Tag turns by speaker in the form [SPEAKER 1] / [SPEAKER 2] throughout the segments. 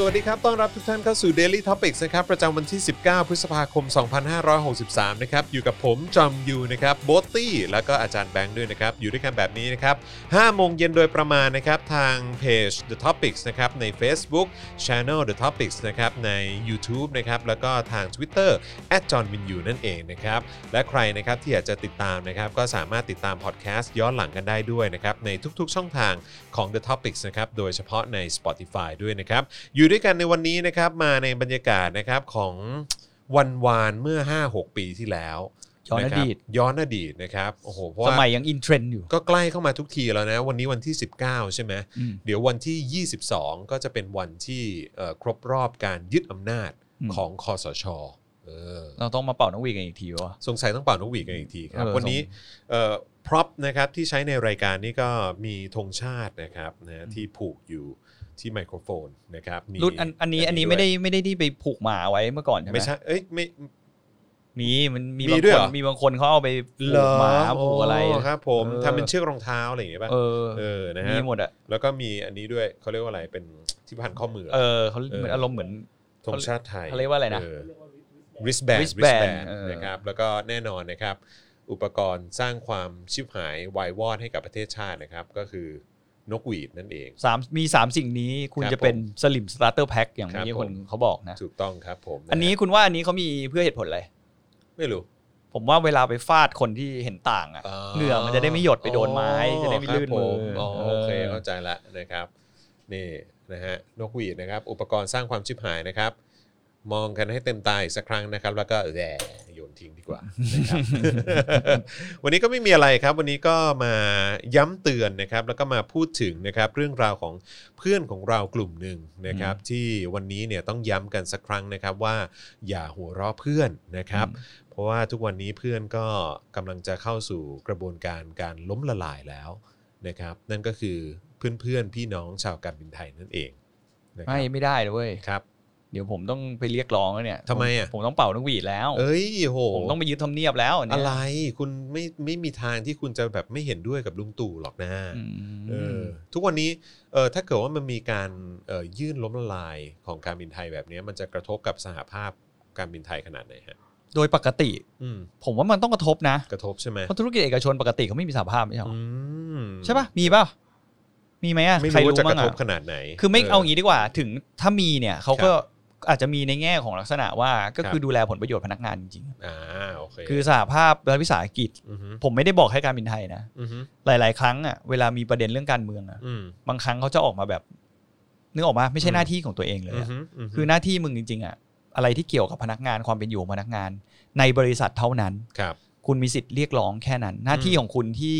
[SPEAKER 1] สวัสดีครับ ต้อนรับทุกท่านเข้าสู่ Daily Topics นะครับ ประจำวันที่ 19 พฤษภาคม 2563 นะครับ อยู่กับผมจอมยูนะครับ โบทตี้ แล้วก็อาจารย์แบงค์ด้วยนะครับ อยู่ด้วยกันแบบนี้นะครับ5โมงเย็นโดยประมาณนะครับ ทางเพจ The Topics นะครับ ใน Facebook Channel The Topics นะครับ ใน YouTube นะครับ แล้วก็ทาง Twitter at j o h n w i n y u นั่นเองนะครับ และใครนะครับที่อยากจะติดตามนะครับ ก็สามารถติดตามพอดแคสต์ย้อนหลังกันได้ด้วยนะครับ ในทุกๆช่องทางของ The Topics นะครับ โดยเฉพาะใน Spotify ด้วยนะครับ อยู่ด้วยกันในวันนี้นะครับมาในบรรยากาศนะครับของวันวานเมื่อ 5-6 ปีที่แล้ว
[SPEAKER 2] ย้อนอ
[SPEAKER 1] ะค
[SPEAKER 2] ดีต
[SPEAKER 1] รับย้อนอดีตนะครับโอ้โหเพราะ
[SPEAKER 2] ส
[SPEAKER 1] ว่า
[SPEAKER 2] มัยยังอินเทรนด์อยู่
[SPEAKER 1] ก็ใกล้เข้ามาทุกทีแล้วนะ วันนี้วันที่ 19 ใช่ไหม
[SPEAKER 2] อืม
[SPEAKER 1] เดี๋ยววันที่ 22 ก็จะเป็นวันที่เอ่อครบรอบการยึดอำนาจ
[SPEAKER 2] อืม
[SPEAKER 1] ของคอสชเออ
[SPEAKER 2] เราต้องมาเป่านกหวีดกันอีกทีวะ
[SPEAKER 1] สงสัยต้องเป่านกหวีดกันอีกทีครับ
[SPEAKER 2] เออ
[SPEAKER 1] วันนี้
[SPEAKER 2] สงสัย
[SPEAKER 1] เอ่อพร็อพนะครับที่ใช้ในรายการนี่ก็มีธงชาตินะครับนะที่ผูกอยู่ที่ไมโครโฟนนะครับมี
[SPEAKER 2] รุ่นอันอันนี้อันนี้
[SPEAKER 1] วย
[SPEAKER 2] ไม่ได้ไม่ได้ที่ไปผูกหมาไว้เมื่อก่อนใช่ไหม
[SPEAKER 1] ไม่ใช่เอ้ยไม่
[SPEAKER 2] มีมันมี
[SPEAKER 1] มี
[SPEAKER 2] บาง
[SPEAKER 1] ด้วย
[SPEAKER 2] ค
[SPEAKER 1] เหรอ
[SPEAKER 2] นมีบางคนเขาเอาไปผูกหมาผูกอะไร
[SPEAKER 1] โครับผม
[SPEAKER 2] เออ
[SPEAKER 1] ทำเป็นเชือกรองเท้าอะไรอย่างเงี้ยป่ะ
[SPEAKER 2] เออ
[SPEAKER 1] เออนะ
[SPEAKER 2] มี
[SPEAKER 1] ฮะ
[SPEAKER 2] หมดอะ
[SPEAKER 1] แล้วก็มีอันนี้ด้วยเขาเรียกว่าอะไรเป็นที่พันข้อมือ
[SPEAKER 2] เออเขา
[SPEAKER 1] เออ
[SPEAKER 2] เหมือนอารมณ์เหมือน
[SPEAKER 1] ธงชาติไทย
[SPEAKER 2] เขาเรียกว่าอะไรนะ
[SPEAKER 1] wristband
[SPEAKER 2] wristband
[SPEAKER 1] wristband
[SPEAKER 2] เออ
[SPEAKER 1] นะครับแล้วก็แน่นอนนะครับ อุปกรณ์สร้างความชิบหายวายวอดให้กับประเทศชาตินะครับ ก็คือนกหวีดนั่นเอง
[SPEAKER 2] สามมีสามสิ่งนี้คุณ
[SPEAKER 1] ครับ
[SPEAKER 2] จะเป็นสลิมสตาร์เตอร์แพ็คอย่าง
[SPEAKER 1] ครับ
[SPEAKER 2] ที่
[SPEAKER 1] ผ
[SPEAKER 2] ค
[SPEAKER 1] ม
[SPEAKER 2] นเขาบอกนะ
[SPEAKER 1] ถูกต้องครับผมะ
[SPEAKER 2] อันนี้คุณว่าอันนี้เขามีเพื่อเหตุผลอะไร
[SPEAKER 1] ไม่รู้
[SPEAKER 2] ผมว่าเวลาไปฟาดคนที่เห็นต่างอะ
[SPEAKER 1] อ๋อ
[SPEAKER 2] เหงื่อมันจะได้ไม่หยดไปโดนไม้
[SPEAKER 1] อ๋อ
[SPEAKER 2] จะได้ไม่ลื่น
[SPEAKER 1] ครับผ
[SPEAKER 2] มือ
[SPEAKER 1] อ๋อโอเค
[SPEAKER 2] เอ
[SPEAKER 1] เข้า
[SPEAKER 2] อ
[SPEAKER 1] ใจละนะครับนี่นะฮะนกหวีดนะครับ อุปกรณ์สร้างความชิบหายนะครับ มองกันให้เต็มตาอีกสักครั้งนะครับ แล้วก็แหวโยนทิ้งดีกว่านะครับ วันนี้ก็ไม่มีอะไรครับ วันนี้ก็มาย้ำเตือนนะครับ แล้วก็มาพูดถึงนะครับเรื่องราวของเพื่อนของเรากลุ่มหนึ่งนะครับ ที่วันนี้เนี่ยต้องย้ำกันสักครั้งนะครับว่าอย่าหัวเราะเพื่อนนะครับ เพราะว่าทุกวันนี้เพื่อนก็กำลังจะเข้าสู่กระบวนการการล้มละลายแล้วนะครับ นั่นก็คือเพื่อนเพื่อนๆพี่น้องชาวการบินไทยนั่นเองนะครั
[SPEAKER 2] ไม่ไม่ได้เลยเว้ย
[SPEAKER 1] ครับ
[SPEAKER 2] เดี๋ยวผมต้องไปเรียกร้องแล้วเนี่ย
[SPEAKER 1] ทำไมอะ
[SPEAKER 2] ผผมต้องเป่านกหวีดแล้ว
[SPEAKER 1] เอ้ยโห
[SPEAKER 2] ผมต้องไปยึดทำเนียบแล้วเนี่ย
[SPEAKER 1] อะไรคุณไม่ไม่มีทางที่คุณจะแบบไม่เห็นด้วยกับลุงตู่หรอกนะ
[SPEAKER 2] อืม
[SPEAKER 1] เออทุกวันนี้เออถ้าเกิดว่ามันมีการเออยื่นล้มละลายของการบินไทยแบบเนี้ยมันจะกระทบกับสหภาพการบินไทยขนาดไหนฮะ
[SPEAKER 2] โดยปกติ
[SPEAKER 1] อืม
[SPEAKER 2] ผมว่ามันต้องกระทบนะ
[SPEAKER 1] กระทบใช่ไหม
[SPEAKER 2] เพราะธุรกิจเอกชนปกติเขาไม่มีสหภาพไม่ใช่หรอ
[SPEAKER 1] อืม
[SPEAKER 2] ใช่ปะมีป่ะมีไหมอะ
[SPEAKER 1] ไม่
[SPEAKER 2] ใคร
[SPEAKER 1] รู้ว่า
[SPEAKER 2] รู้
[SPEAKER 1] จะก
[SPEAKER 2] บ้าง
[SPEAKER 1] ระทบ
[SPEAKER 2] อะ
[SPEAKER 1] ขนาดไหน
[SPEAKER 2] คือไม่เอางี้ดีกว่าถึงถ้ามีเนี่ยเขาก็อาจจะมีในแง่ของลักษณะว่าก็
[SPEAKER 1] ครับ
[SPEAKER 2] คือดูแลผลประโยชน์พนักงานจริง
[SPEAKER 1] อ่าโอเค
[SPEAKER 2] ๆคือสหภาพรัฐวิสาหกิจ
[SPEAKER 1] อือฮึ
[SPEAKER 2] ผมไม่ได้บอกแค่การบินไทยนะ
[SPEAKER 1] อือฮึ
[SPEAKER 2] หลาย ๆ ครั้งอะเวลามีประเด็นเรื่องการเมืองอะ
[SPEAKER 1] อืม
[SPEAKER 2] บางครั้งเขาจะออกมาแบบนึกออกมาไม่ใช่หน้าที่ของตัวเองเลย
[SPEAKER 1] อือ
[SPEAKER 2] อะ
[SPEAKER 1] ฮึฮึ
[SPEAKER 2] คือหน้าที่มึงจริงๆอะอะไรที่เกี่ยวกับพนักงานความเป็นอยู่ของพนักงาน ในบริษัทเท่านั้น
[SPEAKER 1] ครับ
[SPEAKER 2] คุณมีสิทธิ์เรียกร้องแค่นั้น หน้าที่ของคุณที่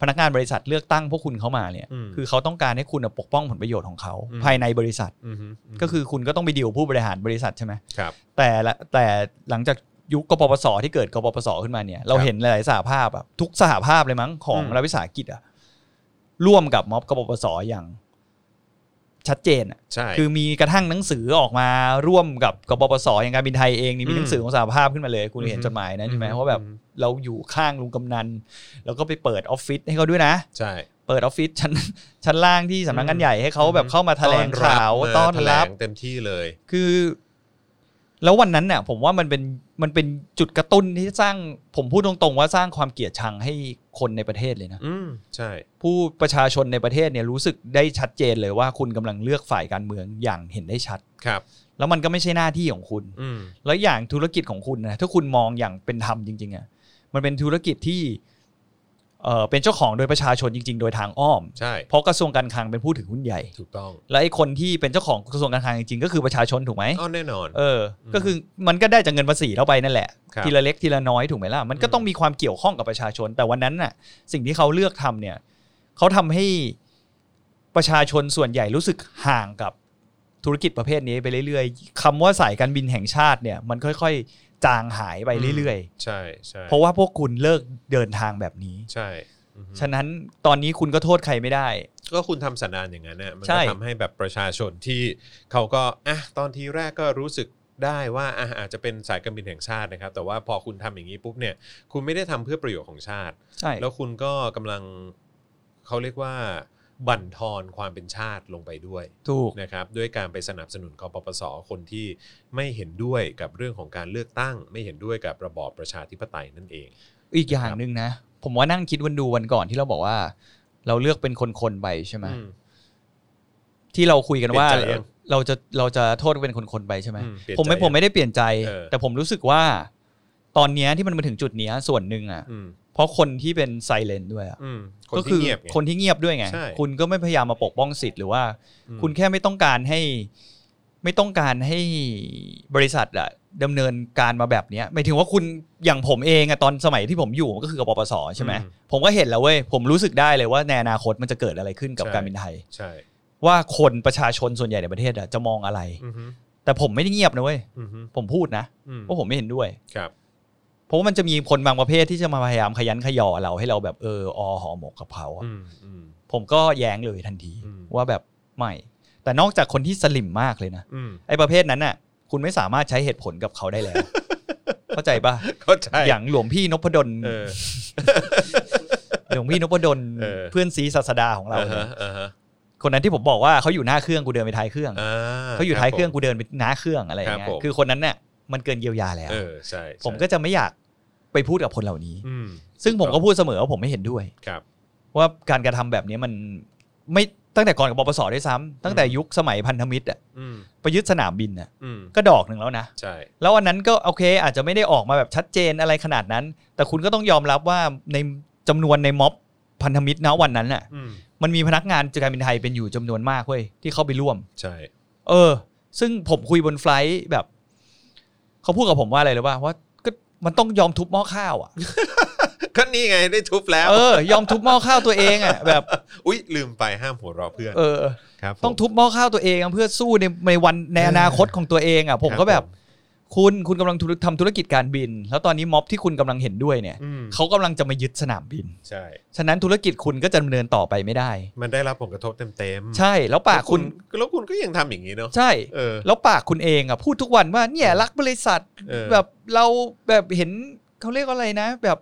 [SPEAKER 2] พนักงานบริษัทเลือกตั้งพวกคุณเข้ามาเนี่ย
[SPEAKER 1] อืม
[SPEAKER 2] คือเขาต้องการให้คุณอะปกป้องผลประโยชน์ของเขา
[SPEAKER 1] อืม
[SPEAKER 2] ภายในบริษัท
[SPEAKER 1] อือฮึฮึ
[SPEAKER 2] ก็คือคุณก็ต้องไปดีลผู้บริหารบริษัทใช่ไหม
[SPEAKER 1] ครับ
[SPEAKER 2] แต่ละแต่หลังจากยุคกปปสที่เกิดกปปสขึ้นมาเนี่ยเรา
[SPEAKER 1] ครับ
[SPEAKER 2] เห็นหลายๆสหภาพอะทุกสหภาพเลยมั้งของ
[SPEAKER 1] อืม
[SPEAKER 2] รัฐวิสาหกิจอะร่วมกับม็อบกปปสอย่างชัดเจนอะ
[SPEAKER 1] ใช่
[SPEAKER 2] คือมีกระทั่งหนังสือออกมาร่วมกับกบปสอย่างการบินไทยเองนี่มีหนังสือของสหภาพขึ้นมาเลย คุณเห็นจดหมายนะใช่ไหมว่าแบบเราอยู่ข้างลุงกำนัน แล้วก็ไปเปิดออฟฟิศให้เขาด้วยนะ
[SPEAKER 1] ใช่
[SPEAKER 2] เปิดออฟฟิศชั้นชั้นล่างที่สำนักงานใหญ่ให้เขาแบบ
[SPEAKER 1] อืม
[SPEAKER 2] เข้ามาแถลงข่าวต้อนรับ
[SPEAKER 1] มาแถลงเต็มที่เลย
[SPEAKER 2] คือ แล้ววันนั้นเนี่ยผมว่ามันเป็นมันเป็นจุดกระตุ้นที่สร้างผมพูดตรงๆ ว่าสร้างความเกลียดชังให้คนในประเทศเลยนะ
[SPEAKER 1] อืมใช่
[SPEAKER 2] ผู้ประชาชนในประเทศเนี่ยรู้สึกได้ชัดเจนเลยว่าคุณกำลังเลือกฝ่ายการเมืองอย่างเห็นได้ชัด
[SPEAKER 1] ครับ
[SPEAKER 2] แล้วมันก็ไม่ใช่หน้าที่ของคุณ
[SPEAKER 1] อืม
[SPEAKER 2] แล้วอย่างธุรกิจของคุณนะถ้าคุณมองอย่างเป็นธรรมจริงๆอะมันเป็นธุรกิจที่เอ่อเป็นเจ้าของโดยประชาชนจริง ๆ โดยทางอ้อม
[SPEAKER 1] ใช่
[SPEAKER 2] เพราะกระทรวงการคลังเป็นผู้ถือหุ้นใหญ่
[SPEAKER 1] ถูกต้อง
[SPEAKER 2] และไอ้คนที่เป็นเจ้าของกระทรวงการคลังจริงๆก็คือประชาชนถูกไหม
[SPEAKER 1] อ๋อแน่นอน
[SPEAKER 2] เอออ
[SPEAKER 1] ม
[SPEAKER 2] ก็คือมันก็ได้จากเงินภาษีเราไปนั่นแหละ
[SPEAKER 1] ครับ
[SPEAKER 2] ทีละเล็กทีละน้อยถูกไหมล่ะ มันก็
[SPEAKER 1] อืม
[SPEAKER 2] ต้องมีความเกี่ยวข้องกับประชาชน แต่วันนั้นน่ะ สิ่งที่เขาเลือกทำเนี่ยเขาทำให้ประชาชนส่วนใหญ่รู้สึกห่างกับธุรกิจประเภทนี้ไปเรื่อยๆคำว่าสายการบินแห่งชาติเนี่ย มันค่อยๆ จางหายไปเรื่อย
[SPEAKER 1] ใช่ใช่
[SPEAKER 2] ๆ เพราะว่าพวกคุณเลิกเดินทางแบบนี้
[SPEAKER 1] ใช่อือฮึ
[SPEAKER 2] ฉะนั้นตอนนี้คุณก็โทษใครไม่ได้
[SPEAKER 1] ก็คุณทำสันดานอย่างนั้นน่ะมัน
[SPEAKER 2] ใช่
[SPEAKER 1] ก็ทำให้แบบประชาชนที่เขาก็อ่ะตอนทีแรกก็รู้สึกได้ว่าอ่ะอาจจะเป็นสายการบินแห่งชาตินะครับ แต่ว่าพอคุณทำอย่างนี้ปุ๊บเนี่ย คุณไม่ได้ทำเพื่อประโยชน์ของชาติ
[SPEAKER 2] ใช่
[SPEAKER 1] แล้วคุณก็กำลังเขาเรียกว่า บั่นทอนความเป็นชาติลงไปด้วย
[SPEAKER 2] ถูก
[SPEAKER 1] นะครับด้วยการไปสนับสนุนกปปสคนที่ไม่เห็นด้วยกับเรื่องของการเลือกตั้ง ไม่เห็นด้วยกับระบอบประชาธิปไตยนั่นเอง
[SPEAKER 2] อีกอย่างหนึ่งนะ ผมว่านั่งคิดวันดูวันก่อนที่เราบอกว่า เราเลือกเป็นคนๆไปใช่ไหมที่เราคุยกันว่า
[SPEAKER 1] เปลี่ยนใจยัง
[SPEAKER 2] เราจะเราจะโทษเป็นคนๆไปใช่ไหม
[SPEAKER 1] อืมเปลี่ยนใจ
[SPEAKER 2] ผมไม่
[SPEAKER 1] ยัง
[SPEAKER 2] ผมไม่ได้เปลี่ยนใจ
[SPEAKER 1] เออ
[SPEAKER 2] แต่ผมรู้สึกว่า ตอนเนี้ยที่มันมาถึงจุดเนี้ยส่วนหนึ่งอ่ะ
[SPEAKER 1] อืม
[SPEAKER 2] เพราะคนที่เป็นไซเลนด้วยอะ
[SPEAKER 1] อืมคน
[SPEAKER 2] ก็
[SPEAKER 1] ที่เงียบไง
[SPEAKER 2] คนที่เงียบด้วยไง
[SPEAKER 1] ใช่
[SPEAKER 2] คุณก็ไม่พยายามมาปกป้องสิทธิ์หรือว่า
[SPEAKER 1] อืม
[SPEAKER 2] คุณแค่ไม่ต้องการให้ ไม่ต้องการให้บริษัทอะดำเนินการมาแบบเนี้ยหมายถึงว่าคุณอย่างผมเองอะตอนสมัยที่ผมอยู่ก็คือกับปปสใช่ไหมผมก็เห็นแล้วเว้ยผมรู้สึกได้เลยว่าในอนาคตมันจะเกิดอะไรขึ้นกับ
[SPEAKER 1] ใช่
[SPEAKER 2] การบินไทย
[SPEAKER 1] ใช่
[SPEAKER 2] ว่าคนประชาชนส่วนใหญ่ในประเทศอะจะมองอะไร
[SPEAKER 1] อือฮึ
[SPEAKER 2] แต่ผมไม่ได้เงียบนะเว้ย
[SPEAKER 1] อือฮึ
[SPEAKER 2] ผมพูดนะ
[SPEAKER 1] อืม
[SPEAKER 2] ว่าผมไม่เห็นด้วย
[SPEAKER 1] ครับ
[SPEAKER 2] เพราะว่ามันจะมีคนบางประเภทที่จะมาพยายามขยันขยอเราให้เราแบบเอออหอหมกกับเขาอะ
[SPEAKER 1] อืมอืม
[SPEAKER 2] ผมก็แย้งเลยทันที
[SPEAKER 1] อืม
[SPEAKER 2] ว่าแบบไม่ แต่นอกจากคนที่สลิมมากเลยนะ
[SPEAKER 1] อืม
[SPEAKER 2] ไอ้ประเภทนั้นน่ะ คุณไม่สามารถใช้เหตุผลกับเขาได้ แล้ว เข้าใจปะ
[SPEAKER 1] เข้าใจ
[SPEAKER 2] อย่างหลวงพี่นพดล
[SPEAKER 1] เออ
[SPEAKER 2] หลวงพี่นพดล
[SPEAKER 1] เออ
[SPEAKER 2] เพื่อนซีศาสดาของเรา
[SPEAKER 1] อ่า
[SPEAKER 2] เนี่
[SPEAKER 1] ฮะ
[SPEAKER 2] ย
[SPEAKER 1] อ่าฮะ
[SPEAKER 2] คนนั้นที่ผมบอกว่าเขาอยู่หน้าเครื่องกูเดินไปท้ายเครื่อง
[SPEAKER 1] อ่
[SPEAKER 2] เขาอยู่ท้ายเครื่อง
[SPEAKER 1] บผม
[SPEAKER 2] กูเดินไปหน้าเครื่องอะไรอย่างเงี้
[SPEAKER 1] ค
[SPEAKER 2] ย
[SPEAKER 1] รับผม
[SPEAKER 2] คือคนนั้นเนี่ยมันเกินเยียวยาแล้ว
[SPEAKER 1] เออใช่ใช่
[SPEAKER 2] ผมก็จะไม่อยากไปพูดกับคนเหล่านี้
[SPEAKER 1] อืม
[SPEAKER 2] ซึ่งผมก็พูดเสมอว่าผมไม่เห็นด้วย
[SPEAKER 1] ครับ
[SPEAKER 2] ว่าการกระทำแบบนี้มันไม่ตั้งแต่ก่อนกับปปสด้วยซ้ำตั้งแต่ยุคสมัยพันธมิตรอะ
[SPEAKER 1] อืม
[SPEAKER 2] ประยุทธ์สนามบินอะ
[SPEAKER 1] อืม
[SPEAKER 2] ก็ดอกหนึ่งแล้วนะ
[SPEAKER 1] ใช่
[SPEAKER 2] แล้ววันนั้นก็โอเค อาจจะไม่ได้ออกมาแบบชัดเจนอะไรขนาดนั้น แต่คุณก็ต้องยอมรับว่าในจำนวนในม็อบพันธมิตรนะวันนั้นน่ะ
[SPEAKER 1] อืม
[SPEAKER 2] มันมีพนักงานจากการบินไทยเป็นอยู่จำนวนมากเว้ยที่เข้าไปร่วม
[SPEAKER 1] ใช่
[SPEAKER 2] เออ ซึ่งผมคุยบนไฟลท์แบบเขาพูดกับผมว่าอะไรเลยว่าว่าก็มันต้องยอมทุบหม้อข้าวอ่ะ
[SPEAKER 1] ก็นี่ไงได้ทุบแล้ว
[SPEAKER 2] เออยอมทุบหม้อข้าวตัวเองอ่ะ แบบ
[SPEAKER 1] อุ้ยลืมไปห้ามหัวเราะเพื่อน
[SPEAKER 2] เออ
[SPEAKER 1] ครับผม
[SPEAKER 2] ต้องทุบหม้อข้าวตัวเองอะเพื่อสู้ในในวันใน
[SPEAKER 1] เออ
[SPEAKER 2] อนาคตของตัวเองอ่ะผม
[SPEAKER 1] ครับ
[SPEAKER 2] ก็แบบ
[SPEAKER 1] ผม
[SPEAKER 2] คุณคุณกำลังธุรทำธุรกิจการบิน แล้วตอนนี้ม็อบที่คุณกำลังเห็นด้วยเนี่ย
[SPEAKER 1] อืม
[SPEAKER 2] เขากำลังจะมายึดสนามบิน
[SPEAKER 1] ใช่
[SPEAKER 2] ฉะนั้นธุรกิจคุณก็จะดำเนินต่อไปไม่ได้
[SPEAKER 1] มันได้รับผลกระทบเต็มๆ
[SPEAKER 2] ใช่แล้วปากคุณ
[SPEAKER 1] แล้วคุณก็ยังทำอย่างนี้เนาะ
[SPEAKER 2] ใช่
[SPEAKER 1] เออ
[SPEAKER 2] แล้วปากคุณเองอ่ะพูดทุกวันว่าเนี่ยรักบริษัท
[SPEAKER 1] เออ
[SPEAKER 2] แบบเราแบบเห็นเขาเรียกว่าอะไรนะ แบบ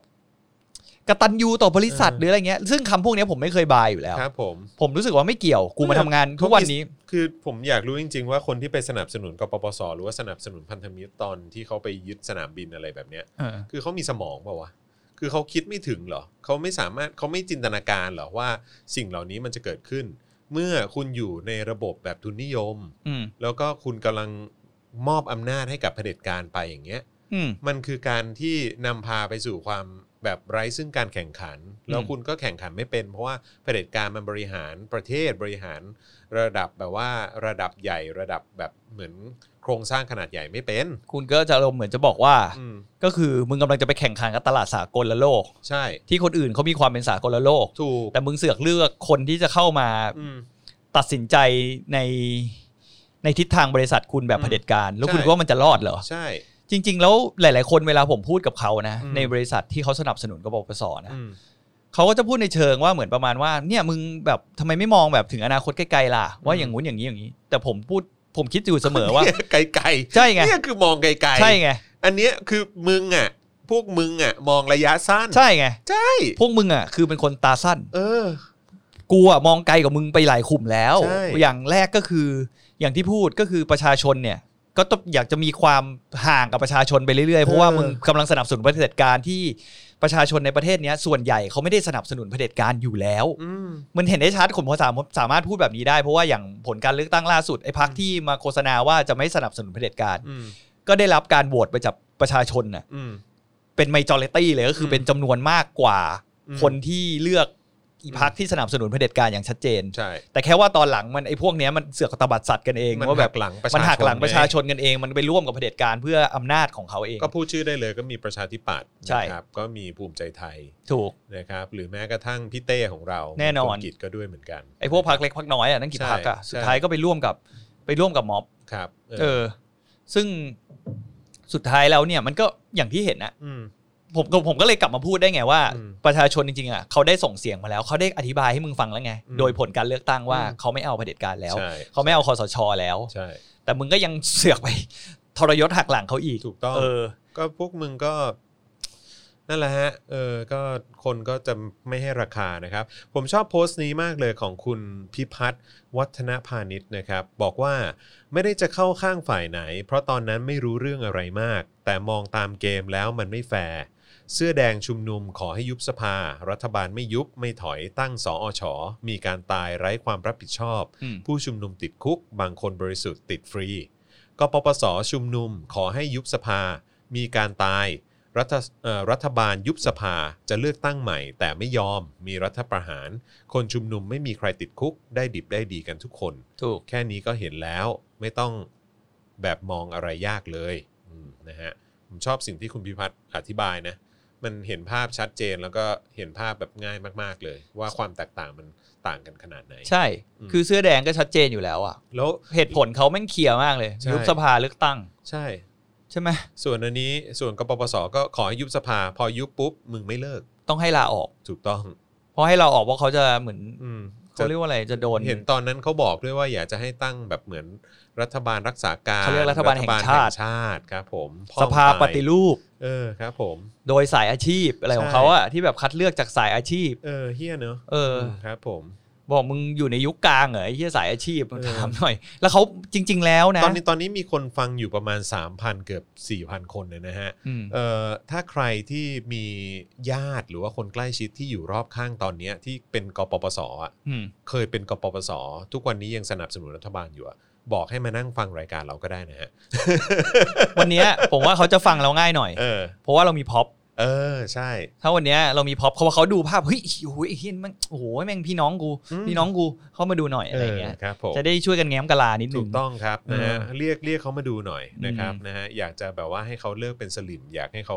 [SPEAKER 2] กตัญญูต่อบริษัท
[SPEAKER 1] เออ
[SPEAKER 2] หรืออะไรเงี้ยซึ่งคำพวกเนี้ยผมไม่เคยบายอยู่แล้ว
[SPEAKER 1] ครับผม
[SPEAKER 2] ผมรู้สึกว่าไม่เกี่ยวกูมาทำงานทุกวันนี้
[SPEAKER 1] คือผมอยากรู้จริง ๆ ว่าคนที่ไปสนับสนุนกปปสหรือว่าสนับสนุนพันธมิตรตอนที่เขาไปยึดสนามบินอะไรแบบเนี้ย
[SPEAKER 2] เออ
[SPEAKER 1] คือเขามีสมองเปล่าวะ คือเขาคิดไม่ถึงเหรอ เขาไม่สามารถเขาไม่จินตนาการเหรอว่าสิ่งเหล่านี้มันจะเกิดขึ้น เมื่อคุณอยู่ในระบบแบบทุนนิยม
[SPEAKER 2] อืม
[SPEAKER 1] แล้วก็คุณกำลังมอบอำนาจให้กับเผด็จการไปอย่างเงี้ย
[SPEAKER 2] อืม
[SPEAKER 1] มันคือการที่นำพาไปสู่ความแบบไร้ซึ่งการแข่งขัน แล้ว
[SPEAKER 2] อืม
[SPEAKER 1] คุณก็แข่งขันไม่เป็น เพราะว่าเผด็จการมันบริหารประเทศบริหารระดับแบบว่าระดับใหญ่ระดับแบบเหมือนโครงสร้างขนาดใหญ่ไม่เป็น
[SPEAKER 2] คุณก็จะอารมณ์เหมือนจะบอกว่า
[SPEAKER 1] อืม
[SPEAKER 2] ก็คือมึงกำลังจะไปแข่งขันกับตลาดสากลโลก
[SPEAKER 1] ใช่
[SPEAKER 2] ที่คนอื่นเขามีความเป็นสากลโลก
[SPEAKER 1] ถูก
[SPEAKER 2] แต่มึงเสือกเลือกคนที่จะเข้ามา
[SPEAKER 1] อืม
[SPEAKER 2] ตัดสินใจในในทิศทางบริษัทคุณแบบ
[SPEAKER 1] อืม
[SPEAKER 2] เผด็จการ แล้วคุณ
[SPEAKER 1] ใช่
[SPEAKER 2] ว่ามันจะรอดเหรอ
[SPEAKER 1] ใช่
[SPEAKER 2] จริง ๆ แล้วหลาย ๆ คนเวลาผมพูดกับเขานะ
[SPEAKER 1] อืม
[SPEAKER 2] ในบริษัทที่เขาสนับสนุนกบปสนะ
[SPEAKER 1] อืม
[SPEAKER 2] เขาก็จะพูดในเชิงว่าเหมือนประมาณว่าเนี่ยมึงแบบทำไมไม่มองแบบถึงอนาคตไกลๆล่ะ ว่า
[SPEAKER 1] อืม
[SPEAKER 2] อย่างงู้นอย่างนี้อย่างนี้ แต่ผมพูดผมคิดอยู่เสมอ ว่า
[SPEAKER 1] เนี่ยไกลๆ
[SPEAKER 2] ใช่ไง
[SPEAKER 1] เนี่ยคือมองไกลๆ
[SPEAKER 2] ใช่ไง
[SPEAKER 1] อันเนี้ยคือมึงอ่ะ พวกมึงอ่ะ มองระยะสั้น
[SPEAKER 2] ใช่ไง
[SPEAKER 1] ใช่
[SPEAKER 2] พวกมึงอ่ะคือเป็นคนตาสั้น
[SPEAKER 1] เออ
[SPEAKER 2] กูอะมองไกลกว่ามึงไปหลายขุมแล้ว
[SPEAKER 1] ใช่
[SPEAKER 2] อย่างแรกก็คืออย่างที่พูดก็คือประชาชนเนี่ย ก็ต้องอยากจะมีความห่างกับประชาชนไปเรื่อยๆ เพราะว่ามึงกำลังสนับสนุนเผด็จการที่ประชาชนในประเทศเนี้ยส่วนใหญ่เขาไม่ได้สนับสนุนเผด็จการอยู่แล้ว
[SPEAKER 1] อืม
[SPEAKER 2] มันเห็นได้ชัดผมพอสามสามารถพูดแบบนี้ได้เพราะว่าอย่างผลการเลือกตั้งล่าสุดไอ้พักที่มาโฆษณาว่าจะไม่สนับสนุนเผด็จการ
[SPEAKER 1] อืม
[SPEAKER 2] ก็ได้รับการโหวตไปจากประชาชนน่ะ
[SPEAKER 1] อืม
[SPEAKER 2] เป็นไมจอริตี้เลยก็คือเป็นจำนวนมากกว่า
[SPEAKER 1] อืม
[SPEAKER 2] คนที่เลือกอีพักที่สนับสนุนเผด็จการอย่างชัดเจน
[SPEAKER 1] ใช่
[SPEAKER 2] แต่แค่ว่าตอนหลังมันไอ้พวกเนี้ยมันเสือกตบัดสัตว์กันเอง
[SPEAKER 1] มัน
[SPEAKER 2] ว่าแบ
[SPEAKER 1] หั
[SPEAKER 2] บ
[SPEAKER 1] กหลังประชาชน
[SPEAKER 2] มันหักหลังประชา
[SPEAKER 1] ไ
[SPEAKER 2] ชนกันเอง มันไปร่วมกับเผด็จการเพื่ออำนาจของเขาเอง
[SPEAKER 1] ก็พูดชื่อได้เลยก็มีประชาธิปัตย์
[SPEAKER 2] ใช่
[SPEAKER 1] นะครับก็มีภูมิใจไทย
[SPEAKER 2] ถูก
[SPEAKER 1] นะครับ หรือแม้กระทั่งพี่เต้ของเรา
[SPEAKER 2] แน่นอน
[SPEAKER 1] คุณกิจก็ด้วยเหมือนกัน
[SPEAKER 2] ไอ้พวกพักเล็กพักน้อยอ่ะนั่นกี่
[SPEAKER 1] ใช่
[SPEAKER 2] พักอ่ะ
[SPEAKER 1] ใช่
[SPEAKER 2] สุดท้ายก็ไปร่วมกับไปร่วมกับม็อบ
[SPEAKER 1] ครับ
[SPEAKER 2] เออ ซึ่งสุดท้ายแล้วเนี่ยมันก็อย่างที่เห็นนะ
[SPEAKER 1] ม
[SPEAKER 2] ผมก็ผมก็เลยกลับมาพูดได้ไงว่า
[SPEAKER 1] อืม
[SPEAKER 2] ประชาชนจริงๆอ่ะเขาได้ส่งเสียงมาแล้วเขาได้อธิบายให้มึงฟังแล้วไง
[SPEAKER 1] อืม
[SPEAKER 2] โดยผลการเลือกตั้งว่า
[SPEAKER 1] อืม
[SPEAKER 2] เขาไม่เอาเผด็จการแล้ว
[SPEAKER 1] ใช่
[SPEAKER 2] เขาไม่เอาคอสชแล้ว
[SPEAKER 1] ใช่
[SPEAKER 2] แต่มึงก็ยัง เสือกไป ทรยศหักหลังเขาอีก
[SPEAKER 1] ถูกต้อง
[SPEAKER 2] เออ
[SPEAKER 1] ก็พวกมึงก็ นั่นแหละฮะ เออ ก็คนก็จะไม่ให้ราคานะครับ ผมชอบโพสต์นี้มากเลยของคุณพิพัฒน์วัฒนพาณิชย์นะครับ บอกว่าไม่ได้จะเข้าข้างฝ่ายไหน เพราะตอนนั้นไม่รู้เรื่องอะไรมาก แต่มองตามเกมแล้วมันไม่แฟร์เสื้อแดงชุมนุมขอให้ยุบสภา รัฐบาลไม่ยุบไม่ถอยตั้งสออชอมีการตายไร้ความรับผิดชอบ
[SPEAKER 2] อืม
[SPEAKER 1] ผู้ชุมนุมติดคุก บางคนบริสุทธิ์ติดฟรีกปปสชุมนุมขอให้ยุบสภา มีการตาย รัฐเอ่อรัฐบาลยุบสภาจะเลือกตั้งใหม่ แต่ไม่ยอมมีรัฐประหาร คนชุมนุมไม่มีใครติดคุก ได้ดิบได้ดีกันทุกคน
[SPEAKER 2] ถูก
[SPEAKER 1] แค่นี้ก็เห็นแล้วไม่ต้องแบบมองอะไรยากเลยอืมนะฮะผมชอบสิ่งที่คุณพิพัฒน์อธิบายนะ มันเห็นภาพชัดเจนแล้วก็เห็นภาพแบบง่ายมาก ๆ เลย ว่าความแตกต่างมันต่างกันขนาดไหน
[SPEAKER 2] ใช่
[SPEAKER 1] อืม
[SPEAKER 2] คือเสื้อแดงก็ชัดเจนอยู่แล้วอ่ะ
[SPEAKER 1] แล้ว
[SPEAKER 2] เหตุผลเขาแม่งเคลียร์มากเลย
[SPEAKER 1] ใช่
[SPEAKER 2] ยุบสภาเลือกตั้ง
[SPEAKER 1] ใช่
[SPEAKER 2] ใช่ไหม
[SPEAKER 1] ส่วนอันนี้ส่วนกปปสก็ขอให้ยุบสภา พอยุบปุ๊บ มึงไม่เลิก
[SPEAKER 2] ต้องให้ลาออก
[SPEAKER 1] ถูกต้อง
[SPEAKER 2] เพราะให้เราออกว่าเขาจะเหมือน
[SPEAKER 1] อืม
[SPEAKER 2] เขาเรียกว่าอะไรจะโดน
[SPEAKER 1] เห็นตอนนั้นเขาบอกด้วยว่าอยากจะให้ตั้งแบบเหมือนรัฐบาลรักษาการ
[SPEAKER 2] เขาเรียกรัฐบาลแห่งชาติ
[SPEAKER 1] รัฐบลแห่งชาติครับผม
[SPEAKER 2] สภาปฏิรูป
[SPEAKER 1] เออครับผม
[SPEAKER 2] โดยสายอาชีพอะไรของเขาอะที่แบบคัดเลือกจากสายอาชีพ
[SPEAKER 1] เออเฮี้ยเนอะ
[SPEAKER 2] เออ
[SPEAKER 1] มครับผม
[SPEAKER 2] บอกมึงอยู่ในยุคกลางเหรอไอ้เหี้ยสายอาชีพมึง
[SPEAKER 1] เออ
[SPEAKER 2] ถามหน่อย แล้วเขาจริง ๆ แล้วนะ
[SPEAKER 1] ตอนนี้ตอนนี้มีคนฟังอยู่ประมาณ 3,000 เกือบ 4,000 คนเลยนะฮะ
[SPEAKER 2] อืม
[SPEAKER 1] เอ่อถ้าใครที่มีญาติหรือว่าคนใกล้ชิดที่อยู่รอบข้างตอนเนี้ยที่เป็นกปปสอ่ะ
[SPEAKER 2] อืม
[SPEAKER 1] เคยเป็นกปปส ทุกวันนี้ยังสนับสนุนรัฐบาลอยู่อ่ะบอกให้มานั่งฟังรายการเราก็ได้นะฮะ
[SPEAKER 2] วันเนี้ย ผมว่าเขาจะฟังเราง่ายหน่อย
[SPEAKER 1] เออ
[SPEAKER 2] เพราะว่าเรามีพ็อป
[SPEAKER 1] เออใช่
[SPEAKER 2] ถ้าวันเนี้ยเรามีพ็อปเขาว่าเขาดูภาพเฮ้ยโอ้โหไอ้เฮียมันโอ้โหแม่งพี่น้องกู
[SPEAKER 1] อืม
[SPEAKER 2] พี่น้องกูเข้ามาดูหน่อยอะไรเงี้ย
[SPEAKER 1] ออครับผม
[SPEAKER 2] จะได้ช่วยกันแง้มกะลานิดห
[SPEAKER 1] ถู
[SPEAKER 2] นึ่ง
[SPEAKER 1] กต้องครับนะฮะ
[SPEAKER 2] เออ
[SPEAKER 1] เรียกเรียกเขามาดูหน่อยนะครับ
[SPEAKER 2] อืม
[SPEAKER 1] นะฮะอยากจะแบบว่าให้เขาเลิกเป็นสลิม อยากให้เขา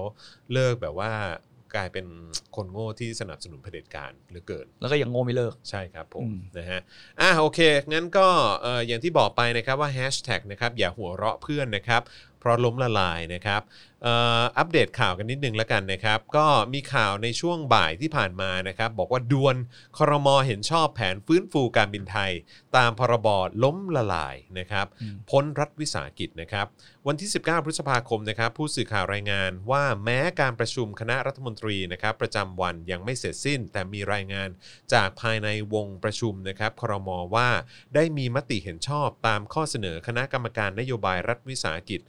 [SPEAKER 1] เลิกแบบว่ากลายเป็นคนโง่ที่สนับสนุนเผด็จการเหลือเกิน
[SPEAKER 2] แล้วก็ยังโง่ไม่เลิก
[SPEAKER 1] ใช่ครับผม
[SPEAKER 2] อืม
[SPEAKER 1] นะฮะอ่ะโอเค งั้นก็เอ่ออย่างที่บอกไปนะครับว่าแฮชแท็กนะครับอย่าหัวเราะเพื่อนนะครับ เพราะล้มละลายนะครับเอ่ออัปเดตข่าวกันนิดนึงแล้วกันนะครับ ก็มีข่าวในช่วงบ่ายที่ผ่านมานะครับ บอกว่าดวนครมเห็นชอบแผนฟื้นฟูการบินไทย ตามพรบล้มละลายนะครับ พ้นรัฐวิสาหกิจนะครับ วันที่ 19 พฤษภาคมนะครับ ผู้สื่อข่าวรายงานว่าแม้การประชุมคณะรัฐมนตรีนะครับ ประจำวันยังไม่เสร็จสิ้น แต่มีรายงานจากภายในวงประชุมนะครับครมว่า ได้มีมติเห็นชอบตามข้อเสนอคณะกรรมการนโยบายรัฐวิสาหกิจ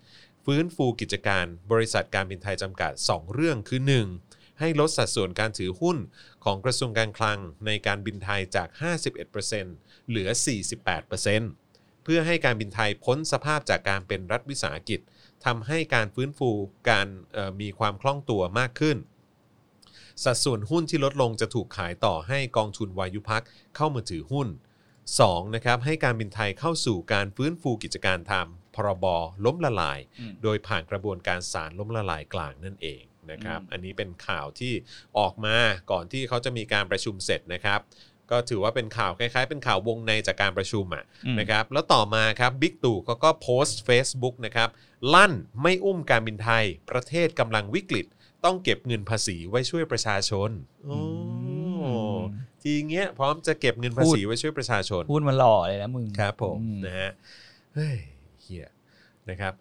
[SPEAKER 1] ฟื้นฟูกิจการบริษัทการบินไทยจำกัด 2 เรื่องคือ 1. ให้ลดสัดส่วนการถือหุ้นของกระทรวงการคลังในการบินไทยจาก 51%เหลือ 48% เพื่อให้การบินไทยพ้นสภาพจากการเป็นรัฐวิสาหกิจทำให้การฟื้นฟูการเอ่อมีความคล่องตัวมากขึ้น สัดส่วนหุ้นที่ลดลงจะถูกขายต่อให้กองทุนวายุพักเข้ามาถือหุ้น 2. นะครับให้การบินไทยเข้าสู่การฟื้นฟูกิจการตามพรบล้มละลาย
[SPEAKER 2] อืม
[SPEAKER 1] โดยผ่านกระบวนการสารล้มละลายกลางนั่นเองนะครับ
[SPEAKER 2] อืม
[SPEAKER 1] อันนี้เป็นข่าวที่ออกมาก่อนที่เขาจะมีการประชุมเสร็จนะครับ ก็ถือว่าเป็นข่าวคล้ายๆ เป็นข่าววงในจากการประชุมอ่ะ
[SPEAKER 2] อืม
[SPEAKER 1] นะครับแล้วต่อมาครับบิ๊กตู่เขาก็โพสต์ Facebook นะครับ ลั่นไม่อุ้มการบินไทย ประเทศกำลังวิกฤต ต้องเก็บเงินภาษีไว้ช่วยประชาชนโอ้
[SPEAKER 2] อืม
[SPEAKER 1] ทีเงี้ยพร้อมจะเก็บเงินภาษีไว้ช่วยประชาชน
[SPEAKER 2] พูดมันหล่อเลยนะมึง
[SPEAKER 1] ครับผม
[SPEAKER 2] อืม
[SPEAKER 1] นะฮะเฮ้ยเฮียนะครับ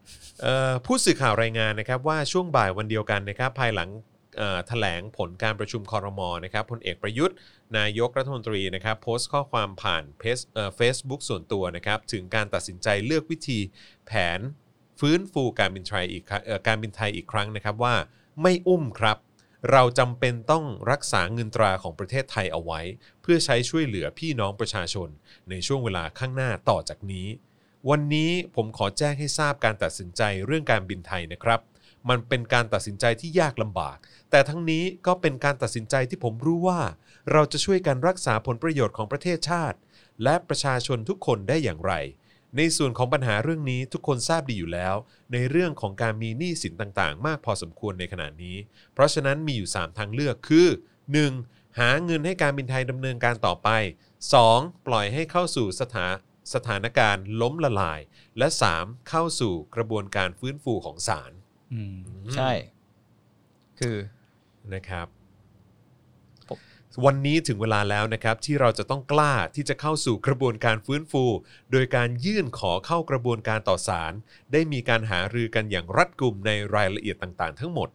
[SPEAKER 1] เอ่อผู้สื่อข่าวรายงานนะครับว่าช่วงบ่ายวันเดียวกันนะครับภายหลังเอ่อแถลงผลการประชุมคอรมอนะครับพลเอกประยุทธ์ นายกรัฐมนตรีนะครับโพสต์ข้อความผ่านเฟซบุ๊กส่วนตัวนะครับถึงการตัดสินใจเลือกวิธีแผนฟื้นฟูการบินไทยอีกครั้งเอ่อการบินไทยอีกครั้งนะครับว่าไม่อุ้มครับ เราจำเป็นต้องรักษาเงินตราของประเทศไทยเอาไว้ เพื่อใช้ช่วยเหลือพี่น้องประชาชน ในช่วงเวลาข้างหน้าต่อจากนี้ วันนี้ผมขอแจ้งให้ทราบการตัดสินใจเรื่องการบินไทยนะครับ มันเป็นการตัดสินใจที่ยากลำบาก แต่ทั้งนี้ก็เป็นการตัดสินใจที่ผมรู้ว่า เราจะช่วยกันรักษาผลประโยชน์ของประเทศชาติ และประชาชนทุกคนได้อย่างไร ในส่วนของปัญหาเรื่องนี้ทุกคนทราบดีอยู่แล้ว ในเรื่องของการมีหนี้สินต่างๆ มากพอสมควรในขณะนี้ เพราะฉะนั้นมีอยู่ 3 ทางเลือกคือ 1. หาเงินให้การบินไทยดำเนินการต่อไป 2. ปล่อยให้เข้าสู่สถาสถานการณ์ล้มละลาย และ 3. เข้าสู่กระบวนการฟื้นฟูของศาล
[SPEAKER 2] อืม
[SPEAKER 1] อืม
[SPEAKER 2] ใช่ คือ
[SPEAKER 1] นะครับ
[SPEAKER 2] ผม
[SPEAKER 1] วันนี้ถึงเวลาแล้วนะครับ ที่เราจะต้องกล้าที่จะเข้าสู่กระบวนการฟื้นฟู โดยการยื่นขอเข้ากระบวนการต่อศาลได้มีการหารือกันอย่างรัดกุมในรายละเอียดต่างๆ ทั้งหมด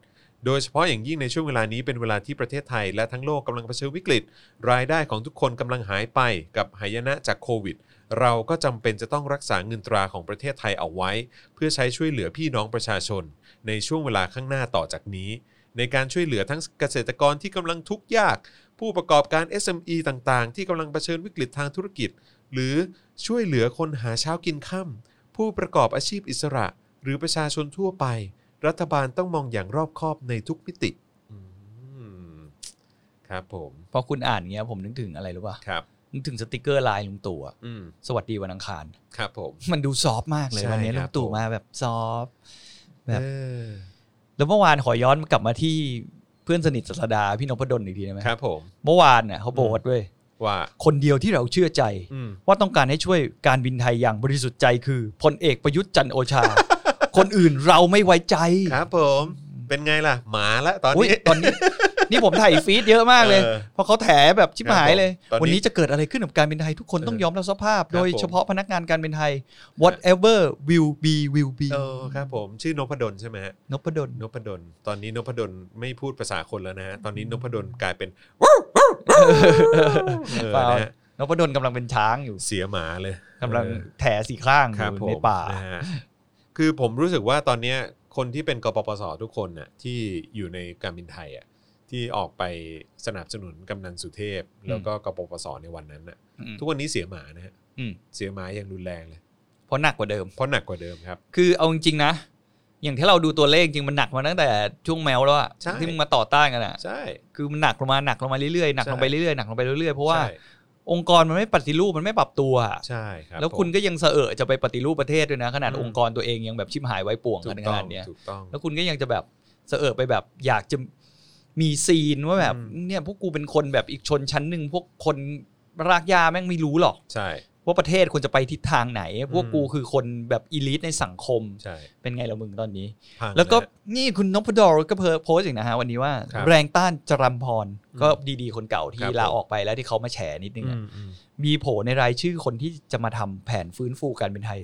[SPEAKER 1] โดยเฉพาะอย่างยิ่งในช่วงเวลานี้เป็นเวลาที่ประเทศไทยและทั้งโลกกำลังเผชิญวิกฤต รายได้ของทุกคนกำลังหายไปกับหายนะจากโควิด เราก็จำเป็นจะต้องรักษาเงินตราของประเทศไทยเอาไว้ เพื่อใช้ช่วยเหลือพี่น้องประชาชน ในช่วงเวลาข้างหน้าต่อจากนี้ ในการช่วยเหลือทั้งเกษตรกรที่กำลังทุกข์ยาก ผู้ประกอบการ SME ต่างๆ ที่กำลังเผชิญวิกฤตทางธุรกิจ หรือช่วยเหลือคนหาเช้ากินค่ำผู้ประกอบอาชีพอิสระ หรือประชาชนทั่วไป รัฐบาลต้องมองอย่างรอบคอบในทุกมิติอืมครับผม
[SPEAKER 2] พอคุณอ่านเงี้ยผมนึกถึงอะไรรู้ป่ะ
[SPEAKER 1] ครับ
[SPEAKER 2] นึกถึงสติกเกอร์ลายลุงตู่อะ
[SPEAKER 1] อืม
[SPEAKER 2] สวัสดีวันอังคาร
[SPEAKER 1] ครับผม
[SPEAKER 2] มันดูซอฟต์มากเลย
[SPEAKER 1] ใช่
[SPEAKER 2] วันนี้
[SPEAKER 1] ค
[SPEAKER 2] ลุ
[SPEAKER 1] รับ
[SPEAKER 2] งตู่
[SPEAKER 1] ผม
[SPEAKER 2] มาแบบซอฟต์ แบบ
[SPEAKER 1] เออ
[SPEAKER 2] แล้วเมื่อวานขอย้อนกลับมาที่เพื่อนสนิทสัสดาพี่นพดลอีกทีได้ไหม
[SPEAKER 1] ครับผม
[SPEAKER 2] เมื่อวานน่ะเขาโบสด้วย
[SPEAKER 1] ว่า
[SPEAKER 2] คนเดียวที่เราเชื่อใจ
[SPEAKER 1] อืม
[SPEAKER 2] ว่าต้องการให้ช่วยการบินไทยอย่างบริสุทธิ์ใจคือพลเอกประยุทธ์จันทร์โอชา คนอื่นเราไม่ไว้ใจ
[SPEAKER 1] ครับผมเป็นไงล่ะ หมาละตอน
[SPEAKER 2] อุ๊ย
[SPEAKER 1] นี้
[SPEAKER 2] ตอนนี้ นี่ผมถ่ายฟีดเยอะมากเลย
[SPEAKER 1] เออ
[SPEAKER 2] เพราะเขาแถแบบชิบหายเลย
[SPEAKER 1] ครับผมตอนนี้
[SPEAKER 2] วันนี้จะเกิดอะไรขึ้นกับการบินไทยทุกคนต้องยอมรับสภาพ
[SPEAKER 1] ครับ
[SPEAKER 2] โดย
[SPEAKER 1] ผม
[SPEAKER 2] เฉพาะพนักงานการบินไทย whatever will be will be
[SPEAKER 1] เออครับผมชื่อนพดลใช่ไหมฮะ
[SPEAKER 2] นพดล
[SPEAKER 1] นพดลตอนนี้นพดลไม่พูดภาษาคนแล้วนะฮะตอนนี้นพดลกลาย เป็น เออ
[SPEAKER 2] เปล่า
[SPEAKER 1] นะฮะ
[SPEAKER 2] นพดลกำลังเป็นช้างอยู่
[SPEAKER 1] เสียหมาเลย
[SPEAKER 2] กำลัง
[SPEAKER 1] เออ
[SPEAKER 2] แถสีข้างอ
[SPEAKER 1] ครับ
[SPEAKER 2] ยู่
[SPEAKER 1] ผม
[SPEAKER 2] ในป่า
[SPEAKER 1] ะฮะคือผมรู้สึกว่าตอนเนี้ยคนที่เป็นกปปสทุกคนน่ะที่อยู่ในการบินไทยอ่ะที่ออกไปสนับสนุนกำนันสุเทพ แล้วก็กปปสในวันนั้นน่ะ
[SPEAKER 2] อืม
[SPEAKER 1] ทุกวันนี้เสียหมานะฮะ
[SPEAKER 2] อืม
[SPEAKER 1] เสียหมาอย่างรุนแรงเลย
[SPEAKER 2] เพราะหนักกว่าเดิม
[SPEAKER 1] เพราะหนักกว่าเดิมครับ
[SPEAKER 2] คือเอาจริงๆนะ อย่างที่เราดูตัวเลขจริงมันหนักมาตั้งแต่ช่วงแมวแล้วอะ
[SPEAKER 1] ใช่
[SPEAKER 2] ที่มึงมาต่อต้านกันอะ
[SPEAKER 1] ใช่
[SPEAKER 2] คือมันหนักลงมาหนักลงมาเรื่อยๆหนัก
[SPEAKER 1] ใช่
[SPEAKER 2] ลงไปเรื่อยๆหนักลงไปเรื่อยๆเพราะว่า
[SPEAKER 1] ใช่
[SPEAKER 2] องค์กรมันไม่ปฏิรูปมันไม่ปรับตัวอะ
[SPEAKER 1] ใช่ครับ
[SPEAKER 2] แล้ว
[SPEAKER 1] ผม
[SPEAKER 2] คุณก็ยังเสอะจะไปปฏิรูปประเทศด้วยนะ ขนาด
[SPEAKER 1] อืม
[SPEAKER 2] องค์กรตัวเองยังแบบชิมหายไว้ป่วง
[SPEAKER 1] ถู
[SPEAKER 2] กั
[SPEAKER 1] ก
[SPEAKER 2] นข
[SPEAKER 1] ต้อง
[SPEAKER 2] นาดเนี้ย
[SPEAKER 1] ถูกต้อง
[SPEAKER 2] แล้วคุณก็ยังจะแบบเสอะไปแบบอยากจะมีซีนว่าแบบ
[SPEAKER 1] อืม
[SPEAKER 2] เนี่ยพวกกูเป็นคนแบบอีกชนชั้นหนึ่งพวกคนรากหญ้าแม่งไม่รู้หรอก
[SPEAKER 1] ใช่
[SPEAKER 2] ว่าประเทศควรจะไปทิศทางไหน พวก
[SPEAKER 1] อืม
[SPEAKER 2] กูคือคนแบบอีลิทในสังคม
[SPEAKER 1] ใช่
[SPEAKER 2] เป็นไงละมึงตอนนี้
[SPEAKER 1] พัง
[SPEAKER 2] แล้วก็
[SPEAKER 1] นะ
[SPEAKER 2] นี่คุณนพดลก็เพอโพสต์อีกนะฮะวันนี้ว่า
[SPEAKER 1] ครับ
[SPEAKER 2] แรงต้านจรัมพร
[SPEAKER 1] อืม
[SPEAKER 2] ก็ดีๆ คนเก่า
[SPEAKER 1] ค
[SPEAKER 2] ที่
[SPEAKER 1] รับ
[SPEAKER 2] ลาออกไปแล้วที่เขามาแฉนิดนึง
[SPEAKER 1] อื
[SPEAKER 2] อะ
[SPEAKER 1] มอืม
[SPEAKER 2] มีโผล่ในรายชื่อคนที่จะมาทำแผนฟื้นฟูการบินไทย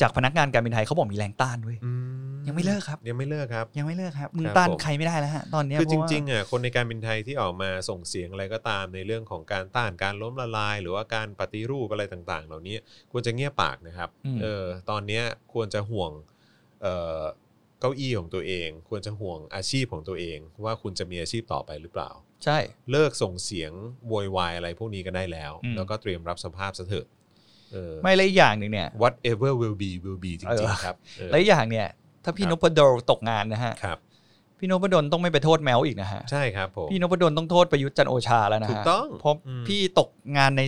[SPEAKER 2] จากพนักงานการบินไทยเขาบอกมีแรงต้านด้วย
[SPEAKER 1] อืม
[SPEAKER 2] ยังไม่เลิกครับ
[SPEAKER 1] ยังไม่เลิกครับ
[SPEAKER 2] ยังไม่เลิกครับ มึง
[SPEAKER 1] ครับ
[SPEAKER 2] ต้าน
[SPEAKER 1] ผม
[SPEAKER 2] ใครไม่ได้แล้วฮะตอนเนี้ย
[SPEAKER 1] คือจ
[SPEAKER 2] เพราะว่า
[SPEAKER 1] ริงๆอ่ะคนในการบินไทยที่ออกมาส่งเสียงอะไรก็ตามในเรื่องของการต้านการล้มละลาย หรือว่าการปฏิรูปอะไรต่างๆ เหล่านี้ควรจะเงียบปากนะครับ
[SPEAKER 2] อืม
[SPEAKER 1] เออตอนเนี้ยควรจะห่วงเอ่อเก้าอี้ของตัวเอง ควรจะห่วงอาชีพของตัวเอง ว่าคุณจะมีอาชีพต่อไปหรือเปล่า
[SPEAKER 2] ใช่
[SPEAKER 1] เลิกส่งเสียงโวยวายอะไรพวกนี้กันได้แล้ว
[SPEAKER 2] อืม
[SPEAKER 1] แล้วก็เตรียมรับสภาพซะเถอะเออ
[SPEAKER 2] ไม่เลยอย่างหนึ่งเนี่ย
[SPEAKER 1] whatever will be will be จ
[SPEAKER 2] เอ
[SPEAKER 1] ริง
[SPEAKER 2] อ
[SPEAKER 1] ๆครับเออ
[SPEAKER 2] และอีกอย่างเนี่ย ถ้าพี่
[SPEAKER 1] ครั
[SPEAKER 2] น
[SPEAKER 1] บ
[SPEAKER 2] พดลตกงานนะฮะ
[SPEAKER 1] ครับ
[SPEAKER 2] พี่นพดลต้องไม่ไปโทษแมวอีกนะฮะ
[SPEAKER 1] ใช่ครับผม
[SPEAKER 2] พี่นพดลต้องโทษประยุทธ์จันทร์โอชาแล้วนะฮะ
[SPEAKER 1] ถูกต้อง
[SPEAKER 2] เพราะ
[SPEAKER 1] อืม
[SPEAKER 2] พี่ตกงานใน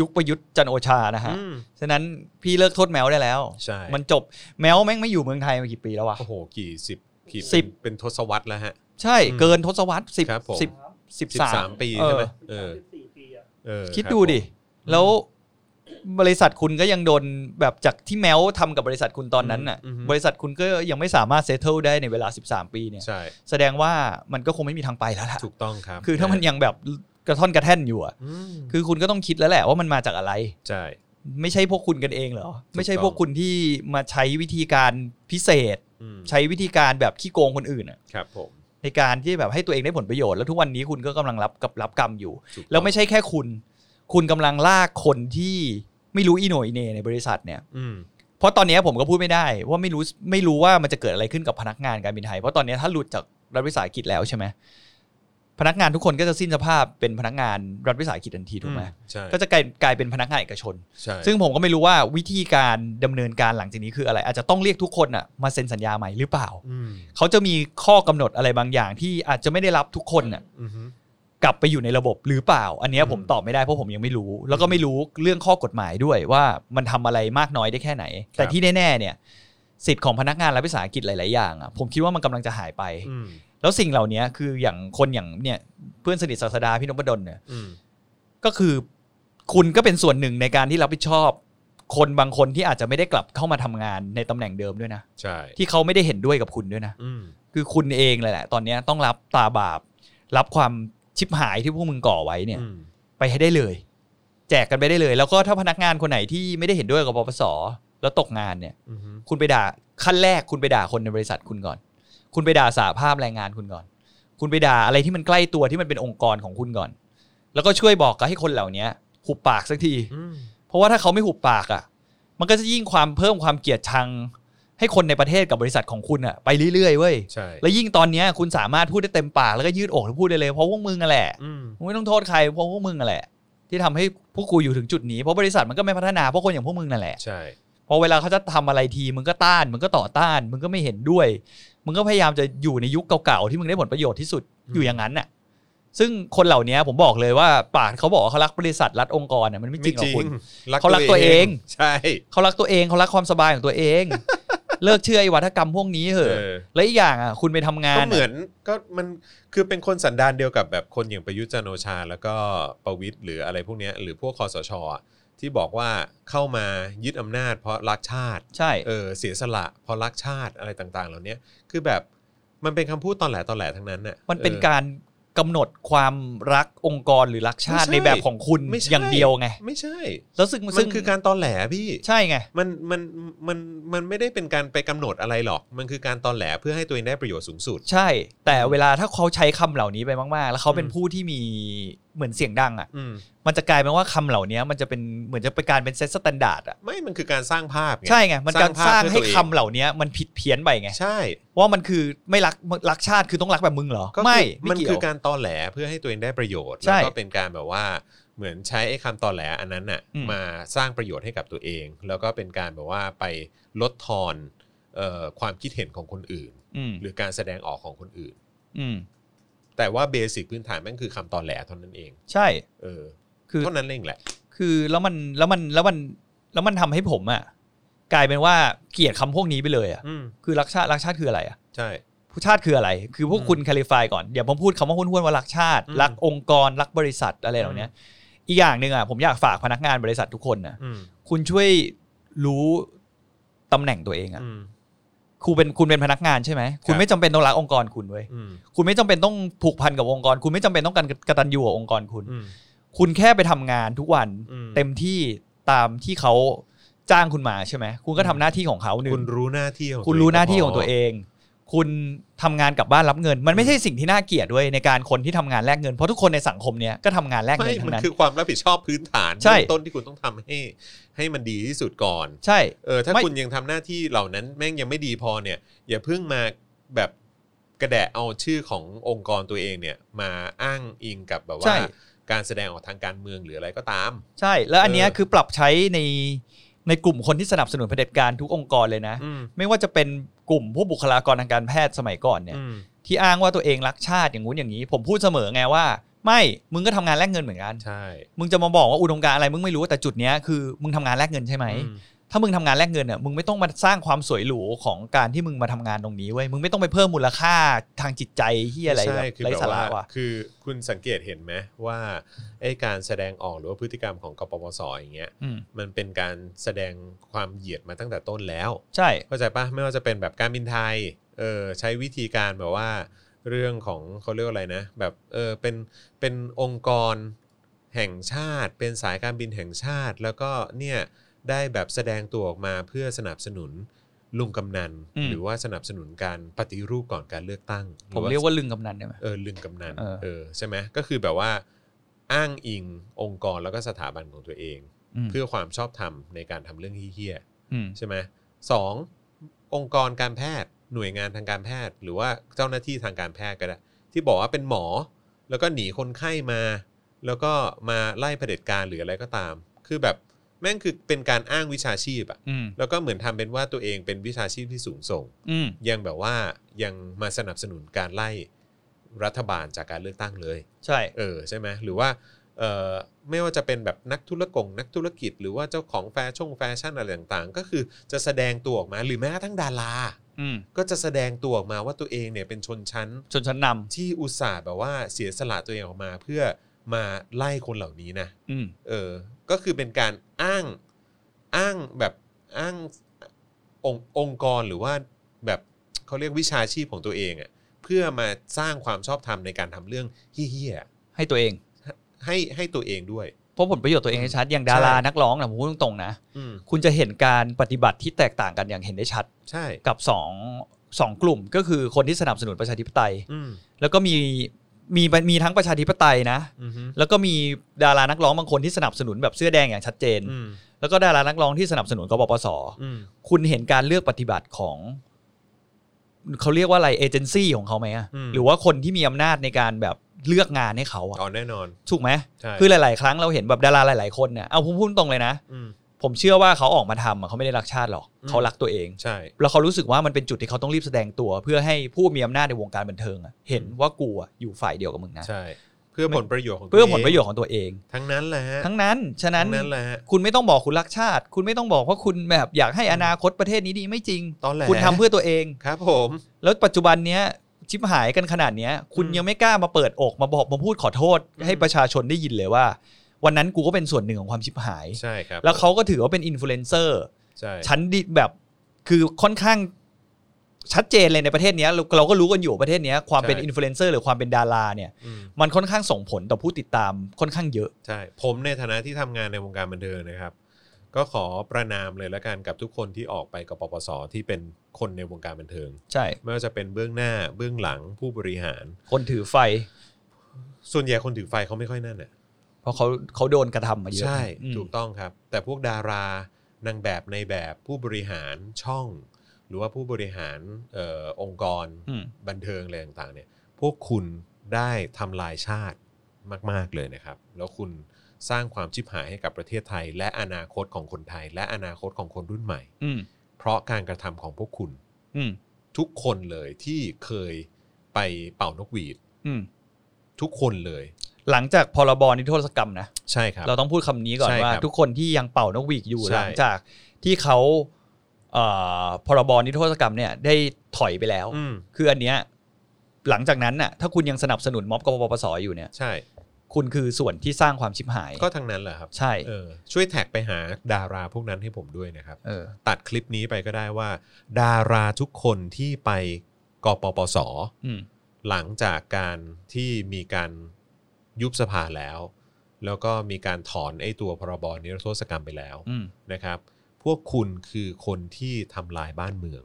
[SPEAKER 2] ยุคประยุทธ์จันทร์โอชานะฮะ
[SPEAKER 1] อืม
[SPEAKER 2] ฉะนั้นพี่เลิกโทษแมวได้แล้ว
[SPEAKER 1] ใช่
[SPEAKER 2] มันจบแมวแม่งไม่อยู่เมืองไทยมากี่ปีแล้ววะ
[SPEAKER 1] โอ้โหกี่สิบกี่
[SPEAKER 2] สิบ
[SPEAKER 1] เป็นทศวรรษแล้วฮะ
[SPEAKER 2] ใช่เกินทศวรรษสิบ
[SPEAKER 1] ครับผม
[SPEAKER 2] สิบสิบ
[SPEAKER 1] สิบ
[SPEAKER 2] สา
[SPEAKER 1] สาม มปีใช่ไหม
[SPEAKER 2] เออ
[SPEAKER 1] เออ
[SPEAKER 3] สี่ปีอะ
[SPEAKER 1] เออ
[SPEAKER 2] คิด
[SPEAKER 1] รับ
[SPEAKER 2] ดูดิ แล้วบริษัทคุณก็ยังโดนแบบจากที่แมวทำกับบริษัทคุณตอนนั้นน่ะ บริษัทคุณก็ยังไม่สามารถเซ t เทิลได้ในเวลา 13 ปีเนี่ย
[SPEAKER 1] ใช่
[SPEAKER 2] แสดงว่ามันก็คงไม่มีทางไปแล้วล่ะ
[SPEAKER 1] ถูกต้องครับ
[SPEAKER 2] คือถ้ามันยังแบบกระท่อนกระแท่นอยู่อะ
[SPEAKER 1] อืม
[SPEAKER 2] คือคุณก็ต้องคิดแล้วแหละว่ามันมาจากอะไร
[SPEAKER 1] ใช่
[SPEAKER 2] ไม่ใช่พวกคุณกันเองเหรอ
[SPEAKER 1] ถูกต้อง
[SPEAKER 2] ไม่ใช่พวกคุณที่มาใช้วิธีการพิเศษ
[SPEAKER 1] อืม
[SPEAKER 2] ใช้วิธีการแบบขี้โกงคนอื่นอะ
[SPEAKER 1] ครับผม
[SPEAKER 2] ในการที่แบบให้ตัวเองได้ผลประโยชน์แล้วทุกวันนี้คุณก็กำลังรับกับรับกรรมอยู่
[SPEAKER 1] ถูกต้อง
[SPEAKER 2] แล้วไม่ใช่แค่คุณ คุณกำลังลากคนที่ไม่รู้อีโหนอีเหนในบริษัทเนี่ย
[SPEAKER 1] อืม
[SPEAKER 2] เพราะตอนนี้ผมก็พูดไม่ได้ ว่าไม่รู้ไม่รู้ว่ามันจะเกิดอะไรขึ้นกับพนักงานการบินไทย เพราะตอนนี้ถ้าหลุดจากรัฐวิสาหกิจแล้วใช่ไหมพนักงานทุกคนก็จะสิ้นสภาพเป็นพนักงานรัฐวิสาหกิจทันทีถูกไหม
[SPEAKER 1] ใช่
[SPEAKER 2] ก็จะกลายกลายเป็นพนักงานเอกชน
[SPEAKER 1] ใช่
[SPEAKER 2] ซึ่งผมก็ไม่รู้ว่าวิธีการดำเนินการหลังจากนี้คืออะไร อาจจะต้องเรียกทุกคนน่ะมาเซ็นสัญญาใหม่หรือเปล่า
[SPEAKER 1] อืม
[SPEAKER 2] เขาจะมีข้อกำหนดอะไรบางอย่างที่อาจจะไม่ได้รับทุกคนน่ะ
[SPEAKER 1] อือฮึ
[SPEAKER 2] กลับไปอยู่ในระบบหรือเปล่า อันเนี้ย
[SPEAKER 1] อืม
[SPEAKER 2] ผมตอบไม่ได้เพราะผมยังไม่รู้ แล้วก็ไม่รู้เรื่องข้อกฎหมายด้วยว่ามันทำอะไรมากน้อยได้แค่ไหน แต่ที่แน่ๆเนี่ยสิทธิ์ของพนักงานรัฐวิสาหกิจหลายๆอย่างอ่ะผมคิดว่ามันกำลังจะหายไป
[SPEAKER 1] อืม
[SPEAKER 2] แล้วสิ่งเหล่านี้คืออย่างคนอย่างเนี่ยเพื่อนสนิทศาสดาพี่นพดลเนี่ย
[SPEAKER 1] อืม
[SPEAKER 2] ก็คือคุณก็เป็นส่วนหนึ่งในการที่รับผิดชอบ คนบางคนที่อาจจะไม่ได้กลับเข้ามาทำงานในตำแหน่งเดิมด้วยนะ
[SPEAKER 1] ใช่
[SPEAKER 2] ที่เขาไม่ได้เห็นด้วยกับคุณด้วยนะ
[SPEAKER 1] อืม
[SPEAKER 2] คือคุณเองเลยแหละ ตอนเนี้ยต้องรับตาบาป รับความชิบหายที่พวกมึงก่อไว้เนี่ย
[SPEAKER 1] อืม
[SPEAKER 2] ไปให้ได้เลย แจกกันไปได้เลย แล้วก็ถ้าพนักงานคนไหนที่ไม่ได้เห็นด้วยกับปปสแล้วตกงานเนี่ย
[SPEAKER 1] อือฮึ
[SPEAKER 2] คุณไปด่าขั้นแรกคุณไปด่าคนในบริษัทคุณก่อน คุณไปด่าสาภาพแรงงานคุณก่อน คุณไปด่าอะไรที่มันใกล้ตัวที่มันเป็นองค์กรของคุณก่อน แล้วก็ช่วยบอกกับให้คนเหล่านี้หุบปากสักที
[SPEAKER 1] อืม
[SPEAKER 2] เพราะว่าถ้าเขาไม่หุบปากอ่ะ มันก็จะยิ่งความเพิ่มความเกลียดชัง ให้คนในประเทศกับบริษัทของคุณอ่ะไปเรื่อยๆเว้ย
[SPEAKER 1] ใช่
[SPEAKER 2] แล้วยิ่งตอนเนี้ยคุณสามารถพูดได้เต็มปากแล้วก็ยืดอกแล้วพูดได้เลยเพราะพวกมึงอะแหละ
[SPEAKER 1] อืม
[SPEAKER 2] มึงไม่ต้องโทษใครเพราะพวกมึงอะแหละ ที่ทำให้พวกกูอยู่ถึงจุดนี้เพราะบริษัทมันก็ไม่พัฒนาเพราะคนอย่างพวกมึงนั่นแหละ
[SPEAKER 1] ใช่
[SPEAKER 2] พอเวลาเขาจะทำอะไรทีมึงก็ต้านมึงก็ต่อต้านมึงก็ไม่เห็นด้วยมึงก็พยายามจะอยู่ในยุคเก่าๆที่มึงได้ผลประโยชน์ที่สุด
[SPEAKER 1] อืม
[SPEAKER 2] อยู่อย่างนั้นน่ะ ซึ่งคนเหล่านี้ผมบอกเลยว่าปากเขาบอกว่าเขารักบริษัทรักองค์กรน่ะมันไม่จริงหรอกคุณ เขารักตัวเอง
[SPEAKER 1] ใช่
[SPEAKER 2] เขารักตัวเองเขารักความสบายของตัวเอง เลิกเชื่อไอ้วัฒกรรมพวกนี้เถ
[SPEAKER 1] เอ
[SPEAKER 2] อะ
[SPEAKER 1] อ
[SPEAKER 2] และอีกอย่างอ่ะคุณไปทำงาน
[SPEAKER 1] ก็
[SPEAKER 2] อ่ะ
[SPEAKER 1] เหมือนก็มันคือเป็นคนสันดานเดียวกับแบบคนอย่างประยุทธ์จันทร์โอชา แล้วก็ประวิตยหรืออะไรพวกเนี้ยหรือพวกคอสชอะที่บอกว่าเข้ามายึดอำนาจเพราะรักชาติ
[SPEAKER 2] ใช่
[SPEAKER 1] เออเสียสละเพราะรักชาติอะไรต่างๆ เหล่าเนี้ยคือแบบมันเป็นคำพูดตอนแหลตอนแหลทั้งนั้นน่ะ
[SPEAKER 2] มันเป็น
[SPEAKER 1] ออ
[SPEAKER 2] การกำหนดความรักองค์กรหรือรักชาติ
[SPEAKER 1] ไม่
[SPEAKER 2] ใน
[SPEAKER 1] ใช่
[SPEAKER 2] แบบของคุณ
[SPEAKER 1] ไม่ใช่
[SPEAKER 2] อย่างเดียวไง
[SPEAKER 1] ไม่ใช่
[SPEAKER 2] แล้วซึ่ง
[SPEAKER 1] มั
[SPEAKER 2] ซึ่
[SPEAKER 1] น
[SPEAKER 2] ง
[SPEAKER 1] คือการตอนแหลพี่
[SPEAKER 2] ใช่ไง
[SPEAKER 1] มันมันมันมันไม่ได้เป็นการไปกำหนดอะไรหรอก มันคือการตอนแหลเพื่อให้ตัวเองได้ประโยชน์สูงสุด
[SPEAKER 2] ใช่ แต่เวลาถ้าเขาใช้คำเหล่านี้ไปมากๆ แล้วเขาเป็น
[SPEAKER 1] อืม
[SPEAKER 2] ผู้ที่มีเหมือนเสียงดังอ่ะ
[SPEAKER 1] อืม
[SPEAKER 2] มันจะกลายเป็นว่าคำเหล่านี้มันจะเป็นเหมือนจะเป็นการเป็นเซตสแตนดาร์ดอ่ะ
[SPEAKER 1] ไม่มันคือการสร้างภาพไง
[SPEAKER 2] ใช่ไง มันการ
[SPEAKER 1] ส
[SPEAKER 2] ส
[SPEAKER 1] ร้าภา
[SPEAKER 2] ร้าง ง
[SPEAKER 1] พเพื่
[SPEAKER 2] ให้
[SPEAKER 1] อตัวเอง
[SPEAKER 2] คำเหล่านี้มันผิดเพี้ยนไปไง
[SPEAKER 1] ใช่
[SPEAKER 2] ว่ามันคือไม่รักรักชาติคือต้องรักแบบมึงเหรอ
[SPEAKER 1] ก็คือ
[SPEAKER 2] ไม่
[SPEAKER 1] มั
[SPEAKER 2] ไม่
[SPEAKER 1] น
[SPEAKER 2] เกี่ย
[SPEAKER 1] คือ
[SPEAKER 2] ว
[SPEAKER 1] การตอนแหลเพื่อให้ตัวเองได้ประโยชน์
[SPEAKER 2] ใช่
[SPEAKER 1] แล้วก็เป็นการแบบว่าเหมือนใช้ไอ้คำตอนแหลอันนั้นน่ะ
[SPEAKER 2] อืม
[SPEAKER 1] มาสร้างประโยชน์ให้กับตัวเอง แล้วก็เป็นการแบบว่าไปลดทอนเอ่อความคิดเห็นของคนอื่น
[SPEAKER 2] อืม
[SPEAKER 1] หรือการแสดงออกของคนอื่น
[SPEAKER 2] อืม
[SPEAKER 1] แต่ว่าเบสิกพื้นฐานแม่งคือคำตอนแหลเท่านั้นเอง
[SPEAKER 2] ใช่
[SPEAKER 1] เออ
[SPEAKER 2] คือ
[SPEAKER 1] เท่านั้นเองแหละ
[SPEAKER 2] คือแล้วมันแล้วมันแล้วมันแล้วมันทำให้ผมอ่ะกลายเป็นว่าเกลียดคำพวกนี้ไปเลยอ่ะ
[SPEAKER 1] อืม
[SPEAKER 2] คือรักชาติรักชาติคืออะไรอ่ะ
[SPEAKER 1] ใช่
[SPEAKER 2] ผู้ชาติคืออะไร คือพวก
[SPEAKER 1] อืม
[SPEAKER 2] คุณคลิฟายก่อนอย่าผมพูดคำว่าห้วนๆว่ารักชาติ
[SPEAKER 1] อืม
[SPEAKER 2] รักองค์กรรักบริษัทอะไรเหล่าเนี้ยอีกอย่างหนึ่งอ่ะผมอยากฝากพนักงานบริษัททุกคนนะ
[SPEAKER 1] อืม
[SPEAKER 2] คุณช่วยรู้ตำแหน่งตัวเองอ่ะ
[SPEAKER 1] อืม
[SPEAKER 2] คุณเป็นคุณเป็นพนักงานใช่ไหม
[SPEAKER 1] ค
[SPEAKER 2] คุณ
[SPEAKER 1] รับ
[SPEAKER 2] ไม่จำเป็นต้องรักองค์กรคุณเว้ย
[SPEAKER 1] อืม
[SPEAKER 2] คุณไม่จำเป็นต้องผูกพันกับองค์กร คุณไม่จำเป็นต้องการกระตันยูกับองค์กรคุณ
[SPEAKER 1] อืม
[SPEAKER 2] คุณแค่ไปทำงานทุกวัน
[SPEAKER 1] อืม
[SPEAKER 2] เต็มที่ตามที่เขาจ้างคุณมาใช่ไหมคุณก็ทำหน้าที่ของเขาหนึ่ง
[SPEAKER 1] คุณรู้หน้าที่ของ
[SPEAKER 2] คุณรู้หน้าที่
[SPEAKER 1] ก็
[SPEAKER 2] ของตัวเอง คุณทำงานกลับบ้านรับเงิน มันไม่ใช่สิ่งที่น่าเกลียดด้วยในการคนที่ทำงานแลกเงินเพราะทุกคนในสังคมเนี้ยก็ทำงานแลก
[SPEAKER 1] ไม่
[SPEAKER 2] เงินทั้
[SPEAKER 1] มัน
[SPEAKER 2] งนั้น
[SPEAKER 1] คือความรับผิดชอบพื้นฐาน
[SPEAKER 2] ใช่
[SPEAKER 1] เบื้องต้นที่คุณต้องทำให้ ให้มันดีที่สุดก่อน
[SPEAKER 2] ใช่
[SPEAKER 1] เออถ้า
[SPEAKER 2] ไม่
[SPEAKER 1] คุณยังทำหน้าที่เหล่านั้นแม่งยังไม่ดีพอเนี่ย อย่าเพิ่งมาแบบกระแดะเอาชื่อขององค์กรตัวเองเนี่ย มาอ้างอิงกับแบบ
[SPEAKER 2] ใช่
[SPEAKER 1] ว่าการแสดงออกทางการเมืองหรืออะไรก็ตาม
[SPEAKER 2] ใช่ แล้วอันเนี้ย
[SPEAKER 1] เออ
[SPEAKER 2] คือปรับใช้ในในกลุ่มคนที่สนับสนุนเผด็จการทุกองค์กรเลยนะ
[SPEAKER 1] อืม
[SPEAKER 2] ไม่ว่าจะเป็นกลุ่มผู้บุคลากรทางการแพทย์สมัยก่อนเนี่ย
[SPEAKER 1] อืม
[SPEAKER 2] ที่อ้างว่าตัวเองรักชาติอย่างงู้นอย่างนี้ ผมพูดเสมอไงว่า ไม่มึงก็ทำงานแลกเงินเหมือนกัน
[SPEAKER 1] ใช่
[SPEAKER 2] มึงจะมาบอกว่าอุดมการณ์อะไรมึงไม่รู้แต่จุดเนี้ยคือมึงทำงานแลกเงินใช่ไหม
[SPEAKER 1] อืม
[SPEAKER 2] ถ้ามึงทำงานแลกเงินเนี่ยมึงไม่ต้องมาสร้างความสวยหรูของการที่มึงมาทำงานตรงนี้เว้ยมึงไม่ต้องไปเพิ่มมูลค่าทางจิตใจที่อะไร
[SPEAKER 1] ม่
[SPEAKER 2] แบบ
[SPEAKER 1] ใช่คือ
[SPEAKER 2] ไร้
[SPEAKER 1] แบบ
[SPEAKER 2] สาระว่ะ
[SPEAKER 1] คือคุณสังเกตเห็นไหมว่าไอ้การแสดงออกหรือว่าพฤติกรรมของกปปสอย่างเงี้ย
[SPEAKER 2] อืม
[SPEAKER 1] มันเป็นการแสดงความเหยียดมาตั้งแต่ต้นแล้ว
[SPEAKER 2] ใช่
[SPEAKER 1] เข้าใจปะไม่ว่าจะเป็นแบบการบินไทยเออใช้วิธีการแบบว่า เรื่องของเขาเรียกว่าอะไรนะ แบบเออเป็นเป็นองค์กรแห่งชาติ เป็นสายการบินแห่งชาติ แล้วก็เนี่ยได้แบบแสดงตัวออกมาเพื่อสนับสนุนลุงกำนัน
[SPEAKER 2] อืม
[SPEAKER 1] หรือว่าสนับสนุนการปฏิรูปก่อนการเลือกตั้งห
[SPEAKER 2] ผม
[SPEAKER 1] อ
[SPEAKER 2] เรียกว่าลึงกำนันได้ไหม
[SPEAKER 1] เออลึงกำนัน
[SPEAKER 2] เออ
[SPEAKER 1] เออใช่ไหมก็คือแบบว่าอ้างอิงองค์กรแล้วก็สถาบันของตัวเอง
[SPEAKER 2] ม
[SPEAKER 1] เพื่อความชอบธรรมในการทำเรื่องเฮี้ย
[SPEAKER 2] ม
[SPEAKER 1] ๆใช่ไหมสององค์กรการแพทย์หน่วยงานทางการแพทย์ หรือว่าเจ้าหน้าที่ทางการแพทย์ก็ได้ ที่บอกว่าเป็นหมอ แล้วก็หนีคนไข้มา แล้วก็มาไล่เผด็จการหรืออะไรก็ตาม คือแบบแม่งคือเป็นการอ้างวิชาชีพอะ
[SPEAKER 2] อืม
[SPEAKER 1] แล้วก็เหมือนทำเป็นว่าตัวเองเป็นวิชาชีพที่สูงส่ง
[SPEAKER 2] อืม
[SPEAKER 1] ยังแบบว่ายังมาสนับสนุนการไล่รัฐบาลจากการเลือกตั้งเลย
[SPEAKER 2] ใช่
[SPEAKER 1] เออใช่ไหมหรือว่าเออไม่ว่าจะเป็นแบบนักธุรกงนักธุรกิจ หรือว่าเจ้าของแฟชั่นแฟชั่นอะไรต่างๆ ก็คือจะแสดงตัวออกมาหรือแม้กระทั่งดารา
[SPEAKER 2] อืม
[SPEAKER 1] ก็จะแสดงตัวออกมาว่าตัวเองเนี่ยเป็นชนชั้น
[SPEAKER 2] ชนชั้นน
[SPEAKER 1] ที่อุตส่าห์แบบว่าเสียสละตัวเองออกมา เพื่อมาไล่คนเหล่านี้นะ
[SPEAKER 2] ำอืม
[SPEAKER 1] เออ ก็คือเป็นการอ้างอ้างแบบอ้างองค์องค์กรหรือว่าแบบเขาเรียกวิชาชีพของตัวเองอะ่ะเพื่อมาสร้างความชอบธรรมในการทำเรื่องเฮี้ย
[SPEAKER 2] ให้ตัวเอง
[SPEAKER 1] ๆให้ให้ตัวเองด้วย
[SPEAKER 2] เพราะผลประโยชน์ตัวเองให้ชัดอย่างดารา
[SPEAKER 1] ใช่
[SPEAKER 2] นักร้องนะผมพูดตรงๆนะ
[SPEAKER 1] อืม
[SPEAKER 2] คุณจะเห็นการปฏิบัติที่แตกต่างกันอย่างเห็นได้ชัด
[SPEAKER 1] ใช่
[SPEAKER 2] กับสอง สองกลุ่มก็คือคนที่สนับสนุนประชาธิปไตย
[SPEAKER 1] อืม
[SPEAKER 2] แล้วก็มีมีมีทั้งประชาธิปไตยนะ
[SPEAKER 1] อืมฮึ
[SPEAKER 2] แล้วก็มีดารานักร้องบางคนที่สนับสนุนแบบเสื้อแดงอย่างชัดเจน
[SPEAKER 1] อืม
[SPEAKER 2] แล้วก็ดารานักร้องที่สนับสนุนกบปส
[SPEAKER 1] อืม
[SPEAKER 2] คุณเห็นการเลือกปฏิบัติของ เขาเรียกว่าอะไรเอเจนซี่ของเขาไหมอะหรือว่าคนที่มีอำนาจในการแบบเลือกงานให้เขาอะ
[SPEAKER 1] อ๋อแน่นอน
[SPEAKER 2] ถูกไหม
[SPEAKER 1] ใช่
[SPEAKER 2] คือหลาย ๆ ครั้งเราเห็นแบบดาราหลาย ๆ คนเนี่ยเอาผมพูดตรงเลยนะ
[SPEAKER 1] ม
[SPEAKER 2] ผมเชื่อว่าเขาออกมาทำอะเขาไม่ได้รักชาติหรอก
[SPEAKER 1] อืม
[SPEAKER 2] เขารักตัวเอง
[SPEAKER 1] ใช่
[SPEAKER 2] แล้วเขารู้สึกว่ามันเป็นจุดที่เขาต้องรีบแสดงตัว เพื่อให้ผู้มีอำนาจในวงการบันเทิงอะเห็นว่ากูอะอยู่ฝ่ายเดียวกับมึงนะ
[SPEAKER 1] ใช่ เพื่อผลประโยชน์ของ
[SPEAKER 2] เพื่อผล
[SPEAKER 1] ตัวง
[SPEAKER 2] ประโยชน์ของตัวเอง
[SPEAKER 1] ทั้งนั้นแหละฮะ
[SPEAKER 2] ทั้งนั้นฉะนั้น
[SPEAKER 1] ทั้งนั้นแหละฮะ
[SPEAKER 2] คุณไม่ต้องบอกคุณรักชาติ คุณไม่ต้องบอกว่าคุณแบบอยากให้อนาคตประเทศนี้ดีไม่จริง
[SPEAKER 1] ตอนแหล
[SPEAKER 2] คุณทำเพื่อตัวเอง
[SPEAKER 1] ครับผม
[SPEAKER 2] แล้วปัจจุบันเนี้ยชิบหายกันขนาดเนี้ย คุณ
[SPEAKER 1] อืม
[SPEAKER 2] ยังไม่กล้ามาเปิดอกมาบอกมาพูดขอโทษ
[SPEAKER 1] อืม
[SPEAKER 2] ให้ประชาชนได้ยินเลยว่า วันนั้นกูก็เป็นส่วนหนึ่งของความชิบหาย
[SPEAKER 1] ใช่ครับ
[SPEAKER 2] แล้วเขาก็ถือว่าเป็นอินฟลูเอนเซอร์
[SPEAKER 1] ใช่
[SPEAKER 2] ชั้นดีแบบคือค่อนข้างชัดเจนเลยในประเทศเนี้ยเราเราก็รู้กันอยู่ประเทศเนี้ยความเป็นอินฟลูเอนเซอร์หรือความเป็นดาราเนี่ย
[SPEAKER 1] อืม
[SPEAKER 2] มันค่อนข้างส่งผลต่อผู้ติดตามค่อนข้างเยอะ
[SPEAKER 1] ใช่ ผมในฐานะที่ทำงานในวงการบันเทิงนะครับ ก็ขอประนามเลยละกันกับทุกคนที่ออกไปกับปปสที่เป็นคนในวงการบันเทิง
[SPEAKER 2] ใช่
[SPEAKER 1] ไม่ว่าจะเป็นเบื้องหน้าเบื้องหลังผู้บริหาร
[SPEAKER 2] คนถือไฟ
[SPEAKER 1] ส่วนใหญ่คนถือไฟเขาไม่ค่อยนั่นน่ะ
[SPEAKER 2] เพราะเขาเขาโดนกระทำมาเยอะ
[SPEAKER 1] ใช่
[SPEAKER 2] อืม
[SPEAKER 1] ถูกต้องครับ แต่พวกดารานางแบบในแบบผู้บริหารช่อง หรือว่าผู้บริหารเออองค์กร
[SPEAKER 2] อืม
[SPEAKER 1] บันเทิงอะไรต่างๆเนี่ย พวกคุณได้ทำลายชาติมาก ๆ เลยนะครับ แล้วคุณสร้างความชิบหายให้กับประเทศไทย และอนาคตของคนไทย และอนาคตของคนรุ่นใหม่
[SPEAKER 2] อืม
[SPEAKER 1] เพราะการกระทำของพวกคุณ
[SPEAKER 2] อืม
[SPEAKER 1] ทุกคนเลยที่เคยไปเป่านกหวีด
[SPEAKER 2] อืม
[SPEAKER 1] ทุกคนเลย
[SPEAKER 2] หลังจากพรบนิรโทษกรรมนะ
[SPEAKER 1] ใช่ครับ
[SPEAKER 2] เราต้องพูดคำนี้ก่อน
[SPEAKER 1] ใช่ครับ
[SPEAKER 2] ว่า ทุกคนที่ยังเป่านกหวีดอยู่
[SPEAKER 1] ใช่
[SPEAKER 2] หลังจากที่เขาเอ่อพรบนิรโทษกรรมเนี่ยได้ถอยไปแล้ว
[SPEAKER 1] อืม
[SPEAKER 2] คืออันเนี้ยหลังจากนั้นน่ะถ้าคุณยังสนับสนุนม็อบกบปปสอยู่เนี่ย
[SPEAKER 1] ใช่
[SPEAKER 2] คุณคือส่วนที่สร้างความชิบหาย
[SPEAKER 1] ก็ทั้งนั้นแหละครับ
[SPEAKER 2] ใช่
[SPEAKER 1] เออช่วยแท็กไปหาดาราพวกนั้นให้ผมด้วยนะครับ
[SPEAKER 2] เออ
[SPEAKER 1] ตัดคลิปนี้ไปก็ได้ว่า ดาราทุกคนที่ไปกปปส
[SPEAKER 2] อืม
[SPEAKER 1] หลังจากการที่มีการยุบสภาแล้ว แล้วก็มีการถอนไอ้ตัวพรบนิรโทษกรรมไปแล้ว
[SPEAKER 2] อืม
[SPEAKER 1] นะครับ พวกคุณคือคนที่ทำลายบ้านเมือง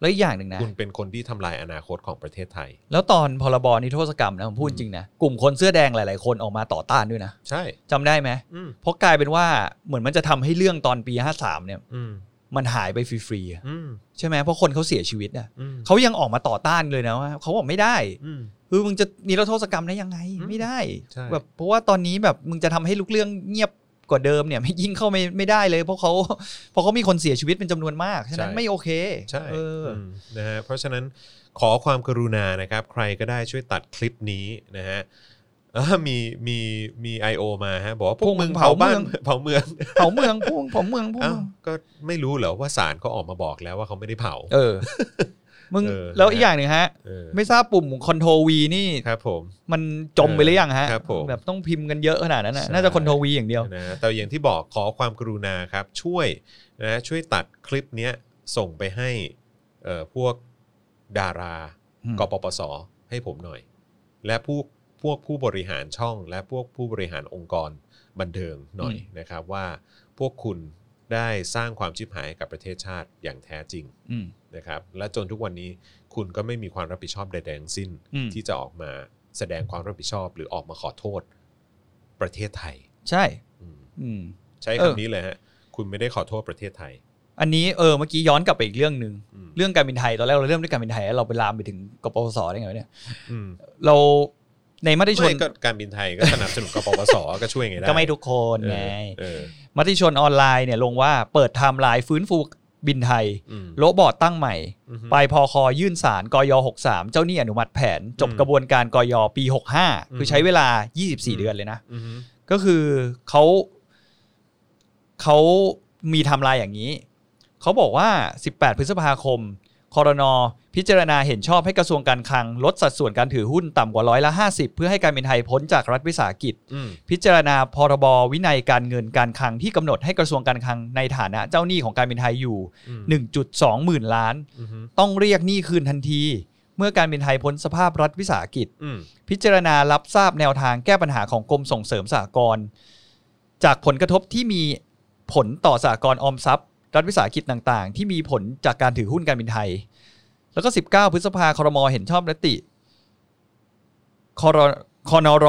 [SPEAKER 2] แล้วอีกอย่างหนึ่งนะ
[SPEAKER 1] คุณเป็นคนที่ทำลายอนาคตของประเทศไทย
[SPEAKER 2] แล้วตอนพรบนิรโทษกรรมนะผมพูดจริงนะกลุ่มคนเสื้อแดงหลาย ๆ คนออกมาต่อต้านด้วยนะ
[SPEAKER 1] ใช่
[SPEAKER 2] จำได้ไหม
[SPEAKER 1] อืม
[SPEAKER 2] เพราะกลายเป็นว่าเหมือนมันจะทำให้เรื่องตอนปี 53 เนี่ย
[SPEAKER 1] อืม
[SPEAKER 2] มันหายไปฟรีๆอะ
[SPEAKER 1] อืม
[SPEAKER 2] ใช่ไหมเพราะคนเขาเสียชีวิตอ่ะ
[SPEAKER 1] อืม
[SPEAKER 2] เขายังออกมาต่อต้านเลยนะว่าเขาบอกไม่ได้
[SPEAKER 1] อืม
[SPEAKER 2] คือมึงจะนิรโทษกรรมได้ยังไง
[SPEAKER 1] อืม
[SPEAKER 2] ไม่ได้
[SPEAKER 1] ใช่
[SPEAKER 2] แบบเพราะว่าตอนนี้แบบมึงจะทำให้ลูกเรื่องเงียบกว่าเดิมเนี่ยไม่ ยิ่งเข้าไม่ไม่ได้เลย เพราะเขาเพราะเขามีคนเสียชีวิตเป็นจำนวนมากฉะนั้นไม่โอเค
[SPEAKER 1] ใช่
[SPEAKER 2] เอออ
[SPEAKER 1] มนะฮะเพราะฉะนั้นขอความกรุณานะครับ ใครก็ได้ช่วยตัดคลิปนี้นะฮะเอ้อมีมีมี I.O. มาฮะบอกว่าพวกมึงเผาบ้านเผาเมือง
[SPEAKER 2] เผาเมืองพุ่งเผาเมืองพุ่ง
[SPEAKER 1] อ้าวก็ไม่รู้เหรอว่าศาลเขาออกมาบอกแล้วว่าเขาไม่ได้เผา
[SPEAKER 2] เออ มึง
[SPEAKER 1] เออ
[SPEAKER 2] แล้วอีกอย่างหนึ่งฮะ
[SPEAKER 1] เออ
[SPEAKER 2] ไม่ทราบปุ่มคอนโทรวีนี่
[SPEAKER 1] ครับผม
[SPEAKER 2] มันจมไปหรือยังฮะ
[SPEAKER 1] ครับผม
[SPEAKER 2] แบบต้องพิมพ์กันเยอะขนาดนั้นน่ะ
[SPEAKER 1] ใช่
[SPEAKER 2] น่าจะคอนโทรวีอย่างเดียว
[SPEAKER 1] นะแต่อย่างที่บอกขอความกรุณาครับ ช่วยนะช่วยตัดคลิปเนี้ยส่งไปให้เอ่อพวกดารา
[SPEAKER 2] อืม
[SPEAKER 1] กปปสให้ผมหน่อย และผู้พวกผู้บริหารช่อง และพวกผู้บริหารองค์กรบันเทิงหน่อยนะครับว่าพวกคุณได้สร้างความชิบหายให้กับประเทศชาติอย่างแท้จริง
[SPEAKER 2] อืม
[SPEAKER 1] นะครับและจนทุกวันนี้คุณก็ไม่มีความรับผิดชอบใดๆทั้งสิ้น
[SPEAKER 2] อืม
[SPEAKER 1] ที่จะออกมาแสดงความรับผิดชอบ หรือออกมาขอโทษประเทศไทย
[SPEAKER 2] ใช่
[SPEAKER 1] อืม
[SPEAKER 2] อืม
[SPEAKER 1] ใช้
[SPEAKER 2] เออ
[SPEAKER 1] คำนี้เลยฮะคุณไม่ได้ขอโทษประเทศไทย
[SPEAKER 2] อันนี้เออเมื่อกี้ย้อนกลับไปอีกเรื่องหนึ่ง
[SPEAKER 1] อืม
[SPEAKER 2] เรื่องการบินไทยตอนแรกเราเริ่มด้วยการบินไทยแล้วเราไปลามไปถึงกปปสได้ไงวะเนี่ย
[SPEAKER 1] อืม
[SPEAKER 2] เราในมติชน
[SPEAKER 1] ไม่ก็การบินไทยก็สนับสนุนกปปส ก็ช่วยไงได้
[SPEAKER 2] ก็ไม่ทุกคน
[SPEAKER 1] เออ
[SPEAKER 2] ไง
[SPEAKER 1] เออ
[SPEAKER 2] มติชนออนไลน์เนี่ยลงว่าเปิดไทม์ไลน์ฟื้นฟูบินไทย
[SPEAKER 1] อืม
[SPEAKER 2] โละบอร์ดตั้งใหม่
[SPEAKER 1] อืม
[SPEAKER 2] ไปพอคอยื่นสารกย63 เจ้าหนี้อนุมัติแผน จบ
[SPEAKER 1] อืม
[SPEAKER 2] กระบวนการกยปี
[SPEAKER 1] อืม
[SPEAKER 2] 65 คือใช้เวลา 24 เดือนเลยนะ
[SPEAKER 1] อืม
[SPEAKER 2] ก็คือเขาเขามีไทำลายอย่างนี้ เขาบอกว่า 18 พฤษภาคม คอรนอพิจารณาเห็นชอบให้กระทรวงการคลัง ลดสัดส่วนการถือหุ้นต่ำกว่าร้อยละ 50 เพื่อให้การบินไทยพ้นจากรัฐวิสาหกิจ
[SPEAKER 1] อืม
[SPEAKER 2] พิจารณาพรบวินัยการเงินการคลังที่กำหนดให้กระทรวงการคลังในฐานะเจ้าหนี้ของการบินไทยอยู่
[SPEAKER 1] อืม
[SPEAKER 2] 1.2 หมื่นล้าน
[SPEAKER 1] อืม
[SPEAKER 2] ต้องเรียกหนี้คืนทันที เมื่อการบินไทยพ้นสภาพรัฐวิสาหกิจ
[SPEAKER 1] อืม
[SPEAKER 2] พิจารณารับทราบแนวทางแก้ปัญหาของกรมส่งเสริมสหกรณ์จากผลกระทบที่มีผลต่อสหกรณ์ออมทรัพย์ รัฐวิสาหกิจต่างๆ ที่มีผลจากการถือหุ้นการบินไทย แล้วก็ 19 พฤษภาครมเห็นชอบมติครคนร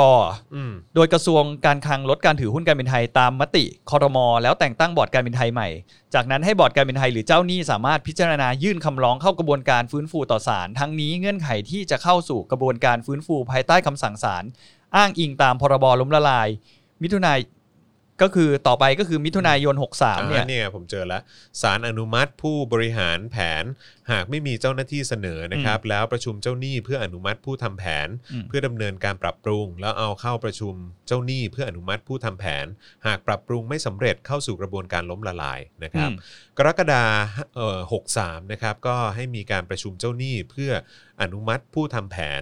[SPEAKER 1] อืม
[SPEAKER 2] โดยกระทรวงการคลังลดการถือหุ้นการบินไทยตามมติคอรมอแล้วแต่งตั้งบอร์ดการบินไทยใหม่ จากนั้นให้บอร์ดการบินไทยหรือเจ้าหนี้สามารถพิจารณายื่นคำร้องเข้ากระบวนการฟื้นฟูต่อศาลทั้งนี้เงื่อนไขที่จะเข้าสู่กระบวนการฟื้นฟูภายใต้คำสั่งศาลอ้างอิงตามพรบล้มละลาย มิถุนายก็คือต่อไปก็คือมิถุนายน 63เนี่ย
[SPEAKER 1] อ่าเนี่ยผมเจอแล้วสารอนุมัติผู้บริหารแผน หากไม่มีเจ้าหน้าที่เสนอนะครับ แล้วประชุมเจ้าหนี้เพื่ออนุมัติผู้ทำแผน
[SPEAKER 2] อืม
[SPEAKER 1] เพื่อดำเนินการปรับปรุง แล้วเอาเข้าประชุมเจ้าหนี้เพื่ออนุมัติผู้ทำแผน หากปรับปรุงไม่สำเร็จเข้าสู่กระบวนการล้มละลายนะครับ
[SPEAKER 2] อืม
[SPEAKER 1] กรกฎาเอ่อ63 นะครับ ก็ให้มีการประชุมเจ้าหนี้เพื่ออนุมัติผู้ทำแผน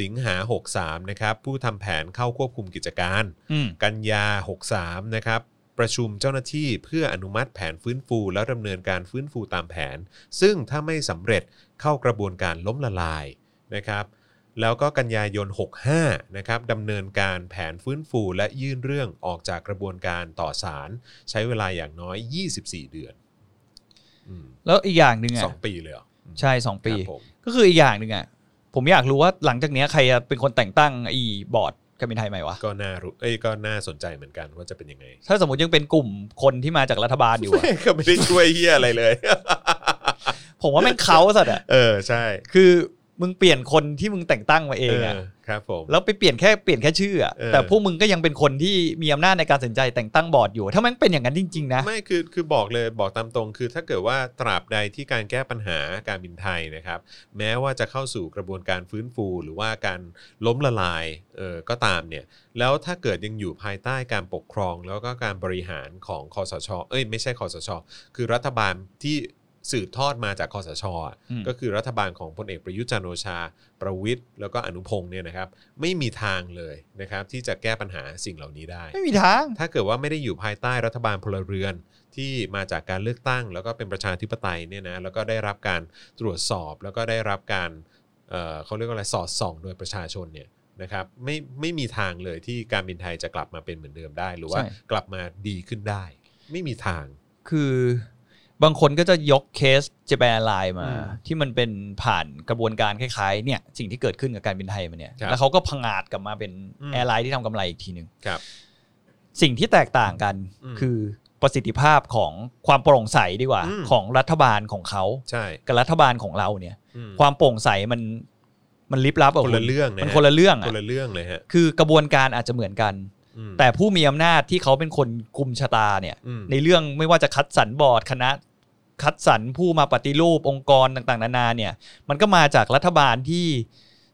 [SPEAKER 1] สิงหา 63 นะครับ ผู้ทำแผนเข้าควบคุมกิจการ
[SPEAKER 2] อืม
[SPEAKER 1] กันยา 63 นะครับ ประชุมเจ้าหน้าที่เพื่ออนุมัติแผนฟื้นฟู แล้วดำเนินการฟื้นฟูตามแผน ซึ่งถ้าไม่สำเร็จเข้ากระบวนการล้มละลายนะครับ แล้วก็กันยายน 65 นะครับดำเนินการแผนฟื้นฟู และยื่นเรื่องออกจากกระบวนการต่อศาลใช้เวลาอย่างน้อย 24 เดือนอืม
[SPEAKER 2] แล้วอีกอย่างหนึ่ง
[SPEAKER 1] ส
[SPEAKER 2] อ่ะ
[SPEAKER 1] องปีเลยเหรออืม
[SPEAKER 2] ใช่สองปี
[SPEAKER 1] ครับผม
[SPEAKER 2] ก็คืออีกอย่างหนึ่งอ่ะผมอยากรู้ว่าหลังจากเนี้ยใครจะเป็นคนแต่งตั้งไอีบอร์ดการบินไทยใหม่วะ
[SPEAKER 1] ก็น่ารู้เอ้ยก็น่าสนใจเหมือนกันว่าจะเป็นยังไง
[SPEAKER 2] ถ้าสมมติยังเป็นกลุ่มคนที่มาจากรัฐบาลอยู่อะ
[SPEAKER 1] ก็ไม่ได้ช่วยเฮียอะไรเลย
[SPEAKER 2] ผมว่าแม่งเขาสัตว์อะ
[SPEAKER 1] เออใช่
[SPEAKER 2] คือมึงเปลี่ยนคนที่มึงแต่งตั้งมาเองอะ
[SPEAKER 1] เออครับผม
[SPEAKER 2] แล้วไปเปลี่ยนแค่เปลี่ยนแค่ชื่ออะ
[SPEAKER 1] เออ
[SPEAKER 2] แต่พวกมึงก็ยังเป็นคนที่มีอำนาจในการตัดสินใจแต่งตั้งบอร์ดอยู่ ถ้าแมันเป็นอย่างนั้นจริง ๆ นะ
[SPEAKER 1] ไม่คือคือบอกเลยบอกตามตรง คือถ้าเกิดว่าตราบใดที่การแก้ปัญหาการบินไทยนะครับ แม้ว่าจะเข้าสู่กระบวนการฟื้นฟู หรือว่าการล้มละลายเออก็ตามเนี่ย แล้วถ้าเกิดยังอยู่ภายใต้การปกครอง แล้วก็การบริหารของคอสช เอ้ยไม่ใช่คอสช คือรัฐบาลที่สืบทอดมาจากคอสชอ่ะ
[SPEAKER 2] อืม
[SPEAKER 1] ก็คือรัฐบาลของพลเอกประยุทธ์จันทร์โอชา ประวิทย์แล้วก็อนุพงศ์เนี่ยนะครับ ไม่มีทางเลยนะครับ ที่จะแก้ปัญหาสิ่งเหล่านี้ได้
[SPEAKER 2] ไม่มีทาง
[SPEAKER 1] ถ้าเกิดว่าไม่ได้อยู่ภายใต้รัฐบาลพลเรือนที่มาจากการเลือกตั้ง แล้วก็เป็นประชาธิปไตยเนี่ยนะแล้วก็ได้รับการตรวจสอบแล้วก็ได้รับการเอ่อเขาเรียกว่าอะไรสอดส่องโดยประชาชนเนี่ยนะครับไม่ไม่มีทางเลยที่การบินไทยจะกลับมาเป็นเหมือนเดิมได้ หรือว่า
[SPEAKER 2] ใช่
[SPEAKER 1] กลับมาดีขึ้นได้ ไม่มีทาง
[SPEAKER 2] คือบางคนก็จะยกเคสเจแปนไลน์มา
[SPEAKER 1] อืม
[SPEAKER 2] ที่มันเป็นผ่านกระบวนการคล้ายๆเนี่ยสิ่งที่เกิดขึ้นกับการบินไทยมันเนี่ย
[SPEAKER 1] ครับ
[SPEAKER 2] แล้วเขาก็พังอาจกลับมาเป็น
[SPEAKER 1] อืม
[SPEAKER 2] แอร์ไลน์ที่ทำกำไรอีกทีหนึ่ง
[SPEAKER 1] ครับ
[SPEAKER 2] สิ่งที่แตกต่างกัน
[SPEAKER 1] อืม
[SPEAKER 2] คือประสิทธิภาพของความโปร่งใสดีกว่า
[SPEAKER 1] อืม
[SPEAKER 2] ของรัฐบาลของเขา
[SPEAKER 1] ใช่
[SPEAKER 2] กับรัฐบาลของเราเนี่ย
[SPEAKER 1] อืม
[SPEAKER 2] ความโปร่งใสมันมันลิบลับอะ
[SPEAKER 1] คนละเรื่องนะ
[SPEAKER 2] มัน
[SPEAKER 1] ฮะ
[SPEAKER 2] คนละเรื่อง
[SPEAKER 1] ค
[SPEAKER 2] อะ
[SPEAKER 1] นละเรื่องเลยฮะ
[SPEAKER 2] คือกระบวนการอาจจะเหมือนกัน
[SPEAKER 1] อืม
[SPEAKER 2] แต่ผู้มีอำนาจที่เขาเป็นคนกุมชะตาเนี่ย
[SPEAKER 1] อืม
[SPEAKER 2] ในเรื่องไม่ว่าจะคัดสรรบอร์ดคณะ คัดสรรผู้มาปฏิรูปองค์กรต่างๆ นานาเนี่ย มันก็มาจากรัฐบาลที่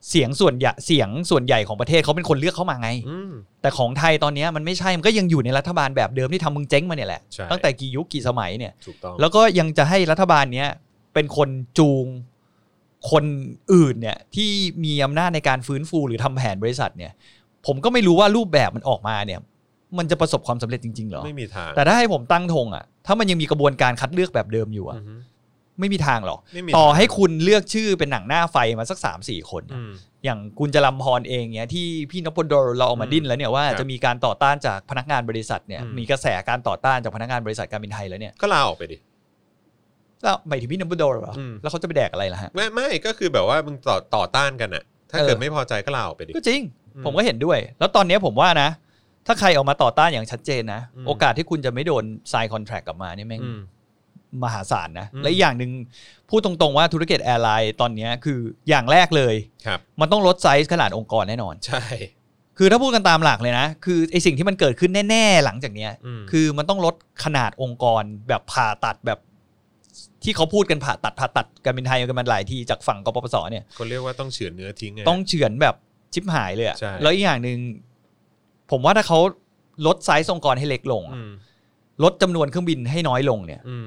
[SPEAKER 2] เสียงส่วนใหญ่เสียงส่วนใหญ่ของประเทศเขาเป็นคนเลือกเข้ามาไง
[SPEAKER 1] อืม
[SPEAKER 2] แต่ของไทยตอนเนี้ยมันไม่ใช่ มันก็ยังอยู่ในรัฐบาลแบบเดิมที่ทำมึงเจ๊งมาเนี่ยแหละ
[SPEAKER 1] ใช่
[SPEAKER 2] ตั้งแต่กี่ยุคกี่สมัยเนี่ย
[SPEAKER 1] ถูกต้อง
[SPEAKER 2] แล้วก็ยังจะให้รัฐบาลเนี้ยเป็นคนจูงคนอื่นเนี่ยที่มีอำนาจในการฟื้นฟูหรือทำแผนบริษัทเนี่ย ผมก็ไม่รู้ว่ารูปแบบมันออกมาเนี่ย มันจะประสบความสำเร็จจริงๆเหรอ
[SPEAKER 1] ไม่มีทาง
[SPEAKER 2] แต่ถ้าให้ผมตั้งธงอ่ะ ถ้ามันยังมีกระบวนการคัดเลือกแบบเดิมอยู่
[SPEAKER 1] อื
[SPEAKER 2] อ่ะ
[SPEAKER 1] อฮึ
[SPEAKER 2] ไม่มีทางหรอก
[SPEAKER 1] ไม่มี
[SPEAKER 2] ต่อ
[SPEAKER 1] ทาง
[SPEAKER 2] ให้คุณเลือกชื่อเป็นหนังหน้าไฟมาสักสามสี่คน
[SPEAKER 1] อืม
[SPEAKER 2] อย่างกุญจลัมพรเองเนี่ยที่พี่นพดลเราออกมา
[SPEAKER 1] อืม
[SPEAKER 2] ดิ้นแล้วเนี่ยว่า
[SPEAKER 1] ครับ
[SPEAKER 2] จะมีการต่อต้านจากพนักงานบริษัทเนี่ย
[SPEAKER 1] อืม
[SPEAKER 2] มีกระแสการต่อต้านจากพนักงานบริษัทการบินไทยแล้วเนี่ย
[SPEAKER 1] ก็ลาออกไปดิ
[SPEAKER 2] แล้วหมายถึงพี่นพดลเหรออ
[SPEAKER 1] ม
[SPEAKER 2] แล้วเขาจะไปแดกอะไรล่ะฮะ
[SPEAKER 1] ไม่ไม่ก็คือแบบว่ามึงต่อต่อต้านกันอะถ้าเกิด
[SPEAKER 2] เออ
[SPEAKER 1] ไม่พอใจก็ลาออกไปดิ
[SPEAKER 2] ก็จริง
[SPEAKER 1] อืม
[SPEAKER 2] ผมก็เห็นด้วย แล้วตอนเนี้ยผมว่านะ ถ้าใครออกมาต่อต้านอย่างชัดเจนนะ
[SPEAKER 1] อืม
[SPEAKER 2] โอกาสที่คุณจะไม่โดน sign contract กลับมาเนี่ยแม่ง
[SPEAKER 1] อืม
[SPEAKER 2] มหาศาลนะ
[SPEAKER 1] อืม
[SPEAKER 2] และอีกอย่างหนึ่งพูดตรงๆว่าธุรกิจแอร์ไลน์ตอนเนี้ยคืออย่างแรกเลย
[SPEAKER 1] ครับ
[SPEAKER 2] มันต้องลดไซส์ขนาดองค์กรแน่นอน
[SPEAKER 1] ใช่
[SPEAKER 2] คือถ้าพูดกันตามหลักเลยนะ คือไอสิ่งที่มันเกิดขึ้นแน่ๆหลังจากเนี้ย
[SPEAKER 1] ม
[SPEAKER 2] คือมันต้องลดขนาดองค์กรแบบผ่าตัดแบบที่เขาพูดกันผ่าตัดผ่าตัดกันเป็นไทยกันมาหลายทีจากฝั่งกปปสเนี่ย
[SPEAKER 1] เขาเรียกว่าต้องเฉือนเนื้อทิ้งไง
[SPEAKER 2] ต้องเฉือนแบบชิบหายเลยอะ
[SPEAKER 1] ใช่
[SPEAKER 2] แล้วอีกอย่างหนึ่งผมว่าถ้าเขาลดไซส์องค์กรให้เล็กลงอะ
[SPEAKER 1] อืม
[SPEAKER 2] ลดจำนวนเครื่องบินให้น้อยลงเนี่ย
[SPEAKER 1] อืม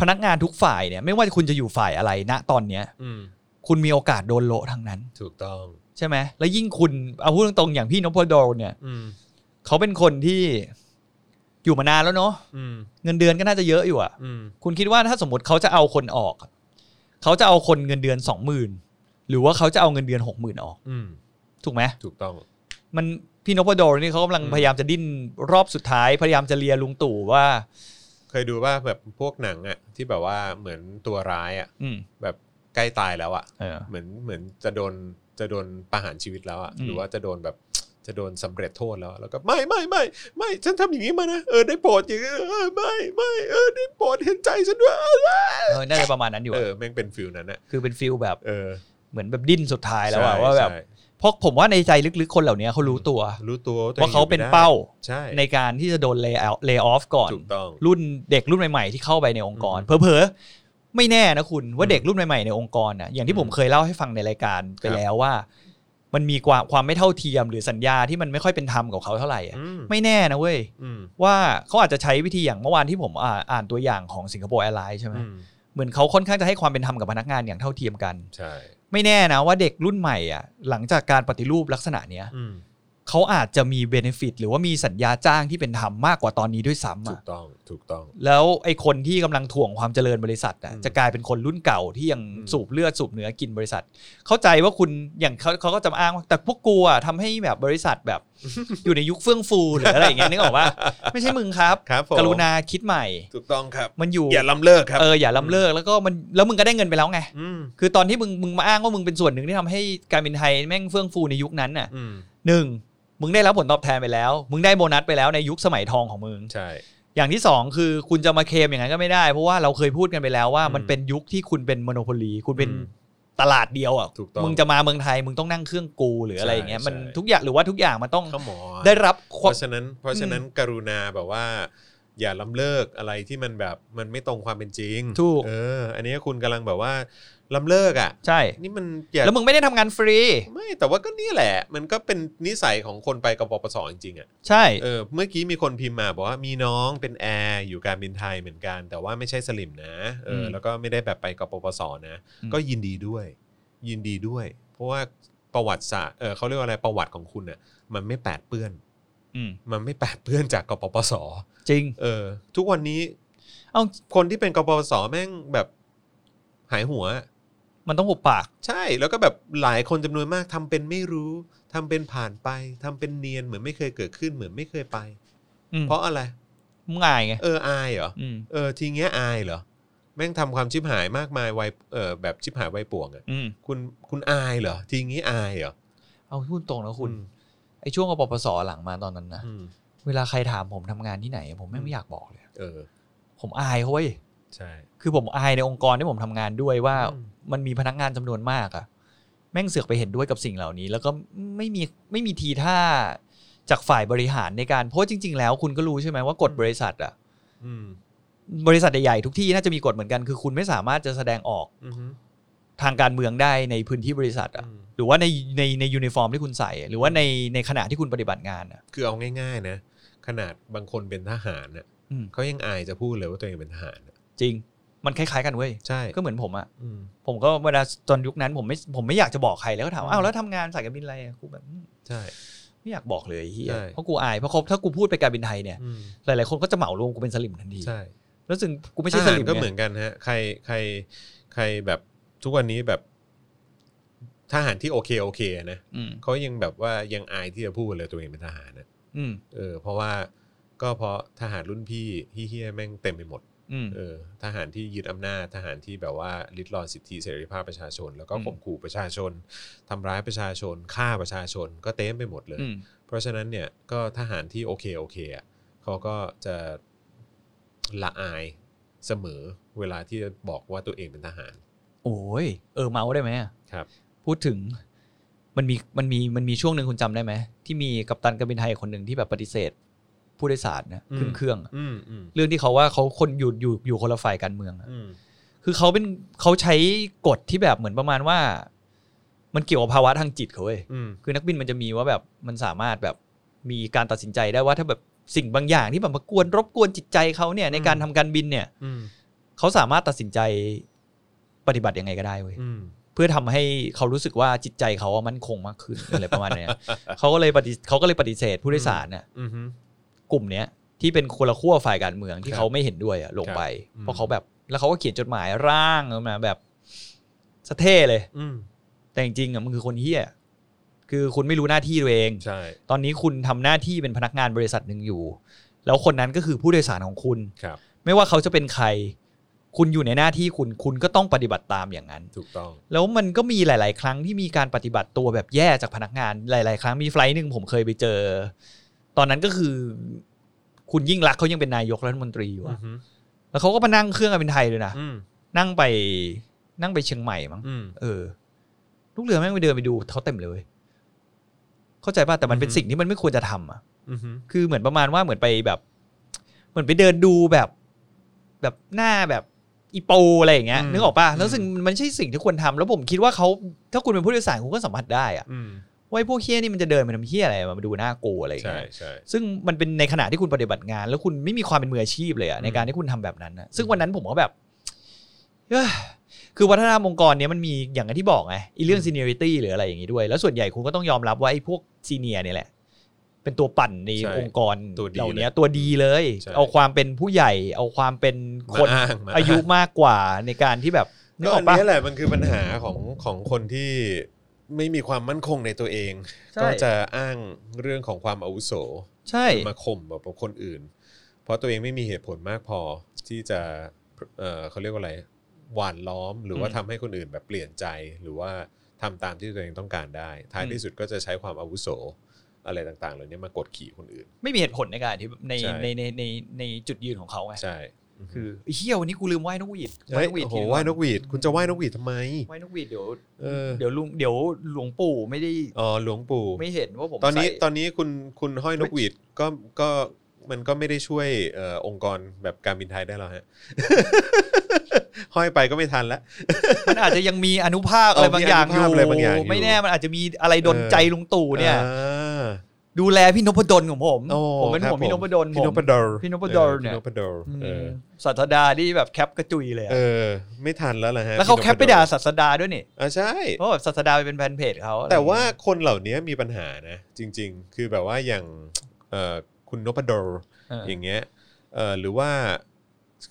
[SPEAKER 2] พนักงานทุกฝ่ายเนี่ยไม่ว่าคุณจะอยู่ฝ่ายอะไรณตอนเนี้ย
[SPEAKER 1] อืม
[SPEAKER 2] คุณมีโอกาสโดนโละทั้งนั้น
[SPEAKER 1] ถูกต้อง
[SPEAKER 2] ใช่ไหมแล้วยิ่งคุณเอาพูดตรงๆอย่างพี่นพดลเนี่ย
[SPEAKER 1] อืม
[SPEAKER 2] เขาเป็นคนที่อยู่มานานแล้วเนาะ
[SPEAKER 1] อืม
[SPEAKER 2] เงินเดือนก็น่าจะเยอะอยู่อะ
[SPEAKER 1] อืม
[SPEAKER 2] คุณคิดว่าถ้าสมมติเขาจะเอาคนออกอะเขาจะเอาคนเงินเดือนสองหมื่นหรือว่าเขาจะเอาเงินเดือนหกหมื่นออก
[SPEAKER 1] อืม
[SPEAKER 2] ถูกไหม
[SPEAKER 1] ถูกต้อง
[SPEAKER 2] มันพี่นพดลนี่เขากำลัง
[SPEAKER 1] อืม
[SPEAKER 2] พยายามจะดิ้นรอบสุดท้าย พยายามจะเลียลุงตู่ว่า
[SPEAKER 1] เคยดูว่าแบบพวกหนังอะที่แบบว่าเหมือนตัวร้ายอะ
[SPEAKER 2] อืม
[SPEAKER 1] แบบ ใกล้ตายแล้วอะ
[SPEAKER 2] เออ
[SPEAKER 1] เหมือนเหมือนจะโดนจะโดนประหารชีวิตแล้วอะ
[SPEAKER 2] อืม
[SPEAKER 1] หรือว่าจะโดนแบบจะโดนสำเร็จโทษแล้วอะแล้วก็ไม่ไม่ไม่ไม่ฉันทำอย่างนี้มานะเออได้โปรดอย่างนี้เออไม่ไม่เออได้โปรดเห็นใจฉันด้วยเออ
[SPEAKER 2] เออน่าจะประมาณนั้นอยู่
[SPEAKER 1] เออ
[SPEAKER 2] อะ
[SPEAKER 1] แม่งเป็นฟิลนั้นอะ
[SPEAKER 2] คือเป็นฟิลแบบ
[SPEAKER 1] เออ
[SPEAKER 2] เหมือนแบบดิ้นสุดท้ายแล้วอะ
[SPEAKER 1] ใช่
[SPEAKER 2] ว่าแบบ
[SPEAKER 1] ใช่
[SPEAKER 2] เพราะผมว่าในใจลึกๆคนเหล่านี้เขารู้ตัว
[SPEAKER 1] รู้ตัวตั
[SPEAKER 2] ว่าเขาเป็น
[SPEAKER 1] อยู่ไม่ได้
[SPEAKER 2] เป้า
[SPEAKER 1] ใช่
[SPEAKER 2] ในการที่จะโดนเลย์เลย์ออฟก่อน
[SPEAKER 1] ถูกต้อง
[SPEAKER 2] รุ่นเด็กรุ่นใหม่ๆที่เข้าไปในองค์กร
[SPEAKER 1] อืม
[SPEAKER 2] เผลอๆไม่แน่นะคุณว่า
[SPEAKER 1] อืม
[SPEAKER 2] เด็กรุ่นใหม่ๆในองค์กรน่ะอย่างที่ผม
[SPEAKER 1] อืม
[SPEAKER 2] เคยเล่าให้ฟังในรายการ
[SPEAKER 1] ค
[SPEAKER 2] ไป
[SPEAKER 1] รับ
[SPEAKER 2] แล้วว่า มันมีความความไม่เท่าเทียมหรือสัญญาที่มันไม่ค่อยเป็นธรรมกับเขาเท่าไหร่อะ
[SPEAKER 1] อืม
[SPEAKER 2] ไม่แน่นะเว้ย
[SPEAKER 1] อืม
[SPEAKER 2] ว่าเขาอาจจะใช้วิธีอย่างเมื่อวานที่ผมอ่าอ่านตัวอย่างของสิงคโปร์แอร์ไลน์ใช่ไหม
[SPEAKER 1] อืม
[SPEAKER 2] เหมือนเขาค่อนข้างจะให้ความเป็นธรรมกับพนักงานอย่างเท่าเทียมกัน
[SPEAKER 1] ใช่
[SPEAKER 2] ไม่แน่นะว่าเด็กรุ่นใหม่อ่ะหลังจากการปฏิรูปลักษณะเนี้ย
[SPEAKER 1] อืม
[SPEAKER 2] เขาอาจจะมีเบนฟิตหรือว่ามีสัญญาจ้างที่เป็นธรรมมากกว่าตอนนี้ด้วยซ้ำ
[SPEAKER 1] ถู
[SPEAKER 2] อะ
[SPEAKER 1] กต้องถูกต้อง
[SPEAKER 2] แล้วไอ้คนที่กำลังถ่วงความเจริญบริษัทน่ะ
[SPEAKER 1] อืม
[SPEAKER 2] จะกลายเป็นคนรุ่นเก่าที่ยัง
[SPEAKER 1] อืม
[SPEAKER 2] สูบเลือดสูบเนื้อกินบริษัท เข้าใจว่าคุณอย่างเขาเขาก็จะอ้างว่าแต่พวกกูอ่ะทำให้แบบบริษัทแบบ อยู่ในยุคเฟื่องฟูหรืออะไรอย่างเงี้ยนึกออกว่าไม่ใช่มึงครับ
[SPEAKER 1] ครับผม
[SPEAKER 2] กรุณาคิดใหม่
[SPEAKER 1] ถูกต้องครับ
[SPEAKER 2] มันอยู่
[SPEAKER 1] อย่าล้ำเลิกครับ
[SPEAKER 2] เอออย่าล้ำเลิกแล้วก็มันแล้วมึงก็ได้เงินไปแล้วไง
[SPEAKER 1] ม
[SPEAKER 2] คือตอนที่มึงมึงมาอ้างว่ามึงเป็นส่วนหนึ่งที่ทำให้การบินไทยแม่งเฟื่องฟูในยุคนั้นน่ะ
[SPEAKER 1] อืม
[SPEAKER 2] หนึ่งมึงได้รับผลตอบแทนไปแล้ว มึงได้โบนัสไปแล้วในยุคสมัยทองของมึง
[SPEAKER 1] ใช่
[SPEAKER 2] อย่างที่สองคือคุณจะมาเคลมอย่างนั้นก็ไม่ได้ เพราะว่าเราเคยพูดกันไปแล้วว่า
[SPEAKER 1] อืม
[SPEAKER 2] มันเป็นยุคที่คุณเป็นมโนโพลีคุณเป็น
[SPEAKER 1] อืม
[SPEAKER 2] ตลาดเดียวอ่ะ
[SPEAKER 1] ถูกต้อง
[SPEAKER 2] มึงจะมาเมืองไทยมึงต้องนั่งเครื่องกูหรืออะไรอย่างเงี้ย
[SPEAKER 1] ใช่
[SPEAKER 2] มัน
[SPEAKER 1] ใช่
[SPEAKER 2] ทุกอย่างหรือว่าทุกอย่างมันต้อง
[SPEAKER 1] ข้าวหมอ
[SPEAKER 2] ได้รับค
[SPEAKER 1] เพ
[SPEAKER 2] วาม
[SPEAKER 1] ราะฉะนั้นเพราะฉะนั้นกรุณาแบบว่า อย่าล้ำเลิกอะไรที่มันแบบมันไม่ตรงความเป็นจริง
[SPEAKER 2] ถูก
[SPEAKER 1] เออ อันนี้คุณกำลังแบบว่าล้ำเลิกอ่ะ
[SPEAKER 2] ใช่
[SPEAKER 1] นี่มันอย่า
[SPEAKER 2] แล้วมึงไม่ได้ทำงานฟรี
[SPEAKER 1] ไม่แต่ว่าก็นี่แหละ มันก็เป็นนิสัยของคนไปกับปปสจริงๆอ่ะ
[SPEAKER 2] ใช่
[SPEAKER 1] เออเมื่อกี้มีคนพิมพ์มาบอกว่ามีน้องเป็นแอร์อยู่การบินไทยเหมือนกัน แต่ว่าไม่ใช่สลิมนะเออแล้วก็ไม่ได้แบบไปกับปปสนะ ก็ยินดีด้วย ยินดีด้วย เพราะว่าประวัติศาสตร์เออเขาเรียกว่าอะไรประวัติของคุณน่ะมันไม่แปดเปื้อน
[SPEAKER 2] ม
[SPEAKER 1] มันไม่แปดเปื้อนจากกปปส
[SPEAKER 2] จริง
[SPEAKER 1] เออ ทุกวันนี้
[SPEAKER 2] เอ้า
[SPEAKER 1] คนที่เป็นกปปสแม่งแบบหายหัว
[SPEAKER 2] มันต้องหุบปาก
[SPEAKER 1] ใช่แล้วก็แบบหลายคนจำนวนมากทำเป็นไม่รู้ทำเป็นผ่านไปทำเป็นเนียนเหมือนไม่เคยเกิดขึ้นเหมือนไม่เคยไป
[SPEAKER 2] อืม
[SPEAKER 1] เพราะอะไร
[SPEAKER 2] มึงอายไง
[SPEAKER 1] เอออายเหรอ
[SPEAKER 2] อืม
[SPEAKER 1] เออทีเงี้ยอายเหรอแม่งทำความชิบหายมากมายวายเออแบบชิบหายวัยป่วงอะ
[SPEAKER 2] อืม
[SPEAKER 1] คุณคุณอายเหรอทีงี้อายเหรอ
[SPEAKER 2] เอาพูดตรงนะคุณ
[SPEAKER 1] อืม
[SPEAKER 2] ไอ้ช่วงกปปสหลังมาตอนนั้นนะ
[SPEAKER 1] อืม
[SPEAKER 2] เวลาใครถามผมทำงานที่ไหน ผมแม่งไม่อยากบอกเลย
[SPEAKER 1] เออ
[SPEAKER 2] ผมอายเขาเว้ย
[SPEAKER 1] ใช่
[SPEAKER 2] คือผมอายในองค์กรที่ผมทำงานด้วยว่ามันมีพนักงานจำนวนมากอะแม่งเสือกไปเห็นด้วยกับสิ่งเหล่านี้ แล้วก็ไม่มีไม่มีทีท่าจากฝ่ายบริหารในการเพราะจริง ๆ แล้วคุณก็รู้ใช่ไหมว่ากฎบริษัทอะ
[SPEAKER 1] อืม
[SPEAKER 2] บริษัทใหญ่ๆทุกที่น่าจะมีกฎเหมือนกันคือคุณไม่สามารถจะแสดงออก
[SPEAKER 1] อืม
[SPEAKER 2] ทางการเมืองได้ในพื้นที่บริษัทอะ
[SPEAKER 1] อืม
[SPEAKER 2] หรือว่าในในในยูนิฟอร์มที่คุณใส่ หรือว่าในในขณะที่คุณปฏิบัติงานอะ
[SPEAKER 1] คือเอาง่าย ๆ นะ ขนาดบางคนเป็นทหารน่ะ
[SPEAKER 2] อืม
[SPEAKER 1] เขายังอายจะพูดเลยว่าตัวเองเป็นทหารน่ะ
[SPEAKER 2] จริงมันคล้ายๆกันเว้ย
[SPEAKER 1] ใช่
[SPEAKER 2] ก็เหมือนผมอะ
[SPEAKER 1] อืม
[SPEAKER 2] ผมก็เวลาตอนยุคนั้นผมไม่ผมไม่อยากจะบอกใครแล้วก็ถามว่า
[SPEAKER 1] อืม
[SPEAKER 2] อ้าวแล้วทำงานสายการบินอะไรอะกูแบบอืม
[SPEAKER 1] ใช่
[SPEAKER 2] ไม่อยากบอกเลยไอ้เฮีย
[SPEAKER 1] ใช่
[SPEAKER 2] เพราะกูอายเพราะเขาถ้ากูพูดไปการบินไทยเนี่ย
[SPEAKER 1] อืม
[SPEAKER 2] หลายๆคนก็จะเหมารวมกูเป็นสลิมทันที
[SPEAKER 1] ใช่
[SPEAKER 2] แล้วซึ่งกูไม่ใช่
[SPEAKER 1] ท
[SPEAKER 2] ส
[SPEAKER 1] หาร
[SPEAKER 2] ลิม
[SPEAKER 1] ก็
[SPEAKER 2] ไง
[SPEAKER 1] เหมือนกันฮะ ใครใครใครแบบทุกวันนี้แบบทหารที่โอเคโอเคนะ
[SPEAKER 2] อืม
[SPEAKER 1] เขายังแบบว่ายังอายที่จะพูดเลยตัวเองเป็นทหารนะ
[SPEAKER 2] อืม
[SPEAKER 1] เออ เพราะว่าก็เพราะทหารรุ่นพี่ที่เฮี้ยๆแม่งเต็มไปหมด
[SPEAKER 2] อืม
[SPEAKER 1] เออทหารที่ยึดอำนาจทหารที่แบบว่าลิดรอนสิทธิเสรีภาพประชาชน แล้วก็
[SPEAKER 2] อืม
[SPEAKER 1] ข่มขู่ประชาชนทำร้ายประชาชนฆ่าประชาชนก็เต็มไปหมดเลย
[SPEAKER 2] อืม
[SPEAKER 1] เพราะฉะนั้นเนี่ยก็ทหารที่โอเคโอเคอ่ะเขาก็จะละอายเสมอเวลาที่จะบอกว่าตัวเองเป็นทหาร
[SPEAKER 2] โอ้ยเออเมาส์ได้ไหมอะ
[SPEAKER 1] ครับ
[SPEAKER 2] พูดถึงมันมีมันมีมันมีช่วงหนึ่งคุณจำได้ไหมที่มีกัปตันการบินไทยคนหนึ่งที่แบบปฏิเสธ ผู้โดยสารนะ
[SPEAKER 1] อืม
[SPEAKER 2] ขึ้นเครื่องอะ
[SPEAKER 1] อืมอืม
[SPEAKER 2] เรื่องที่เขาว่าเขาคนอยู่อยู่อยู่คนละฝ่ายการเมืองอะ
[SPEAKER 1] อืม
[SPEAKER 2] คือเขาเป็นเขาใช้กฎที่แบบเหมือนประมาณว่า มันเกี่ยวกับภาวะทางจิตเขาเว้ย
[SPEAKER 1] อืม
[SPEAKER 2] คือนักบินมันจะมีว่าแบบมันสามารถแบบมีการตัดสินใจได้ว่าถ้าแบบสิ่งบางอย่างที่แบบมากวนรบกวนจิตใจเขาเนี่ยในการทำการบินเนี่ย
[SPEAKER 1] อืม
[SPEAKER 2] เขาสามารถตัดสินใจปฏิบัติยังไงก็ได้เว้ย
[SPEAKER 1] อืม
[SPEAKER 2] เพื่อทำให้เขารู้สึกว่าจิตใจเขาอะมั่นคงมากขึ้น อะไรประมาณเนี้ยเขาก็เลยปฏิเขาก็เลยปฏิเสธผู้โดยสารน่ะ
[SPEAKER 1] อืม
[SPEAKER 2] กลุ่มเนี้ยที่เป็นคนละขั้วฝ่ายการเมือง
[SPEAKER 1] ค
[SPEAKER 2] ที่
[SPEAKER 1] รับ
[SPEAKER 2] เขาไม่เห็นด้วยอะลงไป
[SPEAKER 1] ครับ
[SPEAKER 2] เพราะเขาแบบแล้วเขาก็เขียนจดหมายร่างออกมาแบบสะเท่เลย
[SPEAKER 1] อืม
[SPEAKER 2] แต่จริงๆอ่ะมันคือคนเฮี้ย คือคุณไม่รู้หน้าที่ตัวเอง
[SPEAKER 1] ใช่
[SPEAKER 2] ตอนนี้คุณทำหน้าที่เป็นพนักงานบริษัทหนึ่งอยู่ แล้วคนนั้นก็คือผู้โดยสารของคุณ
[SPEAKER 1] ครับ
[SPEAKER 2] ไม่ว่าเขาจะเป็นใคร คุณอยู่ในหน้าที่คุณคุณก็ต้องปฏิบัติตามอย่างนั้น
[SPEAKER 1] ถูกต้อง
[SPEAKER 2] แล้วมันก็มีหลาย ๆ ครั้งที่มีการปฏิบัติตัวแบบแย่จากพนักงานหลาย ๆ ครั้งมีไฟล์หนึ่งผมเคยไปเจอ ตอนนั้นก็คือ คุณยิ่งรักษณ์เขายังเป็นนายกรัฐมนตรีอยู่
[SPEAKER 1] อื
[SPEAKER 2] อะ
[SPEAKER 1] อฮึ
[SPEAKER 2] แล้วเขาก็มานั่งเครื่องการเป็นไทยเลยนะ
[SPEAKER 1] อืม
[SPEAKER 2] นั่งไปนั่งไปเชียงใหม่มั้ง
[SPEAKER 1] อืม
[SPEAKER 2] เออ ลูกเรือแม่งไปเดินไปดูเขาเต็มเลยเว้ยเข้าใจป่ะแต่มันเป็น
[SPEAKER 1] อือฮึ
[SPEAKER 2] สิ่งที่มันไม่ควรจะทำอ่ะ
[SPEAKER 1] อือฮึ
[SPEAKER 2] คือเหมือนประมาณว่าเหมือนไปแบบ เหมือนไปเดินดูแบบ แบบหน้าแบบอีโปอะไรอย่างเงี้ยนึกออกป่ะแล้วสิ่งมันไม่ใช่สิ่งที่ควรทำแล้วผมคิดว่าเขาถ้าคุณเป็นผู้โดยสารคุณก็สัมผัสได้อะ
[SPEAKER 1] อืม
[SPEAKER 2] ว่าไอ้พวกเฮี้ยนี่มันจะเดินมาทำเฮี้ยอะไรมาดูหน้ากูอะไรอย่าง
[SPEAKER 1] ใช่
[SPEAKER 2] เงี้ย
[SPEAKER 1] ใช่
[SPEAKER 2] ซึ่งมันเป็นในขณะที่คุณปฏิบัติงาน แล้วคุณไม่มีความเป็นมืออาชีพเลยอะในการที่คุณทำแบบนั้นอะซึ่งวันนั้นผมก็แบบเอ้ยคือวัฒนธรรมองค์กรเนี้ยมันมีอย่างที่บอกไงไอีเรื่อง seniority หรืออะไรอย่างงี้ด้วย แล้วส่วนใหญ่คุณก็ต้องยอมรับว่าไอ้พวก senior เนี่ยแหละ เป็นตัวปั่นใน
[SPEAKER 1] ใช่
[SPEAKER 2] องค์กร
[SPEAKER 1] ตัวดี
[SPEAKER 2] เหล่าเนี้ย
[SPEAKER 1] เลย
[SPEAKER 2] ตัวดีเลย
[SPEAKER 1] ใช่
[SPEAKER 2] เอาความเป็นผู้ใหญ่ เอาความเป็นคน
[SPEAKER 1] มาอ้ างมง
[SPEAKER 2] อายุมากกว่าในการที่แบบนึก
[SPEAKER 1] ก็
[SPEAKER 2] ออ
[SPEAKER 1] อั
[SPEAKER 2] ก
[SPEAKER 1] น
[SPEAKER 2] ปะ
[SPEAKER 1] นี้แหละมันคือปัญหาของของคนที่ไม่มีความมั่นคงในตัวเอง
[SPEAKER 2] ใช่
[SPEAKER 1] ก็จะอ้างเรื่องของความอาวุโส
[SPEAKER 2] ใช่
[SPEAKER 1] มาข่มแบบคนอื่น เพราะตัวเองไม่มีเหตุผลมากพอที่จะเอ่อเขาเรียกว่าอะไรหวานล้อม หรือว่าทำให้คนอื่นแบบเปลี่ยนใจหรือว่าทำตามที่ตัวเองต้องการได้ ท้ายที่สุดก็จะใช้ความอาวุโสอะไรต่างๆเหล่านี้มากดขี่คนอื่น
[SPEAKER 2] ไม่มีเหตุผลในการที่ใน
[SPEAKER 1] ใช่
[SPEAKER 2] ในในในในจุดยืนของเขาไง
[SPEAKER 1] ใช่
[SPEAKER 2] คือไอ้เฮียวันนี้กูลืมไหว้นกหวีด
[SPEAKER 1] เฮ้ยโอ้โหไหว้นกหวีดคุณจะไหว้นกหวีดทำไม
[SPEAKER 2] ไหว้นกหวีดเดี๋ยว
[SPEAKER 1] เออ
[SPEAKER 2] เดี๋ยวลุงเดี๋ยวหลวงปู่ไม่ได้
[SPEAKER 1] อ๋อหลวงปู่
[SPEAKER 2] ไม่เห็นว่าผม
[SPEAKER 1] ตอนนี้
[SPEAKER 2] ใส่
[SPEAKER 1] ตอนนี้คุณคุณห้อยนกหวีดก็ก็มันก็ไม่ได้ช่วยเออองค์กรแบบการบินไทยได้หรอก ฮะ ห้อยไปก็ไม่ทันละ
[SPEAKER 2] มันอาจจะยังมีอนุภาคอะ
[SPEAKER 1] เออบ
[SPEAKER 2] ไรางอย่าง
[SPEAKER 1] มี
[SPEAKER 2] อ
[SPEAKER 1] อนุภาค
[SPEAKER 2] ยู่
[SPEAKER 1] อะไรบางอย่างอยู่
[SPEAKER 2] ไม่แน่มันอาจจะมีอะไรดนใจ
[SPEAKER 1] เออ
[SPEAKER 2] ลุงตู่เนี่ย
[SPEAKER 1] อ่า
[SPEAKER 2] ดูแลพี่นพดลของผม
[SPEAKER 1] โอ้
[SPEAKER 2] ผมเป็น
[SPEAKER 1] ครับ
[SPEAKER 2] ห่วงพี่
[SPEAKER 1] ผ
[SPEAKER 2] น
[SPEAKER 1] ม
[SPEAKER 2] พดล
[SPEAKER 1] พี่น
[SPEAKER 2] ผม
[SPEAKER 1] พดล
[SPEAKER 2] พี่นพดล
[SPEAKER 1] ออ
[SPEAKER 2] เนี่ย
[SPEAKER 1] พี่นพดลเออ
[SPEAKER 2] ศาสดาที่แบบแคปกระจุยเลยอะ
[SPEAKER 1] เออ ไม่ทันแล้วล่ะฮะ
[SPEAKER 2] แล้วเขา
[SPEAKER 1] พี่นพ
[SPEAKER 2] แคปไปด่าศาสดาด้วยนี่
[SPEAKER 1] อ่ะใช่
[SPEAKER 2] เพราะแบบศาสดาไปเป็นแฟนเพจเขาอะไร
[SPEAKER 1] แต่ว่าคนเหล่านี้มีปัญหานะ จริง ๆ คือแบบว่าอย่างเอ่อคุณนพดล
[SPEAKER 2] เออ
[SPEAKER 1] อย่างเงี้ย เออหรือว่า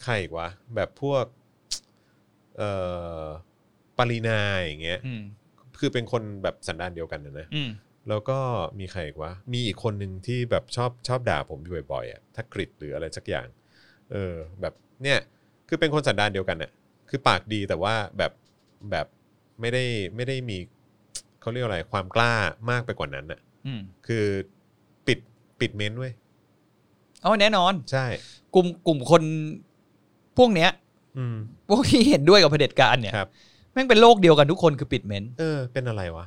[SPEAKER 1] ใครอีกวะ แบบพวก เออปรินาอย่างเงี้ย
[SPEAKER 2] อืม
[SPEAKER 1] คือเป็นคนแบบสันดานเดียวกันนะนะ
[SPEAKER 2] อืม
[SPEAKER 1] แล้วก็มีใครอีกวะ มีอีกคนหนึ่งที่แบบชอบชอบด่าผมอยู่บ่อยๆอ่ะถ้ากริดหรืออะไรสักอย่าง เออ แบบเนี่ย คือเป็นคนสันดานเดียวกันน่ะ คือปากดีแต่ว่าแบบแบบไม่ได้ไม่ได้มีเขาเรียกว่าอะไรความกล้ามากไปกว่านั้นน่ะ
[SPEAKER 2] อืม
[SPEAKER 1] คือปิดปิดเม้นต์เว้ย
[SPEAKER 2] เอาแน่นอน
[SPEAKER 1] ใช่
[SPEAKER 2] กลุ่มกลุ่มคนพวกเนี้ย
[SPEAKER 1] อืม
[SPEAKER 2] พวกที่เห็นด้วยกับเผด็จการเนี่ย
[SPEAKER 1] ครับ
[SPEAKER 2] แม่งเป็นโลกเดียวกันทุกคนคือปิดเมนต์
[SPEAKER 1] เออ เป็นอะไรวะ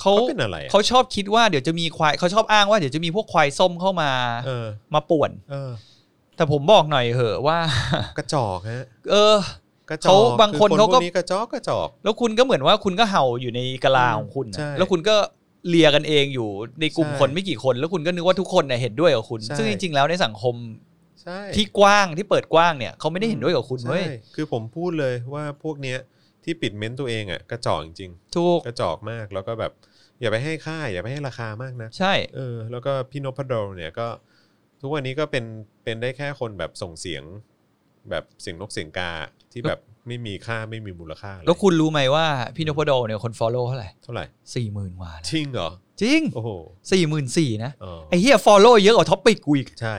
[SPEAKER 2] เขา
[SPEAKER 1] เขาเป็นอะไรอะ
[SPEAKER 2] เขาชอบคิดว่าเดี๋ยวจะมีควายเขาชอบอ้างว่าเดี๋ยวจะมีพวกควายส้มเข้ามา
[SPEAKER 1] เออ
[SPEAKER 2] มาป่วน
[SPEAKER 1] เออ
[SPEAKER 2] แต่ผมบอกหน่อยเหอะว่า
[SPEAKER 1] กระจอกฮะ
[SPEAKER 2] เออ
[SPEAKER 1] กระจอก
[SPEAKER 2] เขาบางคน
[SPEAKER 1] อ
[SPEAKER 2] เขาก็
[SPEAKER 1] พวนี้กระจอกกระจอก
[SPEAKER 2] แล้วคุณก็เหมือนว่าคุณก็เห่าอยู่ในกะลาของคุณ
[SPEAKER 1] ใช่
[SPEAKER 2] นะแล้วคุณก็เลียกันเองอยู่ในกลุ่ม
[SPEAKER 1] ใช่
[SPEAKER 2] คนไม่กี่คน แล้วคุณก็นึกว่าทุกคนน่ะเห็นด้วยกับคุณ
[SPEAKER 1] ใช่
[SPEAKER 2] ซึ่งจริงๆแล้วในสังคม
[SPEAKER 1] ใช่
[SPEAKER 2] ที่กว้างที่เปิดกว้างเนี่ยเขาไม่ได้เห็นด้วยกับคุณ
[SPEAKER 1] ใช่
[SPEAKER 2] เว้ย
[SPEAKER 1] คือผมพูดเลยว่าพวกเนี้ยที่ปิดเม้นต์ตัวเองอ่ะกระจอกจริง
[SPEAKER 2] ถูก
[SPEAKER 1] ๆกระจอกมากแล้วก็แบบ อย่าไปให้ค่า อย่าไปให้ราคามากนะ
[SPEAKER 2] ใช่
[SPEAKER 1] เออ แล้วก็พี่นพดลเนี่ยก็ ทุกวันนี้ก็เป็นเป็นได้แค่คนแบบส่งเสียง แบบเสียงนกเสียงกาที่แบบไม่มีค่าไม่มีมูลค่าเลย
[SPEAKER 2] แล้วคุณรู้ไหมว่าพี่นพดลเนี่ยคนฟอลโล่เท่าไหร่
[SPEAKER 1] เท่าไหร่
[SPEAKER 2] สี่หมื่นกว่านะ
[SPEAKER 1] จริงเหรอ
[SPEAKER 2] จริง
[SPEAKER 1] โอ้โห
[SPEAKER 2] สี่หมื่นสี่นะ
[SPEAKER 1] อ๋อ
[SPEAKER 2] ไอ้เฮียฟอลโล่เยอะกว่าท็อปปิกกูอีก
[SPEAKER 1] ใช่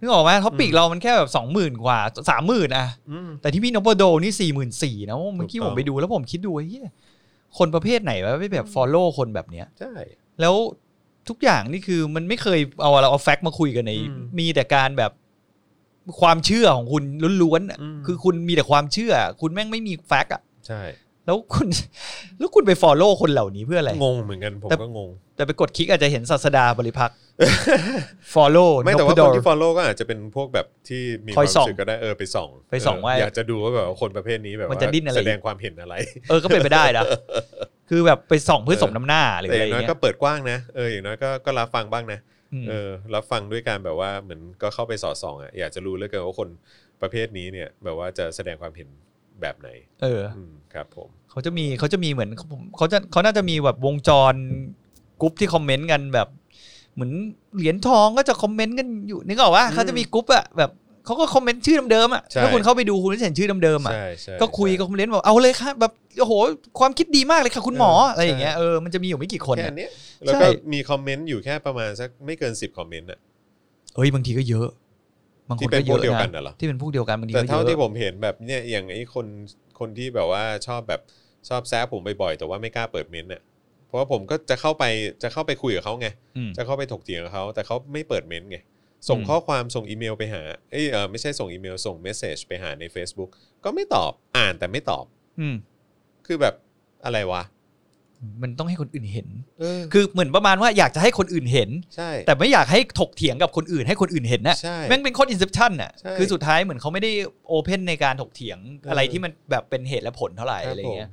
[SPEAKER 2] นึกออกไหมท็อปปิก
[SPEAKER 1] อืม
[SPEAKER 2] เรามันแค่แบบสองหมื่นกว่าสามหมื่นอะ
[SPEAKER 1] อืม
[SPEAKER 2] แต่ที่พี่นพโดลนี่สี่หมื่นสี่นะเมื่อกี้
[SPEAKER 1] ถูก
[SPEAKER 2] ผ
[SPEAKER 1] ต้อง
[SPEAKER 2] มไปดูแล้วผมคิดดูไอ้เฮียคนประเภทไหนวะไม่แบบฟอลโล่คนแบบเนี้ย
[SPEAKER 1] ใช่
[SPEAKER 2] แล้วทุกอย่างนี่คือมันไม่เคยเอาเราเอาแฟกต์มาคุยกันใน
[SPEAKER 1] อืม
[SPEAKER 2] มีแต่การแบบความเชื่อของคุณล้วนๆอะ
[SPEAKER 1] อืม
[SPEAKER 2] คือคุณมีแต่ความเชื่อ คุณแม่งไม่มีแฟกต์อะ
[SPEAKER 1] ใช่
[SPEAKER 2] แล้วคุณ แล้วคุณไปฟอลโล่คนเหล่านี้เพื่ออะไร
[SPEAKER 1] งงเหมือนกันผม
[SPEAKER 2] แต่
[SPEAKER 1] ก็งง
[SPEAKER 2] แต่ไปกดคลิกอาจจะเห็นศาสดาบริ พักษ์ follow
[SPEAKER 1] ไม่แต่ว่าคนที่
[SPEAKER 2] Nopadol
[SPEAKER 1] follow ก็อาจจะเป็นพวกแบบที่มีค
[SPEAKER 2] คอ
[SPEAKER 1] วาม
[SPEAKER 2] ยส่อง
[SPEAKER 1] รู้สึกก็ได้เออไปส่อง
[SPEAKER 2] ไปส่องว่า
[SPEAKER 1] เอยากจะดูว่าแบบว่าคนประเภทนี้แบบ
[SPEAKER 2] มันจะ
[SPEAKER 1] ว่า
[SPEAKER 2] ดิ้นอะไร
[SPEAKER 1] แสดงความเห็นอะไร
[SPEAKER 2] เออก็เป็นไปได้ นะ คือแบบไปส่องเพื่อสมน้ำหน้าหรือ
[SPEAKER 1] แต่
[SPEAKER 2] อะ
[SPEAKER 1] อ
[SPEAKER 2] ไร
[SPEAKER 1] ย่างน้อย
[SPEAKER 2] เงี้ย
[SPEAKER 1] ก็เปิดกว้างนะเอออย่างน้อยก็ก็รับฟังบ้างนะ
[SPEAKER 2] อืม
[SPEAKER 1] เออรับฟังด้วยการแบบว่าเหมือนก็เข้าไปสอดส่องอ่ะอยากจะรู้เหลือเกินว่าคนประเภทนี้เนี่ย แบบว่าจะแสดงความเห็นแบบไหน
[SPEAKER 2] เออ
[SPEAKER 1] อืมครับผม
[SPEAKER 2] เขาจะมีเขาจะมีเหมือนผมเขาจะเขาน่าจะมีแบบวงจรกรุ๊ปที่คอมเมนต์กันแบบ เหมือนเหรียญทองก็จะคอมเมนต์กันอยู่นึกออกว่าเขาจะมีกรุ๊ปอะแบบเขาก็คอมเมนต์ชื่อเดิมๆอะถ้าคุณเข้าไปดูคุณจะเห็นชื่อเดิมๆอะ
[SPEAKER 1] ใช่ใช่
[SPEAKER 2] ก็คุยกับคอมเมนต์บอกเอาเลยค่ะแบบโอ้โห ความคิดดีมากเลยค่ะคุณหมออะไรอย่างเงี้ยเออมันจะมีอยู่ไม่กี่คน
[SPEAKER 1] แค่
[SPEAKER 2] อะ
[SPEAKER 1] อันเนี้ยแล้วก็
[SPEAKER 2] ใช่
[SPEAKER 1] มีคอมเมนต์อยู่แค่ประมาณสักไม่เกิน 10 คอมเมนต์อ่ะ
[SPEAKER 2] เอ้ยบางทีก็เยอะ บางค
[SPEAKER 1] ที่
[SPEAKER 2] น
[SPEAKER 1] เป็
[SPEAKER 2] ก็
[SPEAKER 1] น
[SPEAKER 2] เย
[SPEAKER 1] พวก
[SPEAKER 2] อะ
[SPEAKER 1] เดียวกัน
[SPEAKER 2] นะ
[SPEAKER 1] น่ะเหรอ
[SPEAKER 2] ที่เป็นพวกเดียวกันบางที
[SPEAKER 1] แต่
[SPEAKER 2] ก็เย
[SPEAKER 1] เท่าที่
[SPEAKER 2] อะ
[SPEAKER 1] ผมเห็นแบบเนี่ยอย่างไอ้คนคนที่แบบว่าชอบแบบชอบแซะผมบ่อยๆแต่ว่าไม่กล้าเปิดเม้นต์เนี่ยเพราะว่าผมก็จะเข้าไปจะเข้าไปคุยกับเขาไง
[SPEAKER 2] อืม
[SPEAKER 1] จะเข้าไปถกเถียงกับเขาแต่เขาไม่เปิดเมนต์ไง ส่ง
[SPEAKER 2] อืม
[SPEAKER 1] ข้อความส่งอีเมลไปหาเอยเออไม่ใช่ส่งอีเมลส่งเมสเซจไปหาใน Facebook ก็ไม่ตอบอ่านแต่ไม่ตอบ
[SPEAKER 2] อืม
[SPEAKER 1] คือแบบอะไรวะ
[SPEAKER 2] มันต้องให้คนอื่นเห็น
[SPEAKER 1] เออ
[SPEAKER 2] คือเหมือนประมาณว่าอยากจะให้คนอื่นเห็น
[SPEAKER 1] ใช่
[SPEAKER 2] แต่ไม่อยากให้ถกเถียงกับคนอื่นให้คนอื่นเห็นนะ
[SPEAKER 1] ใช่
[SPEAKER 2] แม่งเป็นข้ออินเซปชันน่ะ
[SPEAKER 1] ใช่
[SPEAKER 2] คือสุดท้ายเหมือนเขาไม่ได้โอเพนในการถกเถียง
[SPEAKER 1] เอออ
[SPEAKER 2] อะไรที่มันแบบเป็นเหตุและผลเท่าไหร่
[SPEAKER 1] ครับ
[SPEAKER 2] อะไรเงี้ย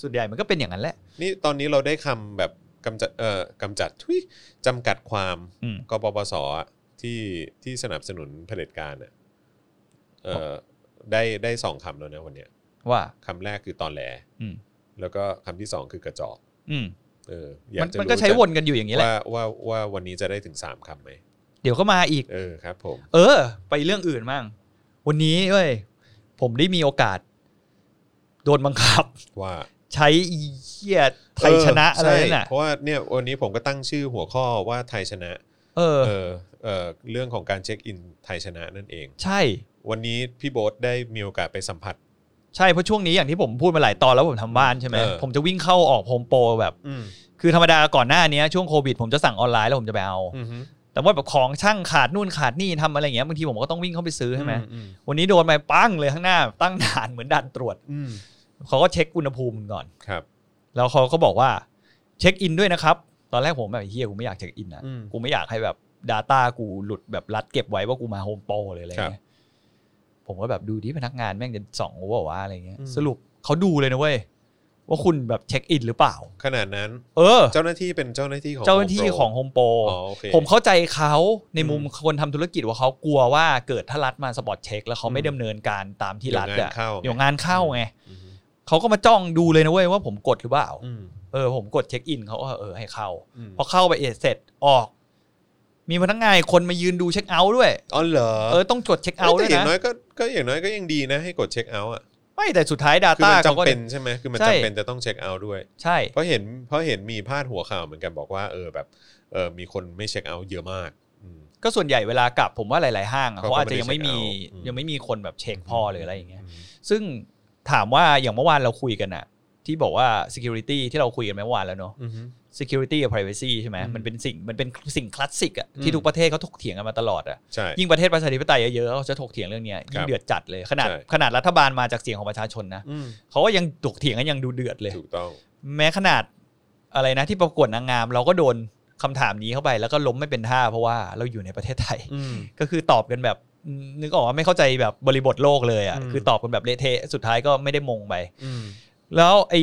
[SPEAKER 2] ส่วนใหญ่มันก็เป็นอย่างนั้นแหละ
[SPEAKER 1] นี่ตอนนี้เราได้คำแบบกำจัดเอ่อกำจัดทุยจำกัดความ
[SPEAKER 2] อืม
[SPEAKER 1] กปปสอะที่ที่สนับสนุนเผด็จการอ่ะเออได้ได้สองคำแล้วนะวันเนี้ย
[SPEAKER 2] ว่า
[SPEAKER 1] คำแรกคือตอนแหล
[SPEAKER 2] อืม
[SPEAKER 1] แล้วก็คำที่สองคือกระจอก
[SPEAKER 2] อืม
[SPEAKER 1] เอออยา
[SPEAKER 2] มัน
[SPEAKER 1] กจะ
[SPEAKER 2] มันก็
[SPEAKER 1] รู้
[SPEAKER 2] ใช้
[SPEAKER 1] จัง
[SPEAKER 2] วนกันอยู่อย่างนี้แหละ
[SPEAKER 1] ว่าว่าว่าวันนี้จะได้ถึงสามคำไหม
[SPEAKER 2] เดี๋ยวก็มาอีก
[SPEAKER 1] เออครับผม
[SPEAKER 2] เออ ไปเรื่องอื่นมั่งวันนี้เว้ยผมได้มีโอกาส โดนบังคับ
[SPEAKER 1] ว่า
[SPEAKER 2] ใช้อีเหี้ยไทยชนะอะไรนั่น
[SPEAKER 1] ใช่
[SPEAKER 2] น่ะ
[SPEAKER 1] เพราะว่าเนี่ยวันนี้ผมก็ตั้งชื่อหัวข้อว่าไทยชนะ
[SPEAKER 2] เออ
[SPEAKER 1] เออเออเรื่องของการเช็คอินไทยชนะนั่นเอง
[SPEAKER 2] ใช่
[SPEAKER 1] วันนี้พี่โบ๊ทได้มีโอกาสไปสัมผัส
[SPEAKER 2] ใช่เพราะช่วงนี้อย่างที่ผมพูดมาหลายตอนแล้วผมทำบ้านใช่ไหม
[SPEAKER 1] เออ
[SPEAKER 2] ผมจะวิ่งเข้าออกโฮมโปรแบบ
[SPEAKER 1] อืม
[SPEAKER 2] คือธรรมดาก่อนหน้าเนี้ยช่วงโควิดผมจะสั่งออนไลน์แล้วผมจะไปเอา
[SPEAKER 1] อืมฮึ
[SPEAKER 2] แต่ว่าแบบของช่างขาดนู่นขาดนี่ทำอะไรอย่างเงี้ยบางทีผมก็ต้องวิ่งเข้าไปซื้อใช่ไหม
[SPEAKER 1] อืม
[SPEAKER 2] วันนี้โดนไปปั้งเลยข้างหน้า ตั้งด่านเหมือนด่านตรวจ
[SPEAKER 1] อืม
[SPEAKER 2] เขาก็เช็คอุณหภูมิก่อน
[SPEAKER 1] ครับ
[SPEAKER 2] แล้วเขาก็บอกว่าเช็คอินด้วยนะครับ ตอนแรกผมแบบเฮียกูไม่อยากเช็คอินนะ
[SPEAKER 1] อืม
[SPEAKER 2] กูไม่อยากให้แบบ Data กูหลุดแบบรัดเก็บไว้ว่ากูมาโฮมโปรเลยอะไรเงี้ยผมก็แบบดูที่พนักงานแม่งจะส่องกูว่าว่าอะไรเงี้ย
[SPEAKER 1] อืม
[SPEAKER 2] สรุปเขาดูเลยนะเว้ยว่าคุณแบบเช็คอินหรือเปล่า
[SPEAKER 1] ขนาดนั้น
[SPEAKER 2] เออ
[SPEAKER 1] เจ้าหน้าที่เป็นเจ้าหน้าที่ของ
[SPEAKER 2] เจ้าหน้าที่
[SPEAKER 1] GoPro
[SPEAKER 2] ของโฮมโปร
[SPEAKER 1] อ๋อโอเค
[SPEAKER 2] ผมเข้าใจเขาในมุม
[SPEAKER 1] อืม
[SPEAKER 2] คนทำธุรกิจว่าเขากลัวว่าเกิดถ้ารัฐมาสปอตเช็ค แล้วเขาไม่
[SPEAKER 1] อืม
[SPEAKER 2] ดำเนินการตามที่รัฐ
[SPEAKER 1] เดี๋ยวงาน
[SPEAKER 2] อะ
[SPEAKER 1] เข้าไง
[SPEAKER 2] เดี๋ยวงานเข้าไง
[SPEAKER 1] อืมฮึ
[SPEAKER 2] เขาก็มาจ้องดูเลยนะเว้ยว่าผมกดหรือเปล่า
[SPEAKER 1] อืม
[SPEAKER 2] เออผมกดเช็คอินเขาก็เออให้เข้า
[SPEAKER 1] อืม
[SPEAKER 2] พอเข้าไปเอเสร็จออก มีพนักงานอีกคนมายืนดูเช็คเอาท์ด้วย
[SPEAKER 1] อ๋อเหรอ
[SPEAKER 2] เออต้องกดเช็คเอาท์
[SPEAKER 1] แต่
[SPEAKER 2] ด้วย
[SPEAKER 1] อย่า
[SPEAKER 2] นะ
[SPEAKER 1] งน้อยก็ก็อย่างน้อยก็ยังดีนะ ให้กดเช็คเอาท์อ่ะ
[SPEAKER 2] ไม่แต่สุดท้าย
[SPEAKER 1] คือ
[SPEAKER 2] Data
[SPEAKER 1] มัน
[SPEAKER 2] เขาก็
[SPEAKER 1] จำเป็นใช่ไหมคือมัน
[SPEAKER 2] ใช่
[SPEAKER 1] จำเป็นจะต้องเช็คเอาท์ด้วย
[SPEAKER 2] ใช่
[SPEAKER 1] เพราะเห็นเพราะเห็นมีพาดหัวข่าวเหมือนกันบอกว่าเออแบบเออมีคนไม่เช็คเอาท์เยอะมากอืม
[SPEAKER 2] ก็ส่วนใหญ่เวลากลับผมว่าหลาย ๆ ห้างอะ
[SPEAKER 1] เขา
[SPEAKER 2] เขา
[SPEAKER 1] ก็
[SPEAKER 2] อาจจะยังไม่
[SPEAKER 1] ไม่ได้
[SPEAKER 2] มี
[SPEAKER 1] เช็คเอาท์อืม
[SPEAKER 2] ยังไม่มีคนแบบเช็คพอหรืออะไรอย่างเงี้ย ซึ่งถามว่าอย่างเมื่อวานเราคุยกันอะที่บอกว่า security ที่เราคุยกันเมื่อวานแล้วเนอะ
[SPEAKER 1] อืม
[SPEAKER 2] security กับ privacy ใช่ไหม
[SPEAKER 1] อืม
[SPEAKER 2] มันเป็นสิ่งมันเป็นสิ่งคลาสสิกอะ
[SPEAKER 1] อื
[SPEAKER 2] ที่
[SPEAKER 1] ม
[SPEAKER 2] ทุกประเทศเขาถกเถียงกันมาตลอดอะ
[SPEAKER 1] ใช่
[SPEAKER 2] ยิ่งประเทศประชาธิปไตยเยอะๆเขาจะถกเถียงเรื่องเนี้ย
[SPEAKER 1] ค
[SPEAKER 2] ยิ่
[SPEAKER 1] รั
[SPEAKER 2] ง
[SPEAKER 1] บ
[SPEAKER 2] เดือดจัดเลยขนาด
[SPEAKER 1] ใช่
[SPEAKER 2] ขนาดรัฐบาลมาจากเสียงของประชาชนนะ
[SPEAKER 1] อืม
[SPEAKER 2] เขาก็ยังถกเถียงกันอยังดูเดือดเลย
[SPEAKER 1] ถูกต้อง
[SPEAKER 2] แม้ขนาดอะไรนะที่ประกวดนางงาม เราก็โดนคำถามนี้เข้าไป แล้วก็ล้มไม่เป็นท่าเพราะว่าเราอยู่ในประเทศไท ย
[SPEAKER 1] อืม
[SPEAKER 2] ก็คือตอบกันแบบนึกออกว่าไม่เข้าใจแบบบริบทโลกเลยอ่ะ
[SPEAKER 1] อืม
[SPEAKER 2] คือตอบกันแบบเละเทะสุดท้ายก็ไม่ได้มงไป
[SPEAKER 1] อืม
[SPEAKER 2] แล้วไอ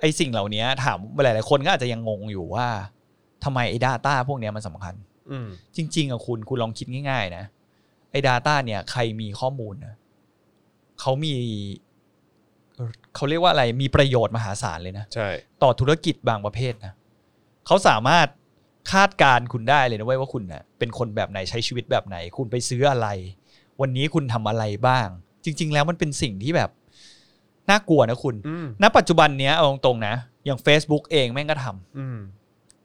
[SPEAKER 2] ไอสิ่งเหล่านี้ถามหลายๆคนก็อาจจะยังงงอยู่ว่าทำไมไอ้ดาต้าพวกเนี้ยมันสำคัญ
[SPEAKER 1] อืม
[SPEAKER 2] จริง ๆอ่ะคุณคุณลองคิดง่าย ๆ นะ ไอ้ Data เนี่ยใครมีข้อมูลนะเขามีเขาเรียกว่าอะไรมีประโยชน์มหาศาลเลยนะ
[SPEAKER 1] ใช่
[SPEAKER 2] ต่อธุรกิจบางประเภทนะเขาสามารถคาดการณ์คุณได้เลยนะเว้ยว่าคุณนะ่ะเป็นคนแบบไหนใช้ชีวิตแบบไหน คุณไปซื้ออะไร วันนี้คุณทำอะไรบ้าง จริง ๆ แล้วมันเป็นสิ่งที่แบบน่ากลัวนะคุณ
[SPEAKER 1] อืม
[SPEAKER 2] ณ ปัจจุบันเนี้ยเอาตรงๆนะ อย่าง Facebook เองแม่งก็ทำ
[SPEAKER 1] อืม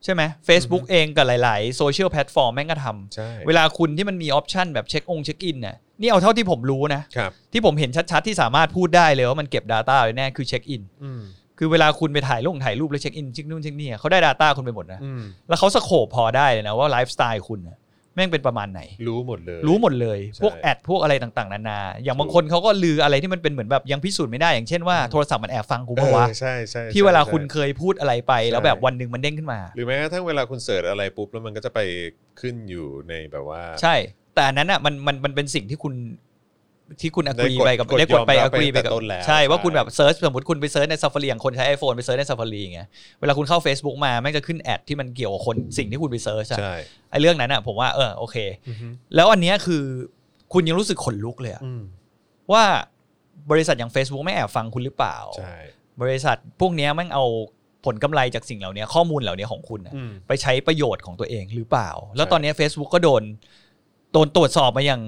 [SPEAKER 2] ใช่ไหม Facebook เองกับหลาย ๆ โซเชียลแพลตฟอร์มแม่งก็ทำ
[SPEAKER 1] ใช่
[SPEAKER 2] เวลาคุณที่มันมีออปชันแบบเช็คองเช็คอินน่ะนี่เอาเท่าที่ผมรู้นะครับ ที่ผมเห็นชัดๆที่สามารถพูดได้เลยว่ามันเก็บ Data ไว้แน่คือเช็คอิน
[SPEAKER 1] อืม
[SPEAKER 2] คือเวลาคุณไปถ่ายลงถ่ายรูปแล้วเช็คอินเช็คนู่นเช็คนี่อะเขาได้ Data คุณไปหมดนะ
[SPEAKER 1] อืม
[SPEAKER 2] แล้วเขาสโคปพอได้เลยนะว่าไลฟ์สไตล์คุณน่ะแม่งเป็นประมาณไหน
[SPEAKER 1] รู้หมดเลย
[SPEAKER 2] รู้หมดเลย
[SPEAKER 1] ใช่
[SPEAKER 2] พวกแอดพวกอะไรต่างๆ นานา อย่างบาง
[SPEAKER 1] ถูก
[SPEAKER 2] คนเขาก็ลืออะไรที่มันเป็นเหมือนแบบยังพิสูจน์ไม่ได้ อย่างเช่นว่าโทรศัพท์มันแอบฟังกู
[SPEAKER 1] เอ
[SPEAKER 2] ปะวะ
[SPEAKER 1] อใช่ใช่ใช่
[SPEAKER 2] ที่เวลา
[SPEAKER 1] ใช่
[SPEAKER 2] คุณเคยพูดอะไรไป แล้ว
[SPEAKER 1] ใช่
[SPEAKER 2] แบบวันหนึ่งมันเด้งขึ้นมา
[SPEAKER 1] หรือแม้กระทั่งเวลาคุณเสิร์ชอะไรปุ๊บ แล้วมันก็จะไปขึ้นอยู่ในแบบว่า
[SPEAKER 2] ใช่ แต่อันนั้นอ่ะมันมันมันเป็นสิ่งที่คุณที่คุณอัก
[SPEAKER 1] ได้
[SPEAKER 2] รี
[SPEAKER 1] กด
[SPEAKER 2] ไปกับ
[SPEAKER 1] กด
[SPEAKER 2] ได้กดไป
[SPEAKER 1] ยอมรั
[SPEAKER 2] อั
[SPEAKER 1] บ
[SPEAKER 2] กรี
[SPEAKER 1] ไป
[SPEAKER 2] ไป
[SPEAKER 1] ตั้งแต่
[SPEAKER 2] กับ
[SPEAKER 1] ต้นแล้ว
[SPEAKER 2] ใช่ว่าคุณ
[SPEAKER 1] ใช่
[SPEAKER 2] แบบเซิร์ชสมมติคุณไปเซิร์ชใน Safari อย่างคนใช้ iPhone ไปเซิร์ชใน Safari อย่างเงี้ยเวลาคุณเข้า Facebook มาแม่งจะขึ้นแอดที่มันเกี่ยวกับคนสิ่งที่คุณไปเซิร์ชอะ
[SPEAKER 1] ใช่
[SPEAKER 2] ไอ้เรื่องนั้นอ่ะผมว่าเออโอเค
[SPEAKER 1] อืมฮึ
[SPEAKER 2] แล้วอันเนี้ยคือคุณยังรู้สึกขนลุกเลยอะ
[SPEAKER 1] อืม
[SPEAKER 2] ว่าบริษัทอย่าง Facebook ไม่แอบฟังคุณหรือเปล่า
[SPEAKER 1] ใช่
[SPEAKER 2] บริษัทพวกเนี้ยแม่งเอาผลกำไรจากสิ่งเหล่าเนี้ยข้อมูลเหล่าเนี้ยของคุณอะ
[SPEAKER 1] อืม
[SPEAKER 2] ไปใช้ประโยชน์ของตัวเองหรือเปล่า แล้ว
[SPEAKER 1] ใช่
[SPEAKER 2] ตอนเนี้ย Facebook ก็โดนโดนตรวจสอบมาอย่าง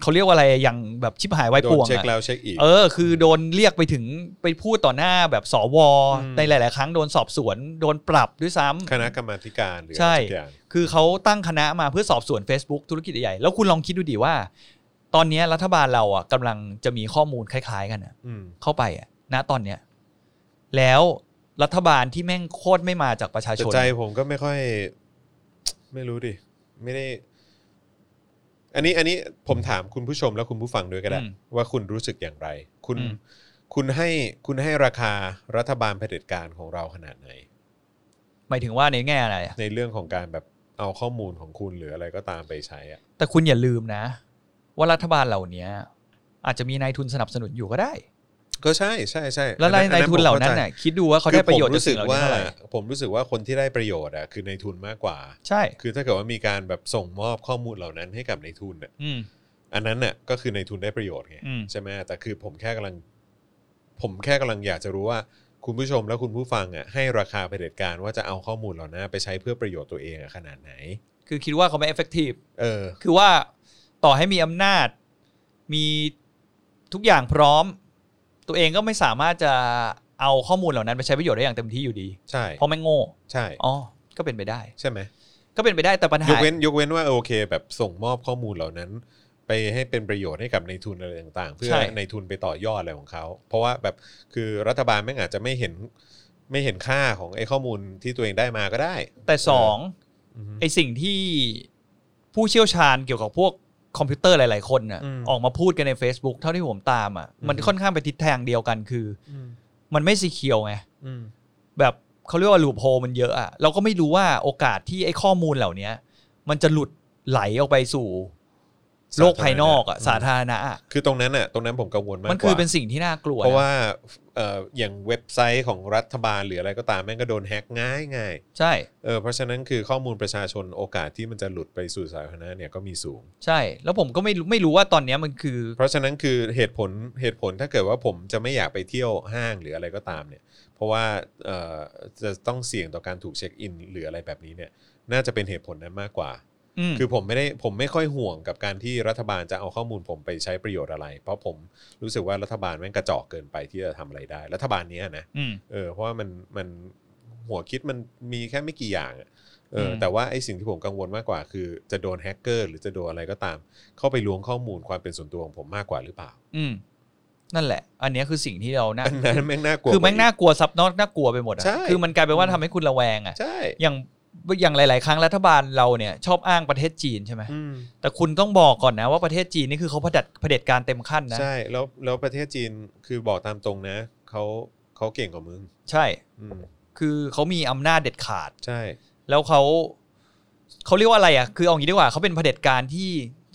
[SPEAKER 2] เขาเรียกว่าอะไรอย่างแบบชิบหายไว้
[SPEAKER 1] โด
[SPEAKER 2] ป่
[SPEAKER 1] น
[SPEAKER 2] วง
[SPEAKER 1] เช็ค
[SPEAKER 2] อะ
[SPEAKER 1] แล้วเช็คอีก
[SPEAKER 2] เออ คือโดนเรียกไปถึงไปพูดต่อหน้าแบบสว
[SPEAKER 1] อืม
[SPEAKER 2] ในหลาย ๆ ครั้งโดนสอบสวนโดนปรับด้วยซ้ำ
[SPEAKER 1] คณะกรรมาธิการหรือ
[SPEAKER 2] ใช่
[SPEAKER 1] อะไรสักอย่าง
[SPEAKER 2] คือเขาตั้งคณะมาเพื่อสอบสวน Facebook ธุรกิจใหญ่ แล้วคุณลองคิดดูดิว่า ตอนเนี้ยรัฐบาลเราอ่ะกำลังจะมีข้อมูลคล้าย ๆ กันอะ
[SPEAKER 1] อืม
[SPEAKER 2] เข้าไปอ่ะณตอนเนี้ยแล้วรัฐบาลที่แม่งโคตรไม่มาจากประชา
[SPEAKER 1] แต่
[SPEAKER 2] ชน
[SPEAKER 1] ใจผมก็ไม่ค่อย ไม่รู้ดิ ไม่ได้ อันนี้อันนี้ผมถามคุณผู้ชมและคุณผู้ฟังด้วยก็ได้
[SPEAKER 2] อืม
[SPEAKER 1] ว่าคุณรู้สึกอย่างไร คุณ
[SPEAKER 2] อืม
[SPEAKER 1] คุณให้คุณให้ราคารัฐบาลเผด็จการของเราขนาดไหน
[SPEAKER 2] หมายถึงว่าในแง่อะไรอะ
[SPEAKER 1] ในเรื่องของการแบบเอาข้อมูลของคุณหรืออะไรก็ตามไปใช้อะ
[SPEAKER 2] แต่คุณอย่าลืมนะ ว่ารัฐบาลเหล่าเนี้ยอาจจะมีนายทุนสนับสนุนอยู่ก็ได้
[SPEAKER 1] ก็ใช่ใช่ใช่
[SPEAKER 2] แล้ว
[SPEAKER 1] อั
[SPEAKER 2] นายนาย
[SPEAKER 1] อั
[SPEAKER 2] ทุนเหล่านั้นน่ะ
[SPEAKER 1] ผม
[SPEAKER 2] คิดดูว่าเขา
[SPEAKER 1] ข้ใจ
[SPEAKER 2] ได้ประโยชน์
[SPEAKER 1] คือผม
[SPEAKER 2] จาก
[SPEAKER 1] รู้สึก
[SPEAKER 2] สิ่งเห
[SPEAKER 1] ว่า
[SPEAKER 2] ล่านี้เท่าไหร่
[SPEAKER 1] ผมรู้สึกว่าคนที่ได้ประโยชน์อะคือในทุนมากกว่า
[SPEAKER 2] ใช่
[SPEAKER 1] คือถ้าเกิดว่ามีการแบบส่งมอบข้อมูลเหล่านั้นให้กับในทุนน่ะ
[SPEAKER 2] อืม
[SPEAKER 1] อันนั้นน่ะก็คือในทุนได้ประโยชน์ไง
[SPEAKER 2] อืม
[SPEAKER 1] ใช่ไหมแต่คือผมแค่กำลัง ผมแค่กำลังอยากจะรู้ว่า คุณผู้ชมและคุณผู้ฟังอ่ะให้ราคาเผด็จการว่าจะเอาข้อมูลเหล่านั้นไปใช้เพื่อประโยชน์ตัวเองอะขนาดไหน
[SPEAKER 2] คือคิดว่าเขาไม่ effective
[SPEAKER 1] เออ
[SPEAKER 2] คือว่าต่อให้มีอำนาจมีทุกอย่างพร้อม ตัวเองก็ไม่สามารถจะเอาข้อมูลเหล่านั้นไปใช้ประโยชน์ได้อย่างเต็มที่อยู่ดี
[SPEAKER 1] ใช่
[SPEAKER 2] เพราะแม่งโง่
[SPEAKER 1] ใช่
[SPEAKER 2] อ๋อก็เป็นไปได้
[SPEAKER 1] ใช่ไหม
[SPEAKER 2] ก็เป็นไปได้แต่ปัญ
[SPEAKER 1] ย
[SPEAKER 2] หาย
[SPEAKER 1] กเว้นยกเว้นว่าเออโอเค แบบส่งมอบข้อมูลเหล่านั้น ไปให้เป็นประโยชน์ให้กับในทุนอะไรต่างๆ เพื่อในทุนไปต่อยอดอะไรของเขา เพราะว่าแบบคือรัฐบาลแม่งอาจจะไม่เห็นไม่เห็นค่าของไอ้ข้อมูลที่ตัวเองได้มาก็ได้
[SPEAKER 2] แต่สอง
[SPEAKER 1] อือฮึ
[SPEAKER 2] ไอสิ่งที่ผู้เชี่ยวชาญเกี่ยวกับพวกคอมพิวเตอร์หลาย ๆ คนน่ะ
[SPEAKER 1] อืม
[SPEAKER 2] ออกมาพูดกันใน Facebook เท่าที่ผมตามอ่ะมัน
[SPEAKER 1] อืม
[SPEAKER 2] ค่อนข้างไปทิศทางเดียวกันคือ
[SPEAKER 1] อืม
[SPEAKER 2] มันไม่สีเคียวไง
[SPEAKER 1] อืม
[SPEAKER 2] แบบเขาเรียกว่าลูปโฮมันเยอะอะเราก็ไม่รู้ว่าโอกาสที่ไอ้ข้อมูลเหล่าเนี้ย มันจะหลุดไหลออกไปสู่โลกภายนอกอะสาธารณะอะ
[SPEAKER 1] คือตรงนั้นน่ะตรงนั้นผมกังวลมากกว่า
[SPEAKER 2] มันคือเป็นสิ่งที่น่ากลัว
[SPEAKER 1] เพราะ
[SPEAKER 2] นะ
[SPEAKER 1] ว่าเอ่ออย่างเว็บไซต์ของรัฐบาลหรืออะไรก็ตามแม่งก็โดนแฮ็กง่ายง่าย
[SPEAKER 2] ใช่
[SPEAKER 1] ๆเออเพราะฉะนั้นคือข้อมูลประชาชนโอกาสที่มันจะหลุดไปสู่สาธารณะเนี่ยก็มีสูง
[SPEAKER 2] ใช่ แล้วผมก็ไม่รู้ไม่รู้ว่าตอนเนี้ยมันคือ
[SPEAKER 1] เพราะฉะนั้นคือเหตุผลเหตุผลถ้าเกิดว่าผมจะไม่อยากไปเที่ยวห้างหรืออะไรก็ตามเนี่ย เพราะว่าเอ่อจะต้องเสี่ยงต่อการถูกเช็คอินหรืออะไรแบบนี้เนี่ย น่าจะเป็นเหตุผลนั้นมากกว่า
[SPEAKER 2] อืม
[SPEAKER 1] คือผมไม่ได้ผมไม่ค่อยห่วงกับการที่รัฐบาลจะเอาข้อมูลผมไปใช้ประโยชน์อะไร เพราะผมรู้สึกว่ารัฐบาลแม่งกระจอกเกินไปที่จะทำอะไรได้ รัฐบาลเนี้ยนะ
[SPEAKER 2] อืม
[SPEAKER 1] เออเพราะว่ามันมันหัวคิดมันมีแค่ไม่กี่อย่างอะเอออ
[SPEAKER 2] ม
[SPEAKER 1] แต่ว่าไอ้สิ่งที่ผมกังวลมากกว่า คือจะโดนแฮกเกอร์หรือจะโดนอะไรก็ตาม เข้าไปล้วงข้อมูลความเป็นส่วนตัวของผมมากกว่าหรือเปล่า
[SPEAKER 2] อืมนั่นแหละ อันเนี้ยคือสิ่งที่เราน่า
[SPEAKER 1] อันนั้นแม่งน่ากลัว
[SPEAKER 2] คือแม่งน่ากลัวซับนอกน่ากลัวไปหมดอะ
[SPEAKER 1] ใช่
[SPEAKER 2] คือมันกลายเป็นว่าทำให้คุณระแวงอะ
[SPEAKER 1] ใช่
[SPEAKER 2] อย่างอย่างหลาย ๆ ครั้งรัฐบาลเราเนี่ย ชอบอ้างประเทศจีนใช่ไหม
[SPEAKER 1] อืม
[SPEAKER 2] แต่คุณต้องบอกก่อนนะว่าประเทศจีนนี่คือเขาเผด็จเผด็จการเต็มขั้นนะ
[SPEAKER 1] ใช่แล้วแล้วประเทศจีนคือบอกตามตรงนะเขาเขาเก่งกว่ามึง
[SPEAKER 2] ใช่
[SPEAKER 1] อืม
[SPEAKER 2] คือเขามีอำนาจเด็ดขาด
[SPEAKER 1] ใช่
[SPEAKER 2] แล้วเขาเขาเรียกว่าอะไรอ่ะ คือเอางี้ดีกว่าเขาเป็นเผด็จการที่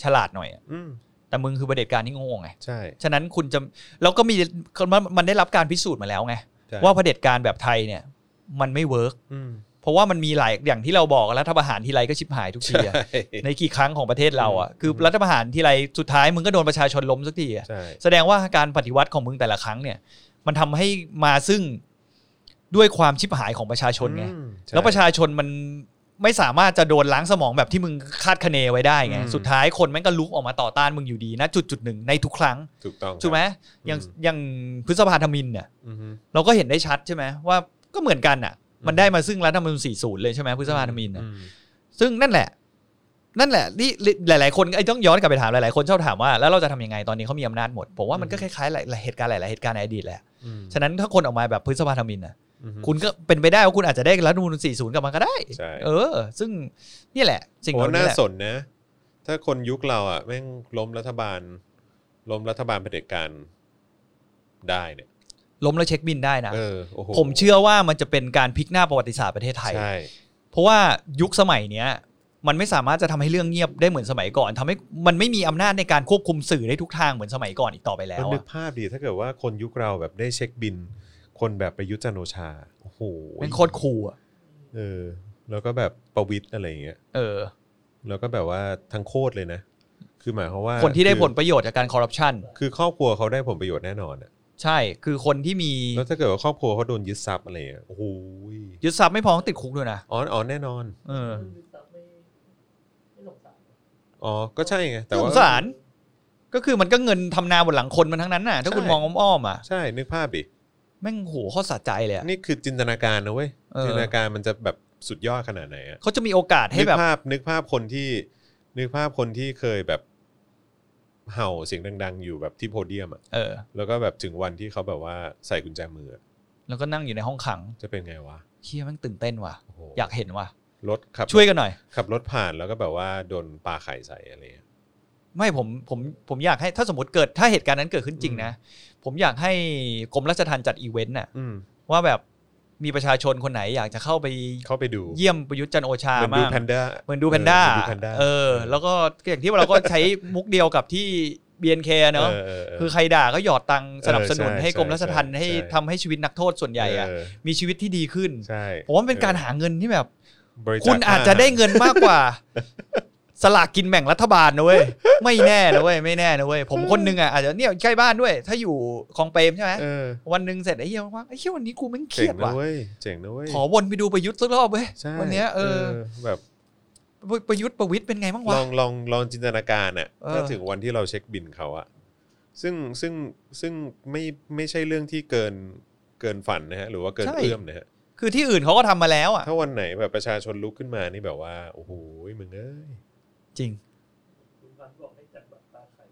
[SPEAKER 2] ฉลาดหน่อยอะ
[SPEAKER 1] อืม
[SPEAKER 2] แต่มึงคือเผด็จการที่โง่ไง
[SPEAKER 1] ใช่
[SPEAKER 2] ฉะนั้นคุณจะแล้วก็มีมันมันได้รับการพิสูจน์มาแล้วไง
[SPEAKER 1] ใช่
[SPEAKER 2] ว่าเผด็จการแบบไทยเนี่ย มันไม่เวิร์ก
[SPEAKER 1] อืม
[SPEAKER 2] เพราะว่ามันมีหลายอย่างที่เราบอกรัฐประหารทีไรก็ชิบหายทุกที
[SPEAKER 1] ใช่
[SPEAKER 2] อะในกี่ครั้งของประเทศเราอ่ะคือรัฐประหารทีไรสุดท้ายมึงก็โดนประชาชนล้มสักทีอะ
[SPEAKER 1] ใช่
[SPEAKER 2] แสดงว่าการปฏิวัติของมึงแต่ละครั้งเนี่ย มันทำให้มาซึ่งด้วยความชิบหายของประชาชนไง
[SPEAKER 1] อืมใช่
[SPEAKER 2] แล้วประชาชนมันไม่สามารถจะโดนล้างสมองแบบที่มึงคาดคะเนไว้ได้ไง
[SPEAKER 1] อืม
[SPEAKER 2] สุดท้ายคนแม่งก็ลุกออกมาต่อต้านมึงอยู่ดีนะจุดจุดหนึ่งในทุกครั้ง
[SPEAKER 1] ถูกต้อง
[SPEAKER 2] ถูกไหมอย่างอย่างพฤษภาธมินเนี่ย
[SPEAKER 1] อืม
[SPEAKER 2] เราก็เห็นได้ชัดใช่ไหมว่าก็เหมือนกันอ่ะ มันได้มาซึ่งรัฐธรรมนูญ40 เลยใช่ไหมพฤษภาธมินน่ะ
[SPEAKER 1] อืม
[SPEAKER 2] ซึ่งนั่นแหละ นั่นแหละนี่หลาย ๆ คนไอ้ต้องย้อนกลับไปถามหลาย ๆ คนชอบถามว่า แล้วเราจะทำยังไงตอนนี้เขามีอำนาจหมด ผมว่ามันก็
[SPEAKER 1] อื
[SPEAKER 2] ค
[SPEAKER 1] ม
[SPEAKER 2] ล้าย ๆ หลายๆเหตุการณ์หลาย ๆ เหตุการณ์ในอดีตแหละ
[SPEAKER 1] อืม
[SPEAKER 2] ฉะนั้นถ้าคนออกมาแบบพฤษภาธมินนะ
[SPEAKER 1] อืม
[SPEAKER 2] คุณก็เป็นไปได้ว่าคุณอาจจะได้รัฐธรรมนูญ40 กลับมาก็ได้
[SPEAKER 1] ใช่
[SPEAKER 2] เออ ซึ่งนี่แหละ สิ่ง
[SPEAKER 1] ผ
[SPEAKER 2] เห
[SPEAKER 1] มว่า
[SPEAKER 2] ล่านี้
[SPEAKER 1] น่า
[SPEAKER 2] แหละ
[SPEAKER 1] สนนะ ถ้าคนยุคเราอ่ะแม่งล้มรัฐบาล ล้มรัฐบาลเผด็จการได้เนี่ย
[SPEAKER 2] ล้มแล้วเช็คบินได้นะ
[SPEAKER 1] เออโอ้โห
[SPEAKER 2] ผมเชื่อว่ามันจะเป็นการพลิกหน้าประวัติศาสตร์ประเทศไทย
[SPEAKER 1] ใช่
[SPEAKER 2] เพราะว่ายุคสมัยเนี้ย มันไม่สามารถจะทำให้เรื่องเงียบได้เหมือนสมัยก่อนทำให้มันไม่มีอำนาจในการควบคุมสื่อได้ทุกทางเหมือนสมัยก่อนอีกต่อไปแล้
[SPEAKER 1] แล้ว ว
[SPEAKER 2] อะ
[SPEAKER 1] นึกภาพดีถ้าเกิดว่าคนยุคเราแบบได้เช็คบิน คนแบบประยุทธ์จันทร์โอชา โอ้โห
[SPEAKER 2] แม่งโคตรคูลอะ
[SPEAKER 1] เออ แล้วก็แบบประวิตย์อะไรอย่างเงี้ย
[SPEAKER 2] เออ
[SPEAKER 1] แล้วก็แบบว่าทั้งโคตรเลยนะ คือหมายความว่า
[SPEAKER 2] คนที่ได้ผล
[SPEAKER 1] อ
[SPEAKER 2] ประโยชน์จากการคอร์รัปชัน
[SPEAKER 1] คือครอบครัวเขาได้ผลประโยชน์แน่นอนอะ
[SPEAKER 2] ใช่คือคนที่มี
[SPEAKER 1] แล้วถ้าเกิดว่าครอบครัวเขาโดนยึดทรัพย์อะไรอย่างเงี้ยโอ้โห
[SPEAKER 2] ยึดทรัพย์ไม่พอต้องติดคุกด้วยนะ
[SPEAKER 1] อ๋ออ๋อแน่นอน
[SPEAKER 2] เออ
[SPEAKER 3] ไม่ไม่สงสาร
[SPEAKER 1] อ๋อก็ใช่ไงแต่
[SPEAKER 2] ส
[SPEAKER 1] ว่าง
[SPEAKER 2] สาร ก็คือมันก็เงินทำนาบนหลังคนมันทั้งนั้นน่ะ ถ้าคุณ
[SPEAKER 1] ใช่
[SPEAKER 2] มองอ้อมๆอ่ะ
[SPEAKER 1] ใช่นึกภาพดิ
[SPEAKER 2] แม่งโหโข้อสะใจเลยอ่ะ
[SPEAKER 1] นี่คือจินตนาการนะเว้ย
[SPEAKER 2] เออ
[SPEAKER 1] จินตนาการมันจะแบบสุดยอดขนาดไหนอะ
[SPEAKER 2] เขาจะมีโอกาสให้
[SPEAKER 1] นึก
[SPEAKER 2] แบบ
[SPEAKER 1] ภาพนึกภาพคนที่นึกภาพคนที่เคยแบบเห่าเสียงดัง ๆ อยู่แบบที่โพเดียมอะ
[SPEAKER 2] เออ
[SPEAKER 1] แล้วก็แบบถึงวันที่เขาแบบว่าใส่กุญแจมืออะ
[SPEAKER 2] แล้วก็นั่งอยู่ในห้องขัง
[SPEAKER 1] จะเป็นไงวะ
[SPEAKER 2] เฮียแม่งตื่นเต้นว่ะ
[SPEAKER 1] โอ้โห
[SPEAKER 2] อยากเห็นว่ะ
[SPEAKER 1] รถขับ
[SPEAKER 2] ช่วยกันหน่อย
[SPEAKER 1] ขับรถผ่านแล้วก็แบบว่าโดนปลาไข่ใส่อะไรเงี้ย
[SPEAKER 2] ไม่ผมผมผมอยากให้ถ้าสมมติเกิดถ้าเหตุการณ์นั้นเกิดขึ้นจริงนะ ผมอยากให้กรมราชทัณฑ์จัดอีเวนต์น่ะ
[SPEAKER 1] อืม
[SPEAKER 2] ว่าแบบมีประชาชนคนไหนอยากจะเข้าไป
[SPEAKER 1] เข้าไปดู
[SPEAKER 2] เยี่ยมประยุทธ์จันทร์โอชา
[SPEAKER 1] เหมือนดู
[SPEAKER 2] มาก
[SPEAKER 1] แพนด้า
[SPEAKER 2] เหมือนดูแพนด้า
[SPEAKER 1] เออเหมือนดูแพนด้า
[SPEAKER 2] เออ แล้วก็อย่างที่เราก็ใช้มุกเดียวกับที่ BNK เนอะ
[SPEAKER 1] ออเ
[SPEAKER 2] คือใครด่าก็หยอดตังค์สนับสนุน
[SPEAKER 1] เออใช่
[SPEAKER 2] ให้กรมราชทัณฑ์
[SPEAKER 1] ใช่
[SPEAKER 2] ให้
[SPEAKER 1] ใช่
[SPEAKER 2] ทำให้ชีวิตนักโทษส่วนใหญ่อะ
[SPEAKER 1] เออ
[SPEAKER 2] มีชีวิตที่ดีขึ้น
[SPEAKER 1] ใช่
[SPEAKER 2] ผมว่ามันเป็นการหาเงินที่แบบ
[SPEAKER 1] บริจา
[SPEAKER 2] คุณอาจจะได้เงินมากกว่า สลากกินแบ่งรัฐบาลนะเว้ยไม่แน่นะเว้ยไม่แน่นะเว้ยผมคนหนึงอ่ะอาจจะเนี่ยใกล้บ้านด้วย ถ้าอยู่คลองเปรมใช่ไหม
[SPEAKER 1] เออ
[SPEAKER 2] วันหนึ่งเสร็จไอ้เหี้ยว่าไอ้เหี้ยวันนี้กูแม่งเค
[SPEAKER 1] เจ๋
[SPEAKER 2] รีย
[SPEAKER 1] ง
[SPEAKER 2] ด
[SPEAKER 1] นะ
[SPEAKER 2] ว่ะ
[SPEAKER 1] เว้ยเจ๋งนะเว้ย
[SPEAKER 2] ขอวนไปดูประยุทธ์สักรอบเว้ย
[SPEAKER 1] ใช่
[SPEAKER 2] วันเนี้ยเออ
[SPEAKER 1] แบบ
[SPEAKER 2] ประประยุทธ์ประวิทย์เป็นไงบ้าง
[SPEAKER 1] ล
[SPEAKER 2] วะ
[SPEAKER 1] องลองลองจินตนาการอ่ะ
[SPEAKER 2] เออ
[SPEAKER 1] ถ้าถึงวันที่เราเช็คบินเขาอ่ะซึ่งซึ่งซึ่งไม่ไม่ใช่เรื่องที่เกินเกินฝันนะฮะหรือว่าเกินเอื้อมนะฮะ
[SPEAKER 2] คือที่อื่นเขาก็ทำมาแล้วอ่ะ
[SPEAKER 1] ถ้าวันไหนแบบประชาชนลุกขึ้นมานี่แบบว่าโอ้โหมึงเอ้ย
[SPEAKER 2] จริง
[SPEAKER 3] คุณพันธุ์บอกให้จัดบัตรปลาไข่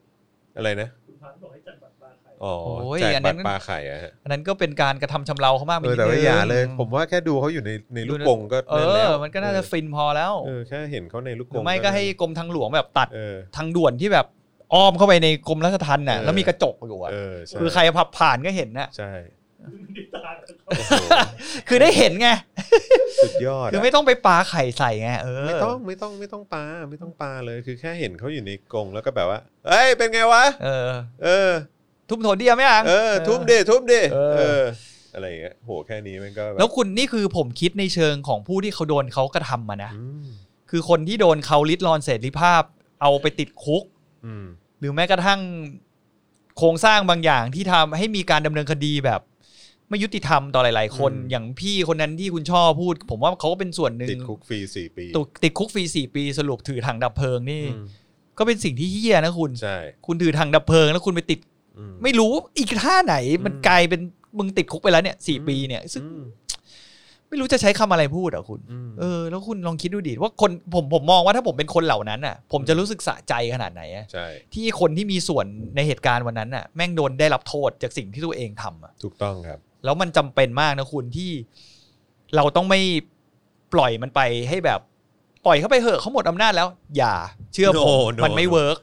[SPEAKER 1] อะไรนะ
[SPEAKER 3] คุณพันธุ์บอกให้จัดบัตรปลาไข่
[SPEAKER 1] อ๋อ
[SPEAKER 2] โอ้ย
[SPEAKER 1] แจก
[SPEAKER 2] อันนั้
[SPEAKER 1] บัต
[SPEAKER 2] น
[SPEAKER 1] รปลาไข่อะฮะ
[SPEAKER 2] อันนั้นก็เป็นการกระทำชำเราเขามากไป
[SPEAKER 1] เออ
[SPEAKER 2] นิด
[SPEAKER 1] แต่ว่า
[SPEAKER 2] นึง
[SPEAKER 1] อย่าเลย ผมว่าแค่ดูเขาอยู่ในในลูกกรงก็
[SPEAKER 2] เอ
[SPEAKER 1] นั่นแล้ว
[SPEAKER 2] อ มันก็น่าจะฟินพอแล้ว
[SPEAKER 1] เออแค่เห็นเขาในลูกก
[SPEAKER 2] ห
[SPEAKER 1] ร
[SPEAKER 2] รือง ไม่ก็ให้กรมทางหลวงแบบตัด
[SPEAKER 1] เออ
[SPEAKER 2] ทางด่วนที่แบบอ้อมเข้าไปในกรมราชทัณฑ์น่ะ
[SPEAKER 1] เออ
[SPEAKER 2] แล้วมีกระจกอยู่อ่ะ
[SPEAKER 1] เออใช่
[SPEAKER 2] คือใครผับผ่านก็เห็นนะ
[SPEAKER 1] ใช่
[SPEAKER 3] ติดตามกัน
[SPEAKER 1] โอ้โห
[SPEAKER 2] คือได้เห็นไง
[SPEAKER 1] สุดยอดะ
[SPEAKER 2] คือไม่ต้องไปปาไข่ใส่ไง เออ
[SPEAKER 1] ไม่ต้องไม่ต้องไม่ต้องปาไม่ต้องปาเลย คือแค่เห็นเขาอยู่ในกรงแล้วก็แบบว่าเอ้ยเป็นไงวะ
[SPEAKER 2] เออ
[SPEAKER 1] เออ
[SPEAKER 2] ทุบโถเดียไหมอัง
[SPEAKER 1] เออ ทุ่มเดทุ่มเด
[SPEAKER 2] เออ
[SPEAKER 1] เออ อะไรอย่างเงี้ยโหแค่นี้มันก็บบ
[SPEAKER 2] แล้วคุณนี่คือผมคิดในเชิงของผู้ที่เขาโดนเขากระทำมานะ
[SPEAKER 1] อืม
[SPEAKER 2] คือคนที่โดนเขาลิดรอนเสรีภาพ เอาไปติดคุก
[SPEAKER 1] อืม
[SPEAKER 2] หรือแม้กระทั่งโครงสร้างบางอย่างที่ทำให้มีการดำเนินคดีแบบ ไม่ยุติธรรมต่อหลาย ๆ คนอย่างพี่คนนั้นที่คุณชอบพูด ผมว่าเขาก็เป็นส่วนหนึ่ง
[SPEAKER 1] ติดคุกฟรีสี่ปี
[SPEAKER 2] ตุกติดคุกฟรีสี่ปีสรุปถือถังดับเพลิงนี่
[SPEAKER 1] อืม
[SPEAKER 2] ก็เป็นสิ่งที่เฮี้ยนะคุณ
[SPEAKER 1] ใช่
[SPEAKER 2] คุณถือถังดับเพลิงแล้วคุณไปติด
[SPEAKER 1] อืม
[SPEAKER 2] ไม่รู้อีกท่าไหนมัน
[SPEAKER 1] อืม
[SPEAKER 2] กลายเป็นมึงติดคุกไปแล้วเนี่ยสี่ปีเนี่ย ซึ่ง
[SPEAKER 1] อืม
[SPEAKER 2] ไม่รู้จะใช้คำอะไรพูดอ่ะคุณ
[SPEAKER 1] ม
[SPEAKER 2] เออ แล้วคุณลองคิดดูดิว่าคนผมผมมองว่าถ้าผมเป็นคนเหล่านั้นอ่ะ ผมจะรู้สึกสะใจขนาดไหนอะ
[SPEAKER 1] ใช่
[SPEAKER 2] ที่คนที่มีส่วนในเหตุการณ์วันนั้นอ่ะแม่งโดนได้รับโทษจากสิ่งที่ตัวเองทำอ่ะ
[SPEAKER 1] ถูกต้องครับ
[SPEAKER 2] แล้วมันจำเป็นมากนะคุณที่ เราต้องไม่ปล่อยมันไปให้แบบ ปล่อยเข้าไปเหอะเขาหมดอำนาจแล้ว อย่าเชื่อผม
[SPEAKER 1] No, no,
[SPEAKER 2] มันไม่
[SPEAKER 1] no.
[SPEAKER 2] เวิร์ก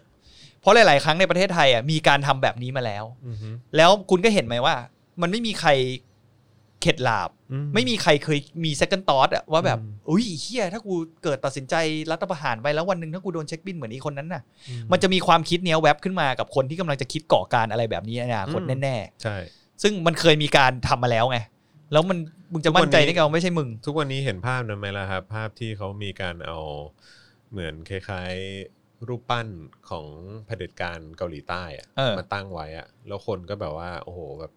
[SPEAKER 2] เพราะหลาย ๆ ครั้งในประเทศไทยอ่ะมีการทำแบบนี้มาแล้ว
[SPEAKER 1] อือฮึ
[SPEAKER 2] แล้วคุณก็เห็นไหมว่า มันไม่มีใครเข็ดหลาบ
[SPEAKER 1] อื
[SPEAKER 2] ไม่มีใครเคยมี second thought อะว่าแบบ
[SPEAKER 1] อืม
[SPEAKER 2] อุ้ยไอ้เฮียถ้ากูเกิดตัดสินใจรัฐประหารไปแล้ววันหนึ่งถ้ากูโดนเช็คบินเหมือนอีคนนั้นน่ะ
[SPEAKER 1] อื
[SPEAKER 2] มันจะมีความคิดเนี้ยแวบขึ้นมากับคนที่กำลังจะคิดก่อการอะไรแบบนี้ในอนาคต
[SPEAKER 1] อืม
[SPEAKER 2] แน่
[SPEAKER 1] ใช่
[SPEAKER 2] ๆ ซึ่งมันเคยมีการทำมาแล้วไง แล้วมันมึงจะมั่นใจได้ไงว่าไม่ใช่มึง
[SPEAKER 1] ทุกวันนี้เห็นภาพนั้นไหมล่ะครับ ภาพที่เขามีการเอาเหมือนคล้ายๆ รูปปั้นของเผด็จการเกาหลีใต้อะ
[SPEAKER 2] เออ
[SPEAKER 1] มาตั้งไว้อะแล้วคนก็แบบว่า โอ้โหแบบ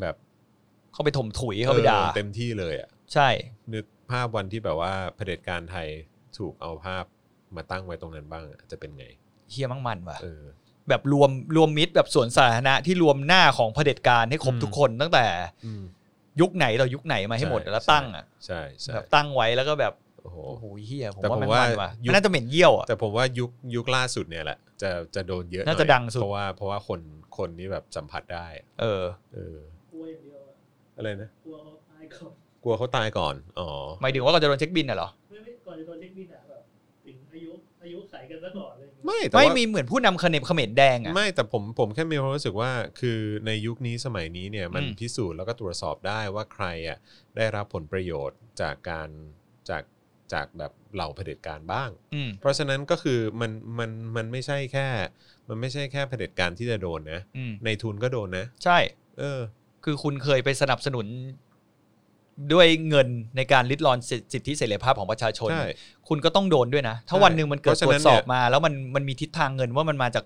[SPEAKER 1] แบบ
[SPEAKER 2] เขาไปถมถุยเขาไปด่า
[SPEAKER 1] ออเต็มที่เลยอะ
[SPEAKER 2] ใช่
[SPEAKER 1] นึกภาพวันที่แบบว่าเผด็จการไทยถูกเอาภาพมาตั้งไว้ตรงนั้นบ้างอะจะเป็นไง
[SPEAKER 2] เฮียมั่งมันว่ะ
[SPEAKER 1] เออ
[SPEAKER 2] แบบรวมรวมมิตรแบบสวนสาธารณะที่รวมหน้าของเผด็จการให้ครบ
[SPEAKER 1] อืม
[SPEAKER 2] ทุกคนตั้งแต่
[SPEAKER 1] อืม
[SPEAKER 2] ยุคไหนต่อยุคไหนมาให้หมด
[SPEAKER 1] ใช่
[SPEAKER 2] แล้วตั้งอ่ะ
[SPEAKER 1] ใช่ใช่
[SPEAKER 2] แบบตั้งไว้แล้วก็แบบ
[SPEAKER 1] โอ้โห
[SPEAKER 2] โอ้โหเฮียผม
[SPEAKER 1] แต่
[SPEAKER 2] ว่า
[SPEAKER 1] ผม
[SPEAKER 2] มัน
[SPEAKER 1] ว่า
[SPEAKER 2] มันว่ะ
[SPEAKER 1] ยุค
[SPEAKER 2] มันน่าจะเหม็นเยี่ยวอ่ะ
[SPEAKER 1] แต่ผมว่ายุคยุคล่าสุดเนี่ยแหละจะจะโดนเยอะหอย
[SPEAKER 2] น่าจะดังสุด
[SPEAKER 1] เพราะว่าเพราะว่าคนคนนี่แบบสัมผัสได้อะ
[SPEAKER 2] เออ
[SPEAKER 1] เออก
[SPEAKER 3] ลัวอย่างเดียวอะ
[SPEAKER 1] อะไรนะ
[SPEAKER 3] กลัวเขาตายก่อน
[SPEAKER 1] กลัวเขาตายก่อน อ๋อ
[SPEAKER 2] หมายถึงว่าก็จะโดนเช็คบินอ่ะเหรอ
[SPEAKER 3] ไม่ไม่ก่อนจะโดนเช็คบินอะแบบถึงอายุอายุไขกันซะก่อนอะไรอย่างเงี้ย
[SPEAKER 1] ไม่แต่
[SPEAKER 2] ไม่
[SPEAKER 1] ว่า
[SPEAKER 2] มีเหมือนผู้นำเขมรเขมรแดงอ่ะ
[SPEAKER 1] ไม่แต่ผมผมแค่มีความรู้สึกว่าคือในยุคนี้สมัยนี้เนี่ยมัน
[SPEAKER 2] อืม
[SPEAKER 1] พิสูจน์แล้วก็ตรวจสอบได้ว่าใครอ่ะได้รับผลประโยชน์จากการจากจากแบบเหล่าเผด็จการบ้าง
[SPEAKER 2] อืม
[SPEAKER 1] เพราะฉะนั้นก็คือมันมันมันไม่ใช่แค่ มันไม่ใช่แค่เผด็จการที่จะโดนนะ
[SPEAKER 2] อืม
[SPEAKER 1] ในทุนก็โดนนะ
[SPEAKER 2] ใช่
[SPEAKER 1] เออ
[SPEAKER 2] คือคุณเคยไปสนับสนุน ด้วยเงินในการลิดรอนสิสิทธิเสรีภาพของประชาชน
[SPEAKER 1] ใช่
[SPEAKER 2] คุณก็ต้องโดนด้วยนะ ถ้า
[SPEAKER 1] ใช่
[SPEAKER 2] วันหนึ่งมันเกิด
[SPEAKER 1] เพราะฉะ
[SPEAKER 2] ตร
[SPEAKER 1] นั้
[SPEAKER 2] วน จ
[SPEAKER 1] เนี่ย
[SPEAKER 2] สอบมา แล้วมันมันมีทิศทางเงินว่ามันมาจาก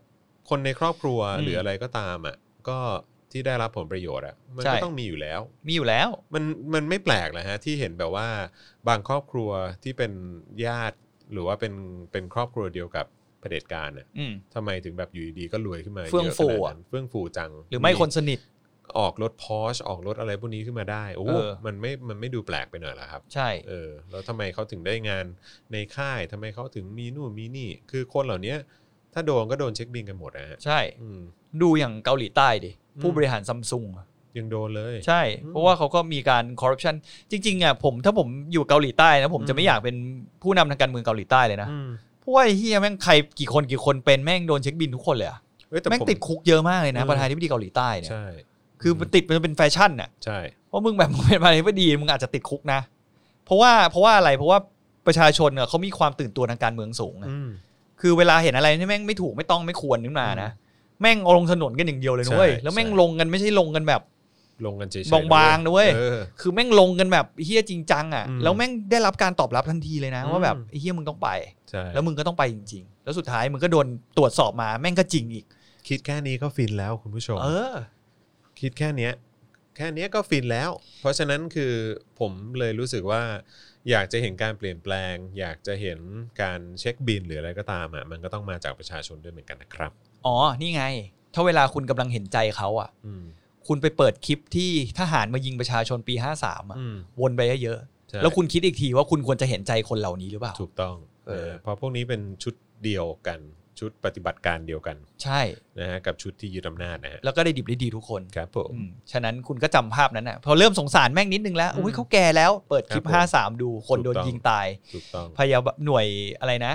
[SPEAKER 1] คนในครอบครัว
[SPEAKER 2] อืม
[SPEAKER 1] หรืออะไรก็ตามอ่ะก็ที่ได้รับผลประโยชน์อ่ะมัน
[SPEAKER 2] ใช่
[SPEAKER 1] ก็ต้องมีอยู่แล้ว
[SPEAKER 2] มีอยู่แล้ว
[SPEAKER 1] มันมันไม่แปลกเลยฮะที่เห็นแบบว่าบางครอบครัวที่เป็นญาติหรือว่าเป็นเป็นครอบครัวเดียวกับเผ เผด็จการน่ะ
[SPEAKER 2] อืม
[SPEAKER 1] ทำไมถึงแบบอยู่ดีๆก็รวยขึ้นมา
[SPEAKER 2] เฟื่องฟู
[SPEAKER 1] ยะขา
[SPEAKER 2] อะ
[SPEAKER 1] ดนั้นเฟื่องฟูจัง
[SPEAKER 2] หรือไม่คนสนิท
[SPEAKER 1] ออกรถพอชออกรถอะไรพวกนี้ขึ้นมาได้โอ้
[SPEAKER 2] เออ
[SPEAKER 1] มันไม่มันไม่ดูแปลกไปหน่อยเหรอครับ
[SPEAKER 2] ใช่
[SPEAKER 1] เออแล้วทำไมเขาถึงได้งานในค่ายทำไมเขาถึงมีนู่นมีนี่ คือคนเหล่านี้ถ้าโดนก็โดนเช็คบินกันหมดนะฮะ
[SPEAKER 2] ใช่
[SPEAKER 1] อืม
[SPEAKER 2] ดูอย่างเกาหลีใต้ดิ
[SPEAKER 1] อืม
[SPEAKER 2] ผู้บริหารซัมซุง
[SPEAKER 1] ยังโดนเลย
[SPEAKER 2] ใช่
[SPEAKER 1] อืม
[SPEAKER 2] เพราะว่าเขาก็มีการคอร์รัปชันจริง ๆอ่ะผมถ้าผมอยู่เกาหลีใต้นะผม
[SPEAKER 1] อื
[SPEAKER 2] จะ
[SPEAKER 1] ม
[SPEAKER 2] ไม่อยากเป็นผู้นำทางการเมืองเกาหลีใต้เลยนะ
[SPEAKER 1] อืม
[SPEAKER 2] เพราะว่าไอ้เฮียแม่งใครกี่คนกี่คนเป็นแม่งโดนเช็คบินทุกคนเลยอะ
[SPEAKER 1] เอ้ยแต่
[SPEAKER 2] แม่ง
[SPEAKER 1] ผม
[SPEAKER 2] ติดคุกเยอะมากเลยนะ
[SPEAKER 1] เออ
[SPEAKER 2] ประธานาธิบดีเกาหลีใต้เนี่ย
[SPEAKER 1] ใช่
[SPEAKER 2] คือมันติดมันเป็นแฟชั่นน่ะ
[SPEAKER 1] ใช่
[SPEAKER 2] เพราะมึงแบบ มึงเป็นประธานาธิบดีมึงอาจจะติดคุกนะ เพราะว่าเพราะว่าอะไรเพราะว่าประชาชนอะเขามีความตื่นตัวทางการเมืองสูงอะ
[SPEAKER 1] อืม
[SPEAKER 2] คือเวลาเห็นอะไรที่แม่งไม่ถูกไม่ต้องไม่ควรขึ้นมานะ แม่งเอาลงถนนกันอย่างเดียวเลยนะเว้ย
[SPEAKER 1] ใช่
[SPEAKER 2] แล้วแม่ง
[SPEAKER 1] ใช่
[SPEAKER 2] ลงกันไม่ใช่ลงกันแบบ
[SPEAKER 1] ลงกันเฉยๆ
[SPEAKER 2] บางๆนะเว้ย
[SPEAKER 1] เออ
[SPEAKER 2] คือแม่งลงกันแบบเฮี้ยจริงจังอ่ะ
[SPEAKER 1] อืม
[SPEAKER 2] แล้วแม่งได้รับการตอบรับทันทีเลยนะ
[SPEAKER 1] อืม
[SPEAKER 2] ว่าแบบไอ้เฮี้ยมึงต้องไป
[SPEAKER 1] ใช่
[SPEAKER 2] แล้วมึงก็ต้องไปจริง ๆ แล้วสุดท้ายมึงก็โดนตรวจสอบมาแม่งก็จริงอีก
[SPEAKER 1] คิดแค่นี้ก็ฟินแล้วคุณผู้ชม
[SPEAKER 2] เออ
[SPEAKER 1] คิดแค่เนี้ยแค่เนี้ยก็ฟินแล้ว เพราะฉะนั้นคือผมเลยรู้สึกว่า อยากจะเห็นการเปลี่ยนแปลง อยากจะเห็นการเช็คบินหรืออะไรก็ตามอ่ะมันก็ต้องมาจากประชาชนด้วยเหมือนกันนะครับ
[SPEAKER 2] อ๋อนี่ไง ถ้าเวลาคุณกำลังเห็นใจเขาอ่ะ
[SPEAKER 1] อืม
[SPEAKER 2] คุณไปเปิดคลิปที่ทหารมายิงประชาชนปี 53อ่ะ
[SPEAKER 1] อืม
[SPEAKER 2] วนไปเยอะ
[SPEAKER 1] ใช่
[SPEAKER 2] ๆแล้วคุณคิดอีกทีว่าคุณควรจะเห็นใจคนเหล่านี้หรือเปล่า
[SPEAKER 1] ถูกต้อง
[SPEAKER 2] เออ
[SPEAKER 1] นะเพราะพวกนี้เป็นชุดเดียวกัน ชุดปฏิบัติการเดียวกัน
[SPEAKER 2] ใช่
[SPEAKER 1] นะฮะกับชุดที่ยึดอำนาจนะฮะ
[SPEAKER 2] แล้วก็ได้ดิบได้ดีทุกคน
[SPEAKER 1] ครับผม
[SPEAKER 2] อืมฉะนั้นคุณก็จำภาพนั้นนะพอเริ่มสงสารแม่งนิดนึงแล้ว
[SPEAKER 1] อืม
[SPEAKER 2] อุ้ยเขาแก่แล้วเปิดคลิป
[SPEAKER 1] ครับผม
[SPEAKER 2] 53 ดูคนโดน
[SPEAKER 1] ถูกต้อง
[SPEAKER 2] ยิงตาย
[SPEAKER 1] ถูกต้อง
[SPEAKER 2] พยาบาลหน่วยอะไรนะ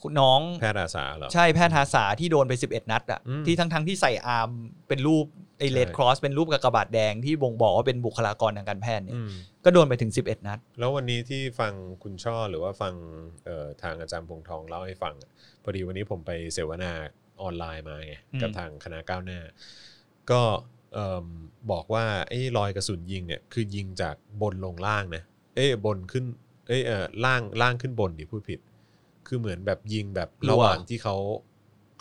[SPEAKER 2] คุณน้อง
[SPEAKER 1] แพทย์อาสาเหรอ
[SPEAKER 2] ใช่แพทย์อาสาที่โดนไป 11 นัดอ่ะ
[SPEAKER 1] อืม
[SPEAKER 2] ที่ทั้งทั้งๆที่ใส่อาร์มเป็นรูปไอเลด
[SPEAKER 1] ใช่
[SPEAKER 2] ครอสเป็นรูปกากบาทแดงที่บ่งบอกว่าเป็นบุคลากรทางการแพทย์เนี่ย
[SPEAKER 1] อืม
[SPEAKER 2] ก็โดนไปถึง 11 นัด
[SPEAKER 1] แล้ววันนี้ที่ฟังคุณช่อหรือว่าฟังเอ่อทางอาจารย์พงษ์ทองเล่าให้ฟังอะพอดีวันนี้ผมไปเสวนาออนไลน์มาไง
[SPEAKER 2] อืม
[SPEAKER 1] กับทางคณะก้าวหน้า ก็เอิ่มบอกว่าไอ้รอยกระสุนยิงเนี่ยคือยิงจากบนลงล่างนะเอ้ยบนขึ้นเอ้ยเออล่างล่างขึ้นบนดิพูดผิด คือเหมือนแบบยิงแบบระหว่างที่เขา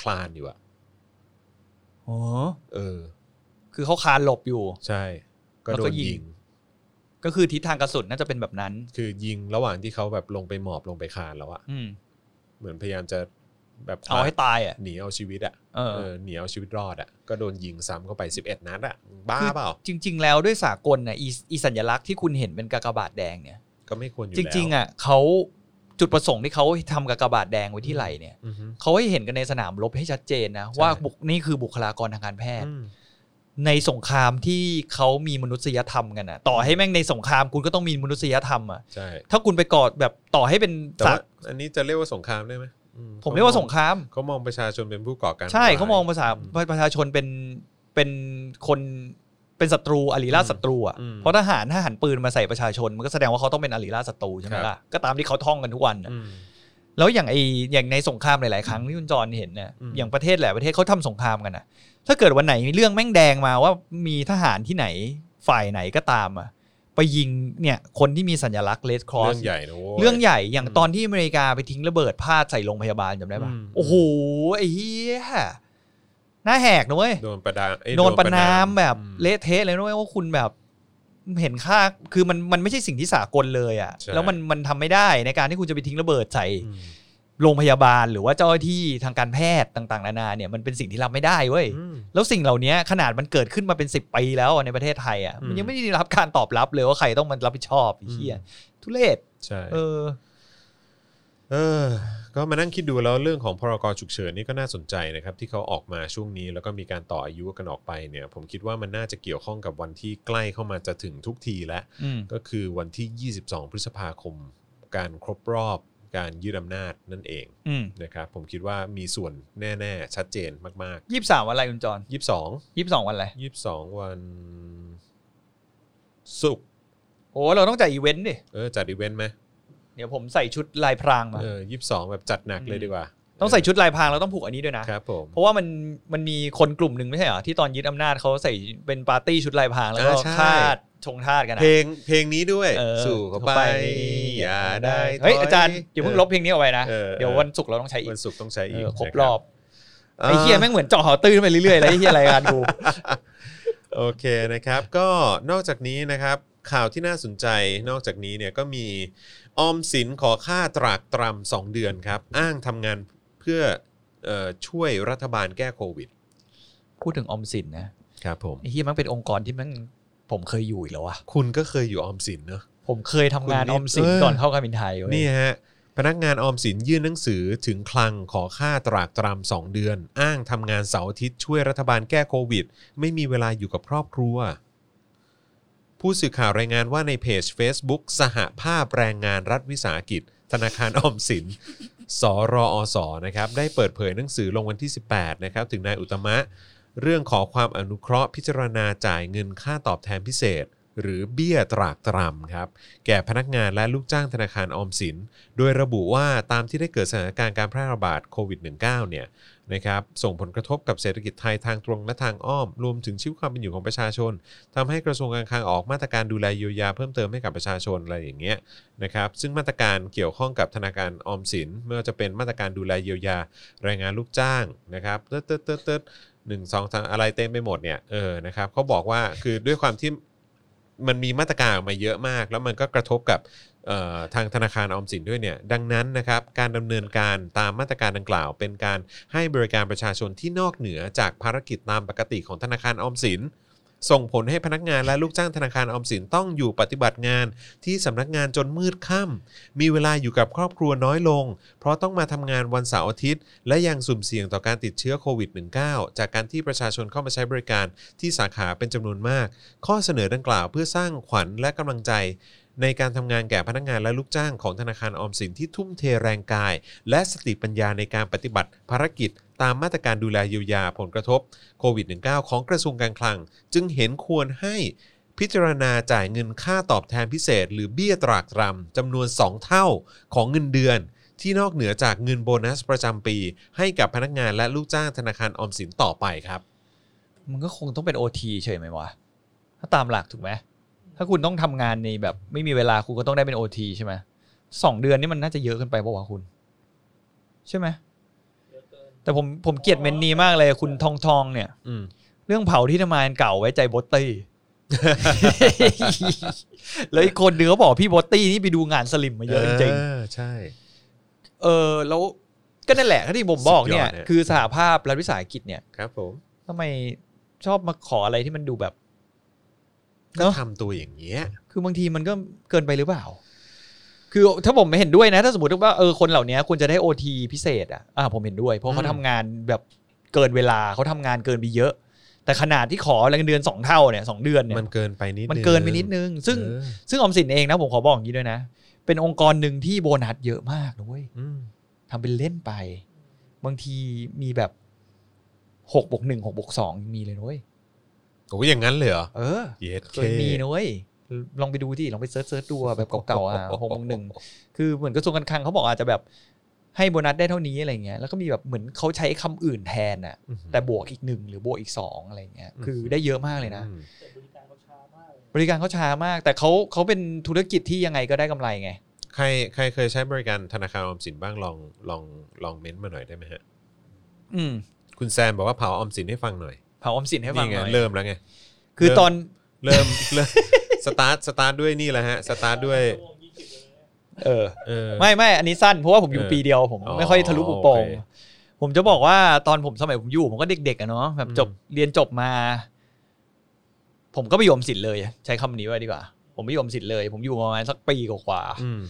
[SPEAKER 1] คลานอยู่อะ
[SPEAKER 2] โอ้
[SPEAKER 1] เออ
[SPEAKER 2] คือเขาคานหลบอยู่
[SPEAKER 1] ใช่ ก็
[SPEAKER 2] แล้ว
[SPEAKER 1] โด
[SPEAKER 2] ก็
[SPEAKER 1] น
[SPEAKER 2] ยิง
[SPEAKER 1] ยิง
[SPEAKER 2] ก็คือทิศทางกระสุนน่าจะเป็นแบบนั้น
[SPEAKER 1] คือยิงระหว่างที่เขาแบบลงไปหมอบลงไปคานแล้วอะ
[SPEAKER 2] อืม
[SPEAKER 1] เหมือนพยายามจะแบบ
[SPEAKER 2] เอาให้ตายอ่ะ
[SPEAKER 1] หนีเอาชีวิตอะ
[SPEAKER 2] เออ
[SPEAKER 1] เออหนีเอาชีวิตรอดอะก็โดนยิงซ้ำเข้าไป 11 นัดอะบ้าเปล่า
[SPEAKER 2] จริง ๆ แล้วด้วยสากลนะอีอีสัญลักษณ์ที่คุณเห็นเป็นกากบาทแดงเนี่ย
[SPEAKER 1] ก็ไม่ควรอยู่
[SPEAKER 2] จ
[SPEAKER 1] แล้ว
[SPEAKER 2] ริงๆอ่ะเขาจุดประสงค์ที่เขาทำกับกระบาดแดงไว้ที่ไหลเนี่ย
[SPEAKER 1] อือฮึ
[SPEAKER 2] เขาให้เห็นกันในสนามรบให้ชัดเจนนะ
[SPEAKER 1] ใช่
[SPEAKER 2] ว่าบุคนี่คือบุคลากรทางการแพทย์
[SPEAKER 1] อืม
[SPEAKER 2] ในสงครามที่เขามีมนุษยธรรมกันอ่ะต่อให้แม่งในสงครามคุณก็ต้องมีมนุษยธรรมอ่ะ
[SPEAKER 1] ใช่
[SPEAKER 2] ถ้าคุณไปกอดแบบต่อให้เป็น
[SPEAKER 1] แต่
[SPEAKER 2] สั
[SPEAKER 1] ว่า
[SPEAKER 2] ตว์
[SPEAKER 1] อันนี้จะเรียกว่าสงครามได้ไหมอื
[SPEAKER 2] ผมเรียกว่าสงคราม
[SPEAKER 1] เขามองประชาชนเป็นผู้ก่อการ
[SPEAKER 2] ใช่
[SPEAKER 1] ร้ย
[SPEAKER 2] เขามองภาษา
[SPEAKER 1] อืม
[SPEAKER 2] ประชาชนเป็นเป็นคนเป็นศัตรูอริราชศัตรูอ่ะ
[SPEAKER 1] อืม
[SPEAKER 2] เพราะทหารถ้าหันปืนมาใส่ประชาชน มันก็แสดงว่าเขาต้องเป็นอริราชศัตรูใช่ไหม
[SPEAKER 1] ครับ
[SPEAKER 2] ล่ะก็ตามที่เขาท่องกันทุกวันน่ะ
[SPEAKER 1] อืม
[SPEAKER 2] แล้วอย่างไออย่างในสงครามหลาย ๆ ครั้งที่คุณจรเห็นเนี่ย
[SPEAKER 1] อืม
[SPEAKER 2] อย่างประเทศหลายประเทศเขาทำสงครามกันนะถ้าเกิดวันไหนมีเรื่องแม่งแดงมาว่ามีทหารที่ไหนฝ่ายไหนก็ตามอะไปยิงเนี่ยคนที่มีสัญลักษณ์เลดครอ
[SPEAKER 1] เรื่
[SPEAKER 2] ส
[SPEAKER 1] องใหญ่นะโว้ย
[SPEAKER 2] เรื่องใหญ่อย่าง
[SPEAKER 1] อืม
[SPEAKER 2] ตอนที่อเมริกาไปทิ้งระเบิดพลาดใส่โรงพยาบาลจำได้ปะ
[SPEAKER 1] อืม
[SPEAKER 2] โอ้โหไอ้เหี้ยหน้าแหกนะเว้ย
[SPEAKER 1] โดนประดามเอ้ย
[SPEAKER 2] โดนประนามแบบ
[SPEAKER 1] อืม
[SPEAKER 2] เละเทะเลยนะเว้ยว่าคุณแบบเห็นค่าคือมันมันไม่ใช่สิ่งที่สากลเลยอะ
[SPEAKER 1] ใช่
[SPEAKER 2] แล้วมันมันทำไม่ได้ในการที่คุณจะไปทิ้งระเบิดใส่
[SPEAKER 1] อืม
[SPEAKER 2] โรงพยาบาลหรือว่าเจ้าหน้าที่ทางการแพทย์ต่างๆนานาเนี่ยมันเป็นสิ่งที่รับไม่ได้เว้ย
[SPEAKER 1] อืม
[SPEAKER 2] แล้วสิ่งเหล่านี้ขนาดมันเกิดขึ้นมาเป็น 10 ปีแล้วอะในประเทศไทยอ่ะ
[SPEAKER 1] อืม
[SPEAKER 2] มันยังไม่ได้รับการตอบรับเลยว่าใครต้องมันรับผิดชอบไอ้เหี้ยทุเรศ
[SPEAKER 1] ใช่
[SPEAKER 2] เออ
[SPEAKER 1] เออ ก็มานั่งคิดดูแล้วเรื่องของพรกฉุกเฉินนี่ก็น่าสนใจนะครับที่เขาออกมาช่วงนี้แล้วก็มีการต่ออายุกันออกไปเนี่ยผมคิดว่ามันน่าจะเกี่ยวข้องกับวันที่ใกล้เข้ามาจะถึงทุกทีแล้ว
[SPEAKER 2] อืม
[SPEAKER 1] ก็คือวันที่ 22 พฤษภาคม การครบรอบการยึดอำนาจนั่นเอง
[SPEAKER 2] อืม
[SPEAKER 1] นะครับผมคิดว่ามีส่วนแน่ๆ ชัดเจนมาก
[SPEAKER 2] ยี่สิบสามวันอะไรคุณจอน
[SPEAKER 1] ๆ 22
[SPEAKER 2] ยี่สิบสองวันอะไร
[SPEAKER 1] 22 วันศุกร์
[SPEAKER 2] โอ้เราต้องจัดอีเวนต์ดิ
[SPEAKER 1] เออจัดอีเวนต์ไหม
[SPEAKER 2] เดี๋ยวผมใส่ชุดลายพรางมา
[SPEAKER 1] เออ22 แบบจัดหนักเลยดีกว่า
[SPEAKER 2] ต้องใส่ชุดลายพรางเราต้องผูกอันนี้ด้วยนะครับ
[SPEAKER 1] ผม
[SPEAKER 2] เพราะว่ามันมันมีคนกลุ่มหนึ่งไม่ใช่เหรอที่ตอนยึดอำนาจเขาใส่เป็นปาร์ตี้ชุดลายพรางแล้วก็
[SPEAKER 1] อ่าใช่
[SPEAKER 2] คาดชงทาดกันอะ
[SPEAKER 1] เพลงเพลงนี้ด้วย
[SPEAKER 2] เออ
[SPEAKER 1] สู่เข้าไป อย่าได้
[SPEAKER 2] เฮ้ย
[SPEAKER 1] ถ
[SPEAKER 2] อาจารย์อย่าเพิ่งลบเพลงนี้เอาไว้นะ
[SPEAKER 1] เออ
[SPEAKER 2] เดี๋ยววันศุกร์เราต้องใช้อี
[SPEAKER 1] วั
[SPEAKER 2] ก
[SPEAKER 1] นศุกร์ต้องใช้อีก
[SPEAKER 2] เออครบ
[SPEAKER 1] นะ
[SPEAKER 2] ร
[SPEAKER 1] ค
[SPEAKER 2] อบไอ้เฮียแม่งเหมือนเจาะหอตื้นไปเรื่อยๆเลยไอ้เฮียรายการกู
[SPEAKER 1] โอเคนะครับ ก็นอกจากนี้นะครับ ข่าวที่น่าสนใจนอกจากนี้เนี่ยก็มีออมสินขอค่าตรากตรำสองเดือนครับ อ้างทำงาน เพื่อเอ่อช่วยรัฐบาลแก้โควิด
[SPEAKER 2] พูดถึงออมสินนะครับ
[SPEAKER 1] ผม
[SPEAKER 2] ไอ้ที่มันเป็นองค์กรที่มันผมเคยอยู่อีกแล้ววะ
[SPEAKER 1] คุณก็เคยอยู่ออมสินเนอะ
[SPEAKER 2] ผมเคยทำงาน
[SPEAKER 1] คุณนี่
[SPEAKER 2] ออมสิน
[SPEAKER 1] เออ
[SPEAKER 2] ก่อนเข้าการบินไทยเว้ย
[SPEAKER 1] นี่ฮะ พนักงานออมสินยื่นหนังสือถึงคลังขอค่าตรากตรำสองเดือน อ้างทำงานเสาร์อาทิตย์ช่วยรัฐบาลแก้โควิด ไม่มีเวลาอยู่กับครอบครัว ผู้สื่อข่าวรายงานว่าในเพจ Facebook สหภาพแรงงานรัฐวิสาหกิจ ธนาคารออมสิน สรอสนะครับได้เปิดเผยหนังสือลงวันที่ 18นะครับถึงนายอุตมะ เรื่องขอความอนุเคราะห์พิจารณาจ่ายเงินค่าตอบแทนพิเศษ หรือเบี้ยตรากตรำครับ แก่พนักงานและลูกจ้างธนาคารออมสิน โดยระบุว่าตามที่ได้เกิดสถานการณ์การแพร่ระบาดโควิด -19 เนี่ยนะครับส่งผลกระทบกับเศรษฐกิจไทยทางตรงและทางอ้อม รวมถึงชีวิตความเป็นอยู่ของประชาชนทำให้กระทรวงการคลังออกมาตรการดูแลเยียวยาเพิ่มเติมให้กับประชาชนอะไรอย่างเงี้ยนะครับซึ่งมาตรการเกี่ยวข้องกับธนาคารออมสินไม่ว่าจะเป็นมาตรการดูแลเยียวยาแรงงานลูกจ้างนะครับเติร์ดเติร์ดเติร์ดเติร์ด หนึ่งสองสามอะไรเต็มไปหมดเนี่ยเออนะครับเขาบอกว่าคือด้วยความที่มันมีมาตรการออกมาเยอะมาก แล้วมันก็กระทบกับเอ่อทางธนาคารออมสินด้วยเนี่ยดังนั้นนะครับการดำเนินการตามมาตรการดังกล่าว เป็นการให้บริการประชาชนที่นอกเหนือจากภารกิจตามปกติของธนาคารออมสิน ส่งผลให้พนักงานและลูกจ้างธนาคารออมสินต้องอยู่ปฏิบัติงานที่สำนักงานจนมืดค่ำมีเวลาอยู่กับครอบครัวน้อยลง เพราะต้องมาทำงานวันเสาร์อาทิตย์ และยังสุ่มเสี่ยงต่อการติดเชื้อโควิด -19 จากการที่ประชาชนเข้ามาใช้บริการที่สาขาเป็นจำนวนมาก ข้อเสนอดังกล่าวเพื่อสร้างขวัญและกำลังใจ ในการทำงานแก่พนักงานและลูกจ้างของธนาคารออมสินที่ทุ่มเทแรงกาย และสติปัญญาในการปฏิบัติภารกิจ ตามมาตรการดูแลเยียวยาผลกระทบโควิด -19 ของกระทรวงการคลัง จึงเห็นควรให้พิจารณาจ่ายเงินค่าตอบแทนพิเศษ หรือเบี้ยตรากตรำจำนวน 2 เท่าของเงินเดือน ที่นอกเหนือจากเงินโบนัสประจำปี ให้กับพนักงานและลูกจ้างธนาคารออมสินต่อไปครับ
[SPEAKER 2] มันก็คงต้องเป็นโอทีเฉยไหมวะถ้าตามหลักถูกไหมถ้าคุณต้องทำงานในแบบ ไม่มีเวลาคุณก็ต้องได้เป็นโอทีใช่ไหมสองเดือนนี่มันน่าจะเยอะเกินไปบอกว่าวะคุณ ใช่ไหม
[SPEAKER 3] เยอะเกิน
[SPEAKER 2] แต่ผมผมเกลียดเมนนีมากเลยคุณทองทองเนี่ย
[SPEAKER 1] อืม
[SPEAKER 2] เรื่องเผาที่ทำงานเก่าไว้ใจบอตตี้ แล้วอีกคนเนื้อบอกพี่บอตตี้นี่ไปดูงานสลิมมาเยอะจริง
[SPEAKER 1] ใช่
[SPEAKER 2] ๆเออ แล้วก็นั่นแหละที่ผมบอกเนี่ย
[SPEAKER 1] สุดยอดเนี่ย
[SPEAKER 2] คือสหภาพรัฐวิสาหกิจเนี่ย
[SPEAKER 1] ครับผม
[SPEAKER 2] ทำไมชอบมาขออะไรที่มันดูแบบ
[SPEAKER 1] ก็
[SPEAKER 2] เนอะ
[SPEAKER 1] ทำตัวอย่างเงี้ย
[SPEAKER 2] คือบางทีมันก็เกินไปหรือเปล่า คือถ้าผมไม่เห็นด้วยนะ ถ้าสมมติว่าเออคนเหล่านี้ควรจะได้โอทีพิเศษอ่ะอ่าผมเห็นด้วย เพ
[SPEAKER 1] อื
[SPEAKER 2] ราะ
[SPEAKER 1] ม
[SPEAKER 2] เขาทำงานแบบเกินเวลาเขาทำงานเกินไปเยอะ แต่ขนาดที่ขอเงินเดือนสองเท่าเนี่ยสองเดือนเนี่ย
[SPEAKER 1] มันเกินไปนิด
[SPEAKER 2] มันเกินไปนิดนึง ซึ่ง
[SPEAKER 1] เออ
[SPEAKER 2] ซึ่งออมสินเองนะผมขอบอกอย่างนี้ด้วยนะ เป็นองค์กรหนึ่งที่โบนัสเยอะมากนะเว้ย
[SPEAKER 1] อืม
[SPEAKER 2] ทำเป็นเล่นไป บางทีมีแบบหกบวกหนึ่งหกบวกสองมีเลยนะเว้ย
[SPEAKER 1] โอ้ยอย่างนั้นเลยเหรอ
[SPEAKER 2] เออ
[SPEAKER 1] เย็ด
[SPEAKER 2] เคยมีนะเว้ยลองไปดูที่ลองไปเซิร์ชเซิร์ชดู อะแบบเก่าๆอ่ะหกบวกหนึ่งคือเหมือนกระทรวงการคลังเขาบอกอาจจะแบบ ให้โบนัสได้เท่านี้อะไรเงี้ยแล้วก็มีแบบเหมือนเขาใช้คำอื่นแทนน่ะ แต่บวกอีกหนึ่งหรือบวกอีกสองอะไรเงี้ยคือได้เยอะมากเลยนะ
[SPEAKER 3] แต่บริการเขาช้ามากเลย
[SPEAKER 2] บริการเขาช้ามาก แต่เขาเขาเป็นธุรกิจที่ยังไงก็ได้กำไรไง
[SPEAKER 1] ใครใครเคยใช้บริการธนาคารออมสินบ้างลองลองลองเม้นต์มาหน่อยได้ไหมฮะ
[SPEAKER 2] อืม
[SPEAKER 1] คุณแซมบอกว่าเผาออมสินให้ฟังหน่อย
[SPEAKER 2] เผาออมสินให้ฟัง
[SPEAKER 1] นี่
[SPEAKER 2] ห
[SPEAKER 1] ไง
[SPEAKER 2] น่อย
[SPEAKER 1] เริ่มแล้วไง
[SPEAKER 2] คือตอน
[SPEAKER 1] เริ่มเริ่มสตาร์ทสตาร์ทด้วยนี่แหละฮะสตาร์ทด้วย
[SPEAKER 3] ชั่วโมง20เลยนะ
[SPEAKER 2] เออ
[SPEAKER 1] เออ
[SPEAKER 2] ไม่ไม่อันนี้สั้นเพราะว่าผมอยู่
[SPEAKER 1] เออ
[SPEAKER 2] ปีเดียวผม
[SPEAKER 1] อ๋อ
[SPEAKER 2] ไม่ค่อยทะลุปุโปร่ง
[SPEAKER 1] โอเค
[SPEAKER 2] ผมจะบอกว่าตอนผมสมัยผมอยู่ผมก็เด็กๆอะเนาะแบบ
[SPEAKER 1] อืม
[SPEAKER 2] จบเรียนจบมา ผมก็ไปอยออมสินเลย ใช้คำนี้ไว้ดีกว่า ผมไปอยออมสินเลย ผมอยู่ประมาณสักปีกว่าๆ
[SPEAKER 1] อืม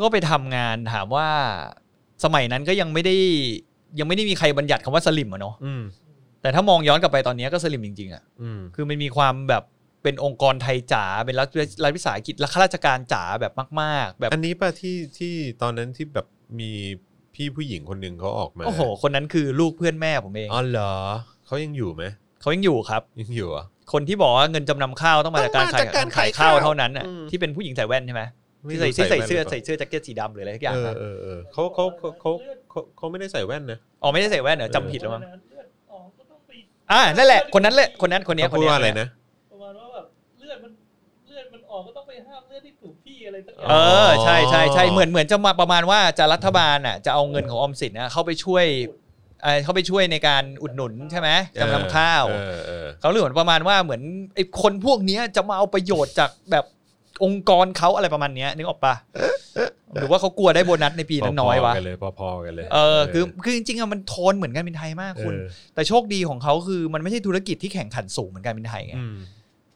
[SPEAKER 2] ก็ไปทำงานถามว่าสมัยนั้นก็ยังไม่ได้ ยังไม่ได้มีใครบัญญัติคำว่าสลิมอะเนาะ
[SPEAKER 1] อืม
[SPEAKER 3] อืม
[SPEAKER 2] แต่ถ้ามองย้อนกลับไปตอนเนี้ยก็สลิมจริงๆอะ
[SPEAKER 1] อืม
[SPEAKER 2] คือมันมีความแบบเป็นองค์กรไทยจ๋าเป็นรัฐรัฐวิสาหกิจและข้าราชการจ๋าแบบมาก ๆ แบบ
[SPEAKER 1] อันนี้ป่ะที่ที่ตอนนั้นที่แบบมีพี่ผู้หญิงคนหนึ่งเขาออกมา
[SPEAKER 2] โอ้โห คนนั้นคือลูกเพื่อนแม่ผมเอง
[SPEAKER 1] อ๋อเหรอเขายังอยู่ไหม
[SPEAKER 2] เขายังอยู่ครับ
[SPEAKER 1] ยังอยู่เหรอ่ะ
[SPEAKER 2] คนที่บอกว่าเงินจำนำข้าวต้องมาจากการขาย
[SPEAKER 1] ต้องมาจากการ
[SPEAKER 2] ขา
[SPEAKER 1] ขาย ย
[SPEAKER 2] ข้า
[SPEAKER 1] ข้าว ว
[SPEAKER 2] เท่านั้นน่ะ
[SPEAKER 1] อืม
[SPEAKER 2] ที่เป็นผู้หญิงใส่แว่นใช่ไหมที่ใส่ที่ใส่เสื้อใส่เสื้อแจ็คเก็ตสีดำหรืออะไรทุกอย่าง
[SPEAKER 1] เออ
[SPEAKER 2] นะ
[SPEAKER 1] เออเออเขาเขาเขาเขาเขาเขาไม่ได้ใส่แว่นนะ
[SPEAKER 2] อ๋อไม่ได้ใส่แว่นเหรอ
[SPEAKER 1] เออ
[SPEAKER 2] จำผิดแล้วมั้ง
[SPEAKER 3] เลือดออกก็ต้องไป
[SPEAKER 2] อ่านั่นแหละคนนั้นแหละคนนั้นคนเนี้ย
[SPEAKER 1] เขา
[SPEAKER 2] คน
[SPEAKER 1] พูด
[SPEAKER 2] เนี้ย
[SPEAKER 1] ว่าอะไรนะ
[SPEAKER 3] ประมาณว่าแบบเลือดมันเลือดมันออกก็ต้องไปห้ามเลือดที่ถูกที่อะไรสักอย่าง
[SPEAKER 2] เออใช่ใช่ใช่
[SPEAKER 1] อ๋อ
[SPEAKER 2] เหมือนเหมือนจะมาประมาณว่าจะรัฐบาลอ่ะจะเอาเงินของออมสินนะเข้าไปช่วยเอ่อเข้าไปช่วยในการอุดหนุนใช่ไหมจำนำข้าว
[SPEAKER 1] เออเออ
[SPEAKER 2] เขาเหลือเหมือนประมาณว่าเหมือนไอ้คนพวกเนี้ยจะมาเอาประโยชน์จากแบบ องค์กรเขาอะไรประมาณเนี้ยนึกออกปะหรือว่าเขากลัวได้โบนัสในปีนั้นน้อยวะ
[SPEAKER 1] พๆกันเลยพอๆกันเลย
[SPEAKER 2] เออคือคือจริงๆอะมันโทนเหมือนการบินไทยมากคุณ
[SPEAKER 1] เออ
[SPEAKER 2] แต่โชคดีของเขาคือมันไม่ใช่ธุรกิจที่แข่งขันสูงเหมือนการบินไทยไง
[SPEAKER 1] อืม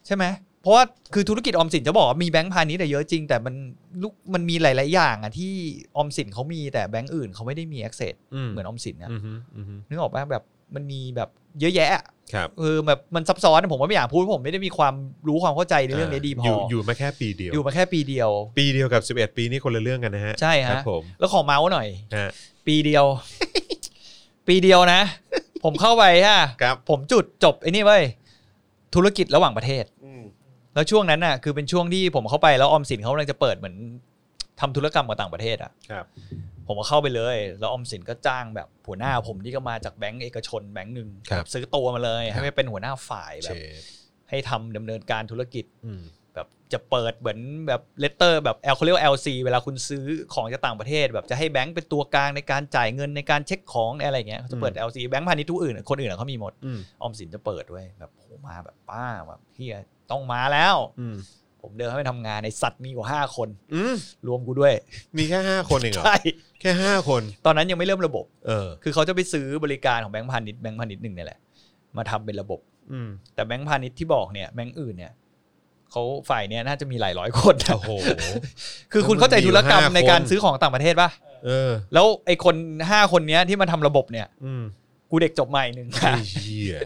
[SPEAKER 2] ใช่ไหมเพราะว่าคือธุรกิจออมสินจะบอกว่ามีแบงก์พาณิชย์แต่เยอะจริง แต่มันลูกมันมีหลาย ๆ อย่างอะที่ออมสินเขามีแต่แบงก์อื่นเขาไม่ได้มี access เหมือนออมสินนะ
[SPEAKER 1] อืมฮึอืมฮึ
[SPEAKER 2] นึกออกปะแบบมันมีแบบเยอะแยะอะ
[SPEAKER 1] ครับ
[SPEAKER 2] เออแบบมันซับซ้อนอะผมว่าไม่อยากพูดเพราะผมไม่ได้มีความรู้ความเข้าใจในเรื่องนี้ดีพออยู่
[SPEAKER 1] อยู่มาแค่ปีเดียว
[SPEAKER 2] อยู่มาแค่ปีเดียว
[SPEAKER 1] ปีเดียวกับ 11 ปีนี่คนละเรื่องกันนะฮะ
[SPEAKER 2] ใช่ฮะ
[SPEAKER 1] ครับผม
[SPEAKER 2] แล้วขอเมาส์หน่อย
[SPEAKER 1] ฮะ
[SPEAKER 2] ปีเดียว ปีเดียวนะ ผมเข้าไปฮะ
[SPEAKER 1] ครับ
[SPEAKER 2] ผมจุดจบไอ้นี่เว้ยธุรกิจระหว่างประเทศ
[SPEAKER 1] อืม
[SPEAKER 2] แล้วช่วงนั้นน่ะคือเป็นช่วงที่ผมเข้าไปแล้วออมสินเขากำลังจะเปิดเหมือนทำธุรกรรมกับต่างประเทศอ่ะ
[SPEAKER 1] ครับ
[SPEAKER 2] ผมก็เข้าไปเลย แล้วออมสินก็จ้างแบบหัวหน้าผมที่ก็มาจากแบงก์เอกชนแบงก์หนึ่ง
[SPEAKER 1] ครับ
[SPEAKER 2] ซื้อตัวมาเลยให้ไปเป็นหัวหน้าฝ่าย
[SPEAKER 1] เช
[SPEAKER 2] แบบ
[SPEAKER 1] ด
[SPEAKER 2] ให้ทำดำเนินการธุรกิจ
[SPEAKER 1] อืม
[SPEAKER 2] แบบจะเปิดเหมือนแบบเลตเตอร์แบบแอลเขาเรียกว่า LC เวลาคุณซื้อของจากต่างประเทศ แบบจะให้แบงก์เป็นตัวกลางในการจ่ายเงินในการเช็คของอะไรอย่างเงี้ยเขาจะเปิด LC แบงก์พาณิชย์ทุกอื่นคนอื่นอะเขามีหมด
[SPEAKER 1] อืม
[SPEAKER 2] ออมสินจะเปิดด้วยแบบโหมาแบบป้าแบบเฮียต้องมาแล้ว
[SPEAKER 1] อืม
[SPEAKER 2] ผมเดินเข้าไปทำงานในสัตว์มีกว่าห้าคน
[SPEAKER 1] อืม
[SPEAKER 2] รวมกูด้วย
[SPEAKER 1] มีแค่ 5 คนเองเหรอ
[SPEAKER 2] ใช่
[SPEAKER 1] แค่ 5 คน
[SPEAKER 2] ตอนนั้นยังไม่เริ่มระบบ
[SPEAKER 1] เออ
[SPEAKER 2] คือเขาจะไปซื้อบริการของแบงก์พาณิชย์แบงก์พาณิชย์หนึ่งเนี่ยแหละมาทำเป็นระบบ
[SPEAKER 1] อืม
[SPEAKER 2] แต่แบงก์พาณิชย์ที่บอกเนี่ยแบงก์อื่นเนี่ยเขาฝ่ายเนี่ยน่าจะมีหลายร้อยคนนะ
[SPEAKER 1] โอ้โห
[SPEAKER 2] คือคุณเข้าใจธุรกรรมในการ
[SPEAKER 1] มันมีอยู่ห้าคน
[SPEAKER 2] ซื้อของต่างประเทศป่ะ
[SPEAKER 1] เออ
[SPEAKER 2] แล้วไอ้คนห้าคนเนี้ยที่มาทำระบบเนี่ย
[SPEAKER 1] อืม
[SPEAKER 2] กูเด็กจบใหม่หนึ่ง
[SPEAKER 1] ไอ้เหี้ย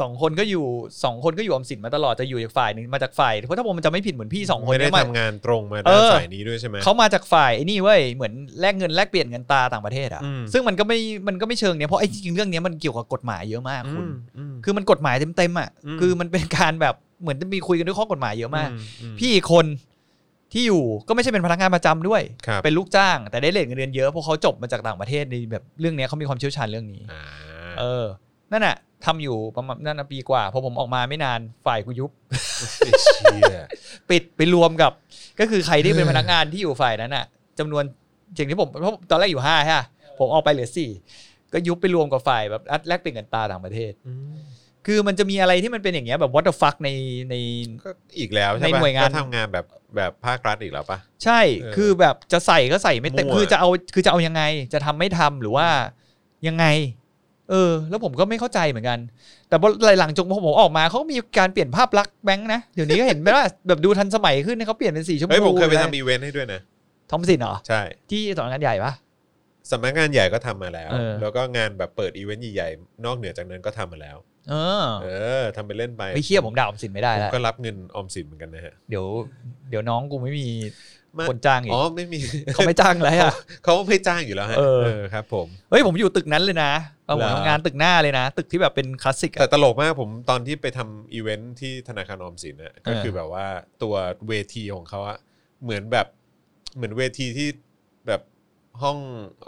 [SPEAKER 2] สองคนก็อยู่สองคนก็อยู่ออมสินมาตลอดจะอยู่อีกฝ่ายหนึ่งมาจากฝ่ายเพราะถ้าผมมันจะไม่ผิดเหมือนพี่สองคน
[SPEAKER 1] ไม่ได้
[SPEAKER 2] เนี่ยมา
[SPEAKER 1] ทำงานตรงมา
[SPEAKER 2] เอ
[SPEAKER 1] ด้าน
[SPEAKER 2] อ
[SPEAKER 1] สายนี้ด้วยใช่ไหม
[SPEAKER 2] เขามาจากฝ่ายไอ้นี่เว้ยเหมือนแลกเงินแลกเปลี่ยนเงินตาต่างประเทศอ่ะ
[SPEAKER 1] อืม
[SPEAKER 2] ซึ่งมันก็ไม่มันก็ไม่เชิงเนี่ยเพราะไอ้จริงๆเรื่องเนี้ยมันเกี่ยวกับกฎหมายเยอะมาก
[SPEAKER 1] อื
[SPEAKER 2] คุณ
[SPEAKER 1] มอืม
[SPEAKER 2] คือมันกฎหมายเต็มๆอ่ะ
[SPEAKER 1] อืม
[SPEAKER 2] คือมันเป็นการแบบเหมือนจะมีคุยกันด้วยข้อกฎหมายเยอะมาก
[SPEAKER 1] อือื
[SPEAKER 2] พี่อีกคนที่อยู่ก็ไม่ใช่เป็นพนักงานประจำด้วย
[SPEAKER 1] ครับ
[SPEAKER 2] เป็นลูกจ้าง แต่ได้เลทเงินเดือนเยอะเพราะเขาจบมาจากต่างประเทศในแบบเรื่องเนี้ยเขามีความเชี่ยวชาญเรื่องนี้
[SPEAKER 1] อ่า
[SPEAKER 2] เออนั่นน่ะทำอยู่ประมาณนั่นน่ะปีกว่าพอผมออกมาไม่นานฝ่ายกูยุบ
[SPEAKER 1] ไอ้เชี่ย
[SPEAKER 2] ปิดไปรวมกับ ก็คือใครที่เป็นพนักงานที่อยู่ฝ่ายนั้นน่ะจำนวนอย่างที่ผมเพราะตอนแรกอยู่ห้าใช่ปะผมเออกไปเหลือสี่ก็ยุบไปรวมกับฝ่ายแบบอัดแลกเปลี่ยนกันตาต่างประเทศ
[SPEAKER 1] อืม
[SPEAKER 2] คือมันจะมีอะไรที่มันเป็นอย่างเงี้ยแบบ what the fuck ในใน
[SPEAKER 1] ก็อีกแล้วใช่
[SPEAKER 2] ใน
[SPEAKER 1] ปะ
[SPEAKER 2] หน่วยงาน
[SPEAKER 1] ก็ทำงานแบบแบบภาครัฐอีกแล้วปะ
[SPEAKER 2] ใช่
[SPEAKER 1] เออ
[SPEAKER 2] คือแบบจะใส่ก็ใส่ไม่เต็ม
[SPEAKER 1] มั่ว
[SPEAKER 2] คือจะเอาคือจะเอายังไงจะทำไม่ทำหรือว่ายังไง เออ แล้วผมก็ไม่เข้าใจเหมือนกัน แต่พอหลังๆจงพอผมออกมาเขาก็มีการเปลี่ยนภาพลักษณ์แบงค์นะ เดี๋ยวนี้ก็เห็นไหมว่าแบบดูทันสมัยขึ้นนะเขาเปลี่ยนเป็นสีชมพู
[SPEAKER 1] เฮ้ยผมเคยไป
[SPEAKER 2] แล้ว
[SPEAKER 1] ทำอีเวนต์ให้ด้วยนะ
[SPEAKER 2] ทอมสินเหรอ
[SPEAKER 1] ใช่
[SPEAKER 2] ที่สำนักงานใหญ่ปะ
[SPEAKER 1] สำนักงานใหญ่ก็ทำมาแล้ว
[SPEAKER 2] เออ
[SPEAKER 1] แล้วก็งานแบบเปิดอีเวนต์ใหญ่ๆนอกเหนือจากนั้นก็ทำมาแล้ว
[SPEAKER 2] เออ
[SPEAKER 1] เออทำไปเล่นไป
[SPEAKER 2] ไม่เชี่ยผมด่าออมสินไม่ได้
[SPEAKER 1] ผม
[SPEAKER 2] แล้ว
[SPEAKER 1] ก็รับเงินออมสินเหมือนกันนะฮะ
[SPEAKER 2] เดี๋ยว เดี๋ยวน้องกูไม่มี
[SPEAKER 1] มา
[SPEAKER 2] คนจ้างอีก
[SPEAKER 1] อ๋อไม่มี
[SPEAKER 2] เขาไม่จ้างเลยอ่ะ
[SPEAKER 1] เขาไม่จ้างอยู่แล้วฮะ
[SPEAKER 2] เออ
[SPEAKER 1] ครับผม
[SPEAKER 2] เฮ้ยผมอยู่ตึกนั้นเลยนะเอาผม
[SPEAKER 1] เหรอ
[SPEAKER 2] ทำงานตึกหน้าเลยนะ ตึกที่แบบเป็นคลาสสิก
[SPEAKER 1] แต่
[SPEAKER 2] อะ
[SPEAKER 1] ตลกมากผมตอนที่ไปทำอีเวนต์ที่ธนาคารออมสินน่ะก็คือแบบว่าตัวเวทีของเขาอะเหมือนแบบเหมือนเวทีที่แบบห้อง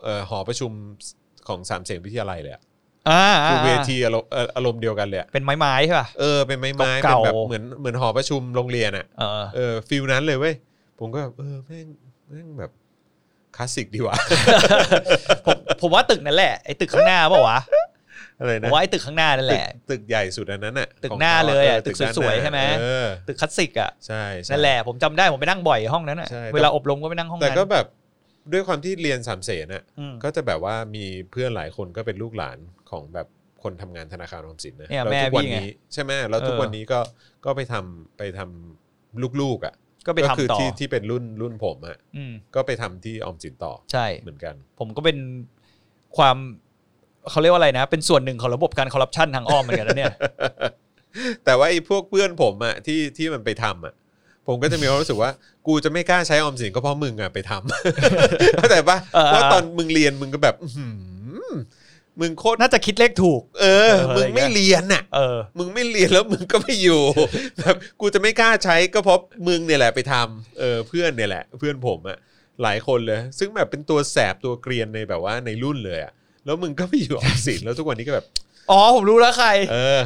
[SPEAKER 1] เอ่อหอประชุมของสามเสนวิทยาลัยเลยอะ
[SPEAKER 2] อ่า
[SPEAKER 1] คือเว
[SPEAKER 2] า
[SPEAKER 1] ทีอารมณ์เอ่ออารมณ์เดียวกันเลยอะ
[SPEAKER 2] เป็นไม้ๆใช่ป่ะ
[SPEAKER 1] เออเป็นไม้ไม้เป็
[SPEAKER 2] เก่าน ๆ
[SPEAKER 1] แบบเหมือนเหมือนหอประชุมโรงเรียนอะ
[SPEAKER 2] เออ
[SPEAKER 1] เออฟิลนั้นเลยเว้ยผมก็แบบเออแม่งแม่งแบบคลาสสิกดีว่ะ
[SPEAKER 2] ผมผมว่าตึกนั่นแหละไอ้ตึกข้างหน้าเปล่าวะ
[SPEAKER 1] อะไร
[SPEAKER 2] ผม
[SPEAKER 1] นะ
[SPEAKER 2] ว่าไอ้ตึกข้างหน้านั่นแหละ
[SPEAKER 1] ตึกตึกใหญ่สุดอันนั้นน่ะ
[SPEAKER 2] ตึก
[SPEAKER 1] ของ
[SPEAKER 2] หน้า
[SPEAKER 1] ข
[SPEAKER 2] เลยอะ
[SPEAKER 1] เ
[SPEAKER 2] ตึกสวยๆ
[SPEAKER 1] ด้าน้า
[SPEAKER 2] ใช่ไหม
[SPEAKER 1] เออ
[SPEAKER 2] ตึกคลาสสิกอ่ะ
[SPEAKER 1] ใช่ใช่
[SPEAKER 2] นั่นแหละผมจำได้ผมไปนั่งบ่อยห้องนั้นอ่ะ
[SPEAKER 1] ใช่
[SPEAKER 2] เวลาอบรมก็ไปนั่งห้อง
[SPEAKER 1] แต่
[SPEAKER 2] นั้น
[SPEAKER 1] ก็แบบด้วยความที่เรียนสามเสนน่ะ
[SPEAKER 2] อืม
[SPEAKER 1] ก็จะแบบว่ามีเพื่อนหลายคนก็เป็นลูกหลานของแบบคนทำงานธนาคารออมสินนะ
[SPEAKER 2] เนี่ย
[SPEAKER 1] แล้ว
[SPEAKER 2] แม่
[SPEAKER 1] ทุกวั
[SPEAKER 2] พี่ไง
[SPEAKER 1] นี้ใช่ไหมแล้วทุก
[SPEAKER 2] เออ
[SPEAKER 1] วันนี้ก็ก็ไปทำไปทำลูกๆอ่ะ
[SPEAKER 2] ก็ไป
[SPEAKER 1] ก็
[SPEAKER 2] ทำ
[SPEAKER 1] คือ
[SPEAKER 2] ต่อ
[SPEAKER 1] ที่ที่เป็นรุ่นรุ่นผมอ่ะ
[SPEAKER 2] อืม
[SPEAKER 1] ก็ไปทำที่ออมสินต่อ
[SPEAKER 2] ใช่
[SPEAKER 1] เหมือนกัน
[SPEAKER 2] ผมก็เป็นความเขาเรียกว่าอะไรนะ เป็นส่วนหนึ่งของระบบการคอร์รัปชันทางอ้อมเหมือนกันนะ เนี่ย
[SPEAKER 1] แต่ว่าไอ้พวกเพื่อนผมอ่ะที่ที่มันไปทำอ่ะ ผมก็จะมีความรู้สึกว่ากูจะไม่กล้าใช้ออมสินก็เพราะมึงอ่ะไปทำ เข้าใจปะ
[SPEAKER 2] เออ
[SPEAKER 1] ว่าตอนมึงเรียนมึงก็แบบอื้อหือมึงโคตร
[SPEAKER 2] น่าจะคิดเลขถูก
[SPEAKER 1] เออ
[SPEAKER 2] เออ
[SPEAKER 1] มึงไม่เรียนอ่ะ
[SPEAKER 2] เออ
[SPEAKER 1] มึงไม่เรียนแล้วมึงก็ไม่ อยู่ แบบกูจะไม่กล้าใช้ก็เพราะมึงเนี่ยแหละไปทำเออเพื่อนเนี่ยแหละ เพื่อนผมอะหลายคนเลย ซึ่งแบบเป็นตัวแสบตัวเกรียนในแบบว่าในรุ่นเลยอะแล้วมึงก็ไปอยู่ออมสินแล้วทุกวันนี้ก็แบบ
[SPEAKER 2] อ๋อผมรู้แล้วใคร
[SPEAKER 1] เออ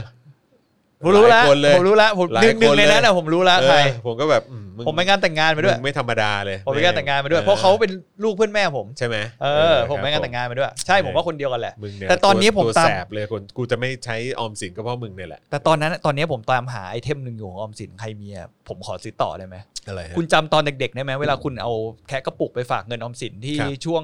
[SPEAKER 2] ผม รู้แล้ว
[SPEAKER 1] หายคนเลย
[SPEAKER 2] ผมรู้แล้วผม
[SPEAKER 1] หลาย
[SPEAKER 2] หนึ่งหนึ่
[SPEAKER 1] ค
[SPEAKER 2] ง
[SPEAKER 1] น
[SPEAKER 2] ใน
[SPEAKER 1] เลย
[SPEAKER 2] นั้นอะผมรู้แล้ว
[SPEAKER 1] เออ
[SPEAKER 2] ใคร
[SPEAKER 1] ผมก็แบบอืง
[SPEAKER 2] ผมไปงานแต่งงานมาด้วย
[SPEAKER 1] งไม่ธรรมดาเลย
[SPEAKER 2] ผมไปงานแต่งงานมาด้วย เพราะเขาเป็นลูกเพื่อนแม่ผม
[SPEAKER 1] ใช่ไหม
[SPEAKER 2] เออ ผมไปงานแต่งงานมาด้วย ใช่ผมว่าคนเดียวกันแหละ
[SPEAKER 1] มึงเนี่ย
[SPEAKER 2] แต่ตอนนี้ผม
[SPEAKER 1] ว
[SPEAKER 2] ตาม
[SPEAKER 1] แสบเลยคนกูจะไม่ใช้ออมสินก็เพราะมึงเนี่ยแหละ
[SPEAKER 2] แต่ตอนนั้นอะตอนนี้ผมตามหาไอเทมหนึ่งอยู่ของออมสินใครมีอะผมขอซื้อต่อได้ไหม
[SPEAKER 1] อะไรฮะ
[SPEAKER 2] คุณจำตอนเด็กๆได้ไหมเวลาคุณเอาแคะกระปุกไปฝากเงินออมสินที่
[SPEAKER 1] ครับ
[SPEAKER 2] ช่วง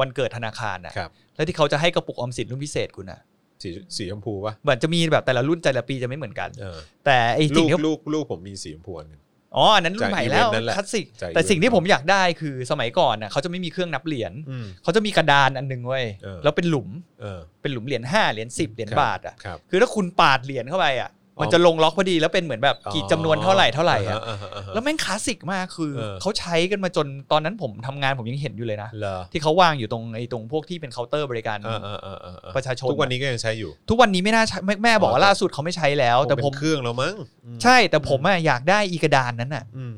[SPEAKER 2] วันเกิดธนาคารอ่ะ
[SPEAKER 1] ครับ
[SPEAKER 2] แล้วที่เขาจะให้กระปุกออมสินรุ่นพิเศษคุณอ่ะ
[SPEAKER 1] สีสีชมพูปะ
[SPEAKER 2] เหมือนจะมีแบบแต่ละรุ่นแต่ละปีจะไม่เหมือนกัน
[SPEAKER 1] เออ
[SPEAKER 2] แต่ไอ
[SPEAKER 1] ลู
[SPEAKER 2] สิ่ง
[SPEAKER 1] ก
[SPEAKER 2] ที่
[SPEAKER 1] ลูกลูกผมมีสีชมพูอันหนึ่ง
[SPEAKER 2] อ๋ออันนั้นรุ่นใหม่แล้
[SPEAKER 1] จากอีเวนต์
[SPEAKER 2] ว
[SPEAKER 1] นั่นแหละ
[SPEAKER 2] คลาสสิก
[SPEAKER 1] จากอีเวนต์
[SPEAKER 2] แต่สิ่งที่ผมอยากได้คือสมัยก่อนน่ะเขาจะไม่มีเครื่องนับเหรียญ
[SPEAKER 1] อืม
[SPEAKER 2] เขาจะมีกระดานอันหนึงเว้ย
[SPEAKER 1] เออ
[SPEAKER 2] แล้วเป็นหลุม
[SPEAKER 1] เออ
[SPEAKER 2] เป็นหลุมเหรียญห้าเหรียญสิบเหรียญบาทอ่ะ
[SPEAKER 1] ครับ
[SPEAKER 2] คือถ้าคุณปาดเหรียญเข้าไปอ่ะมัน
[SPEAKER 1] อ๋อ
[SPEAKER 2] จะลงล็อกพอดีแล้วเป็นเหมือนแบบกี่จำนวนเท่าไหร่เท่าไหร่อ่ะ
[SPEAKER 1] อ่าฮอ่าฮ
[SPEAKER 2] แล้วแม่งคลาสสิกมากคือ
[SPEAKER 1] เออ
[SPEAKER 2] เขาใช้กันมาจนตอนนั้นผมทำงานผมยังเห็นอยู่เลยนะ
[SPEAKER 1] เหรอ
[SPEAKER 2] ที่เขาวางอยู่ตรงไอ้ตรงพวกที่เป็นเคาน์เตอร์บริการ
[SPEAKER 1] อ่าอ่าอ่าอ่าอ่า
[SPEAKER 2] ประชาชน
[SPEAKER 1] ทุกวันนี้ก็ยังใช้อยู่
[SPEAKER 2] ทุกวันนี้ไม่น่าใช้แม่แม่บอก
[SPEAKER 1] อ๋
[SPEAKER 2] ว่า
[SPEAKER 1] อ
[SPEAKER 2] ล่าสุดเขาไม่ใช้แล้ว แต่
[SPEAKER 1] คง
[SPEAKER 2] ผม
[SPEAKER 1] เป็นเครื่องแล้วมั้งอืม
[SPEAKER 2] ใช่แต่ผมอะอยากได้อีกระดานนั้นน่ะ
[SPEAKER 1] อืม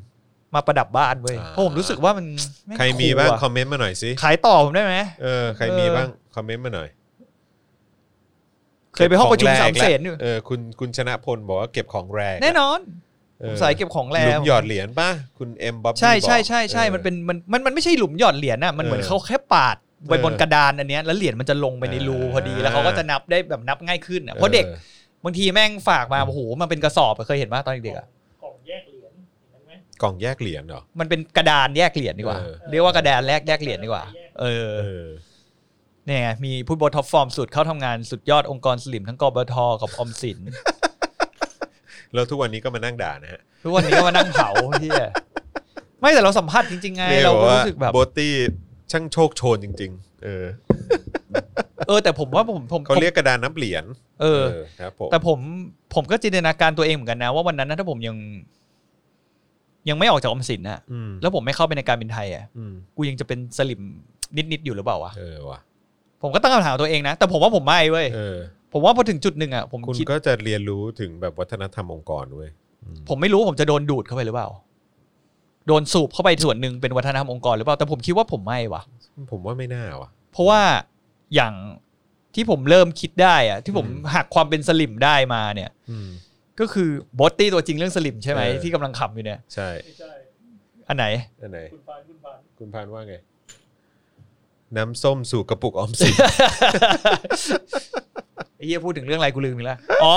[SPEAKER 2] มาประดับบ้านเว้ย
[SPEAKER 1] อ่า
[SPEAKER 2] เพราะผมรู้สึกว่ามันแง
[SPEAKER 1] ใครมีบ้าง
[SPEAKER 2] ลอะ
[SPEAKER 1] คอมเมนต์มาหน่อยสิ
[SPEAKER 2] ขายต่อผมได้ไหม
[SPEAKER 1] เออใคร
[SPEAKER 2] เออ
[SPEAKER 1] มีบ้างคอมเมนต์มาหน่อย
[SPEAKER 2] เคยไปห้องประชุม
[SPEAKER 1] ก็บข
[SPEAKER 2] สาม
[SPEAKER 1] แก
[SPEAKER 2] เส
[SPEAKER 1] แล้ว
[SPEAKER 2] นอยู่
[SPEAKER 1] เออคุณคุณชนะพลบอกว่าเก็บของแรก
[SPEAKER 2] แน่นอน
[SPEAKER 1] อ
[SPEAKER 2] ผม
[SPEAKER 1] อ
[SPEAKER 2] สายเก็บของ
[SPEAKER 1] ห
[SPEAKER 2] แล้
[SPEAKER 1] ลุ
[SPEAKER 2] ว
[SPEAKER 1] มหยอดเหรียญป่ะคุณเอ็มบ๊อบบี้
[SPEAKER 2] ใช่
[SPEAKER 1] บอก
[SPEAKER 2] ใช่ใช่ใช่
[SPEAKER 1] ออ
[SPEAKER 2] มันเป็นมันมันมันไม่ใช่หลุมหยอดเหรียญน่ะมันเหมือน
[SPEAKER 1] เออ
[SPEAKER 2] เขาแค่ปาดไป
[SPEAKER 1] เออบ
[SPEAKER 2] นกระดานอันเนี้ยแล้วเหรียญมันจะลงไปในรูพอดีแล้วเขาก็
[SPEAKER 1] อ่า
[SPEAKER 2] จะนับได้แบบนับง่ายขึ้นอะเพราะเด็ก
[SPEAKER 1] ออบ
[SPEAKER 2] างทีแม่งฝากมาโอ้โหมันเป็นกระสอบอะเคยเห็นป่ะตอนเด็กๆอะ
[SPEAKER 3] กล่องแยกเหรียญเห็นไหม
[SPEAKER 1] กล่องแยกเหรียญเหรอ
[SPEAKER 2] มันเป็นกระดานแยกเหรียญดีกว่า
[SPEAKER 1] เออ
[SPEAKER 2] เรียกว่ากระดานแลกแยกเหรียญดีกว่า เออ
[SPEAKER 1] เออ
[SPEAKER 2] เนี่ยไงมีผู้บทท็อปฟอร์มสุดเข้าทำงานสุดยอดองค์กรสลิมทั้งกบทกับออมสิน
[SPEAKER 1] แล้วทุกวันนี้ก็มานั่งด่านะฮะ
[SPEAKER 2] ทุกวันนี้ก็มานั่งเผาที่ไม่แต่เราสัมผัสจริงๆไง เราก็รู้สึกแบบ
[SPEAKER 1] โบตี้ช่างโชคโชนจริง ๆ เออ
[SPEAKER 2] เออแต่ผมว่าผมผม
[SPEAKER 1] เขาเรียกกระดานนับเหรียญ
[SPEAKER 2] เออ
[SPEAKER 1] ครับผม
[SPEAKER 2] แต่ผมผมก็จินตนาการตัวเองเหมือนกันนะ ว่าวันนั้นนะถ้าผมยัง ยังไม่ออกจากออมสินนะ
[SPEAKER 1] อืม
[SPEAKER 2] แล้วผมไม่เข้าไปในการบินไทยอ่ะ
[SPEAKER 1] อืม
[SPEAKER 2] กูยังจะเป็นสลิมนิดๆอยู่หรือเปล่าวะ
[SPEAKER 1] เออว่ะ
[SPEAKER 2] ผมก็ตั้งคำถามตัวเองนะแต่ผมว่าผมไม่เว้ย
[SPEAKER 1] เออ
[SPEAKER 2] ผมว่าพอถึงจุดหนึ่งอ่ะผม
[SPEAKER 1] คุณ
[SPEAKER 2] คิด
[SPEAKER 1] ก็จะเรียนรู้ถึงแบบวัฒนธรรมองค์กรเว้ยอืม
[SPEAKER 2] ผมไม่รู้ผมจะโดนดูดเข้าไปหรือเปล่า โดนสูบเข้าไปส่วนหนึ่งเป็นวัฒนธรรมองค์กรหรือเปล่า แต่ผมคิดว่าผมไม่วะ
[SPEAKER 1] ผมว่าไม่น่าว่ะ
[SPEAKER 2] เพราะว่าอย่างที่ผมเริ่มคิดได้อะที่ผม
[SPEAKER 1] อืม
[SPEAKER 2] หักความเป็นสลิมได้มาเนี่ย
[SPEAKER 1] อืม
[SPEAKER 2] ก็คือบอตตี้ตัวจริงเรื่องสลิมใช่ไหม
[SPEAKER 1] เออ
[SPEAKER 2] ที่กำลังขำอยู่เนี่ย
[SPEAKER 1] ใช่
[SPEAKER 3] ไม่ใช่
[SPEAKER 2] อันไหน
[SPEAKER 1] อันไหน
[SPEAKER 3] คุณฟานคุณฟาน
[SPEAKER 1] คุณพานว่าไง น้ำส้มสู่กระปุกออมสิน
[SPEAKER 2] ไอ้เหี้ยพูดถึงเรื่องอะไรกูลืมอีกแล้วอ๋อ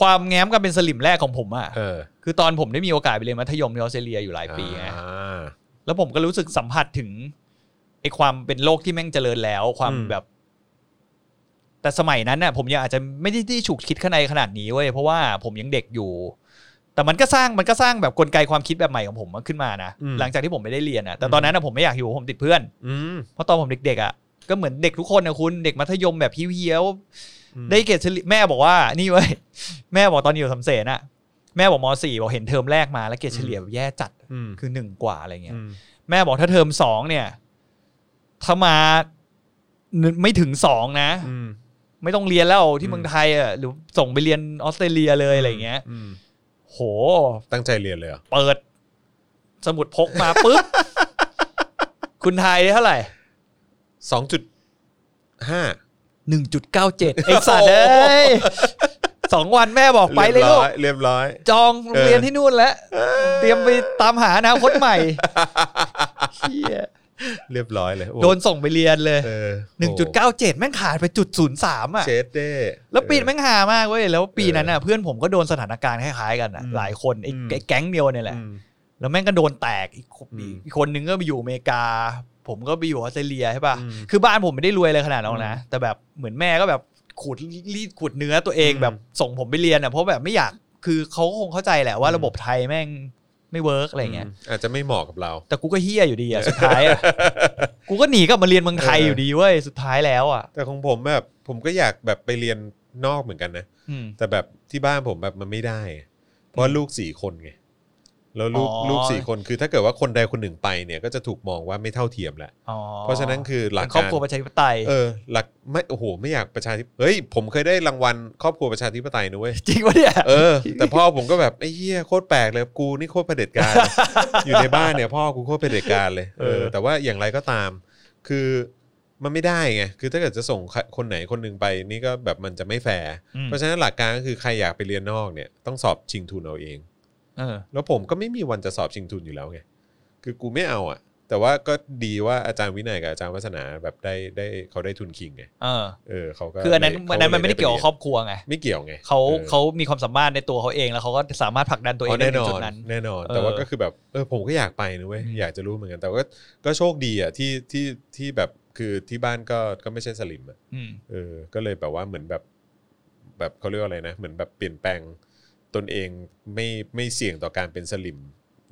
[SPEAKER 2] ความแง้มกันเป็นสลิมแรกของผมอะ
[SPEAKER 1] เออ
[SPEAKER 2] คือตอนผมได้มีโอกาสไปเรียนมัธยมที่ออสเตรเลียอยู่หลายปีไง
[SPEAKER 1] อ่า
[SPEAKER 2] แล้วผมก็รู้สึกสัมผัสถึงไอ้ความเป็นโลกที่แม่งเจริญแล้ว ความ
[SPEAKER 1] อืม
[SPEAKER 2] แบบ แต่สมัยนั้นน่ะ ผมยังอาจจะไม่ได้ที่ฉุกคิดข้างในขนาดนี้เว้ยเพราะว่าผมยังเด็กอยู่ แต่มันก็สร้างมันก็สร้างแบบกลไกความคิดแบบใหม่ของผมขึ้นมานะหลังจากที่ผมไม่ได้เรียนอ่ะแต่ตอนนั้นน่ะผมไม่อยากอยู่ผมติดเพื่อน
[SPEAKER 1] อืม
[SPEAKER 2] เพราะตอนผมเด็กๆอ่ะก็เหมือนเด็กทุกคนนะคุณเด็กมัธยมแบบเพี้ยวๆ
[SPEAKER 1] อืม
[SPEAKER 2] ได้เกรดเฉลี่ยแม่บอกว่านี่เว้ย แม่บอกตอนอยู่สำเสนอะแม่บอกมสี่บอกเห็นเทอมแรกมาแล้วเกรดเฉลี่ยแบบแย่จัด
[SPEAKER 1] อืม
[SPEAKER 2] คือหนึ่งกว่าอะไรเงี้ย
[SPEAKER 1] อืม
[SPEAKER 2] แม่บอกถ้าเทอมสองเนี่ย ถ้ามาไม่ถึงสองนะ
[SPEAKER 1] อืม
[SPEAKER 2] ไม่ต้องเรียนแล้วที่เมืองไทยอ่ะหรือส่งไปเรียนออสเตรเลียเลยอะไรเงี้ย
[SPEAKER 1] อืม
[SPEAKER 2] โห
[SPEAKER 1] ตั้งใจเรียนเลยเหรอ
[SPEAKER 2] เปิด สมุดพกมาปุ๊บ คุณไทยเท่าไหร่
[SPEAKER 1] สองจุดห้า
[SPEAKER 2] หนึ่งจุดเก้าเจ็ดไอ้สัตว์เอ้ ยสองวันแม่บอกไปเลยลูก
[SPEAKER 1] เรียบร้อย
[SPEAKER 2] จองโรงเรียนที่นู่นแล้ว เตรียมไปตามหาอนาคตใหม่เหี้ย
[SPEAKER 1] เรียบร้อยเลยอ้
[SPEAKER 2] โดนส่งไปเรียนเลย
[SPEAKER 1] เออ
[SPEAKER 2] 1.97 แม่งขาดไปจุดศูนย์สามอ่ะ
[SPEAKER 1] เชดเด้
[SPEAKER 2] แล้วปีนแม่งหามากเว้ย แล้วปีนั้นน่ะเพื่อนผมก็โดนสถานการณ์คล้ายๆกันอ่ะ
[SPEAKER 1] อืม
[SPEAKER 2] หลายคนไอ้
[SPEAKER 1] อืม
[SPEAKER 2] ไอ้แก๊งเดียวเนี่ยแหละ
[SPEAKER 1] อืม
[SPEAKER 2] แล้วแม่งก็โดนแตกอีกคน
[SPEAKER 1] อืม
[SPEAKER 2] อีกคนนึงก็ไปอยู่อเมริกา ผมก็ไปอยู่ออสเตรเลียใช่ป่ะ
[SPEAKER 1] อืม
[SPEAKER 2] คือบ้านผมไม่ได้รวยอะไรขนาดนั้นหรอกนะ
[SPEAKER 1] อืม
[SPEAKER 2] แต่แบบเหมือนแม่ก็แบบขูดรีดขูดเนื้อตัวเอง
[SPEAKER 1] อืม
[SPEAKER 2] แบบส่งผมไปเรียนอ่ะเพราะแบบไม่อยากคือเขาก็คงเข้าใจแหละว่า
[SPEAKER 1] อืม
[SPEAKER 2] ระบบไทยแม่งไม่เวิร์กอะไรเงี้ย
[SPEAKER 1] อาจจะไม่เหมาะกับเรา
[SPEAKER 2] แต่กูก็เฮี้ยอยู่ดีอ่ะสุดท้ายอะ กูก็หนีกลับมาเรียนเมืองไทย
[SPEAKER 1] เออ
[SPEAKER 2] อ
[SPEAKER 1] อ
[SPEAKER 2] ยู่ดีเว้ยสุดท้ายแล้วอ่ะ
[SPEAKER 1] แต่ของผมแบบ ผมก็อยากแบบไปเรียนนอกเหมือนกันนะ
[SPEAKER 2] อืม
[SPEAKER 1] แต่แบบที่บ้านผมแบบมันไม่ได้อะเพราะลูกสี่คนไง แล้วลูก
[SPEAKER 2] อ๋อ
[SPEAKER 1] ลูกสี่คนคือถ้าเกิดว่าคนใดคนหนึ่งไปเนี่ยก็จะถูกมองว่าไม่เท่าเทียมแหละ
[SPEAKER 2] อ๋อ
[SPEAKER 1] เพราะฉะนั้นคือหลัก
[SPEAKER 2] เป็นครอบ
[SPEAKER 1] การ
[SPEAKER 2] ครัวประชาธิปไตย
[SPEAKER 1] เออหลักไม่โอ้โหไม่อยากประชาธิปเฮ้ยผมเคยได้รางวัลครอบครัวประชาธิปไตยนะเว้ย
[SPEAKER 2] จริงวะเนี่ย
[SPEAKER 1] เออ แต่พ่อผมก็แบบไอ้เหี้ยโคตรแปลกเลยกูนี่โคตรเผด็จการเลยอยู่ในบ้านเนี่ยพ่อกูโคตรเผด็จการเลยเอ
[SPEAKER 2] เอ
[SPEAKER 1] อ
[SPEAKER 2] อ
[SPEAKER 1] แต่ว่าอย่างไรก็ตาม คือ มันไม่ได้ไงคือถ้าเกิดจะส่งใครคนไหนคนหนึ่งไปนี่ก็แบบมันจะไม่แฟร์
[SPEAKER 2] อืม
[SPEAKER 1] เพราะฉะนั้นหลักการก็คือใครอยากไปเรียนนอกเนี่ยต้องสอบชิงทุนเอาเอง
[SPEAKER 2] เออ
[SPEAKER 1] แล้วผมก็ไม่มีวันจะสอบชิงทุนอยู่แล้วไง คือกูไม่เอาอ่ะ แต่ว่าก็ดีว่าอาจารย์วินัยกับอาจารย์วัฒนาแบบได้ได้เขาได้ทุนคิงไง
[SPEAKER 2] เออ
[SPEAKER 1] เออเขาก็
[SPEAKER 2] คืออันนั้น
[SPEAKER 1] เลย
[SPEAKER 2] อันนั้นมันไม่ได้เกี่ยวกับครอบครัวไง
[SPEAKER 1] ไม่เกี่ยวไง
[SPEAKER 2] เขา
[SPEAKER 1] ออ
[SPEAKER 2] เขามีความสามารถในตัวเขาเองแล้วเขาก็สามารถผลักดันตัวเอง
[SPEAKER 1] อ
[SPEAKER 2] ได้
[SPEAKER 1] แน่
[SPEAKER 2] ใน
[SPEAKER 1] นอ
[SPEAKER 2] จุ
[SPEAKER 1] น
[SPEAKER 2] ดนั้น
[SPEAKER 1] แน่นอน
[SPEAKER 2] เออ
[SPEAKER 1] แต่ว่าก็คือแบบเออผมก็อยากไปนะเว้ย
[SPEAKER 2] อืม
[SPEAKER 1] อยากจะรู้เหมือนกัน แต่ว่าก็ก็โชคดีอ่ะที่ที่ที่แบบคือที่บ้านก็ก็ไม่ใช่สลิมอ่ะ
[SPEAKER 2] อืม
[SPEAKER 1] เออ ก็เลยแบบว่าเหมือนแบบ แบบเขาเรียกว่าอะไรนะเหมือนแบบเปลี่ยนแปลงตนเองไม่ไม่เสี่ยงต่อการเป็นสลิม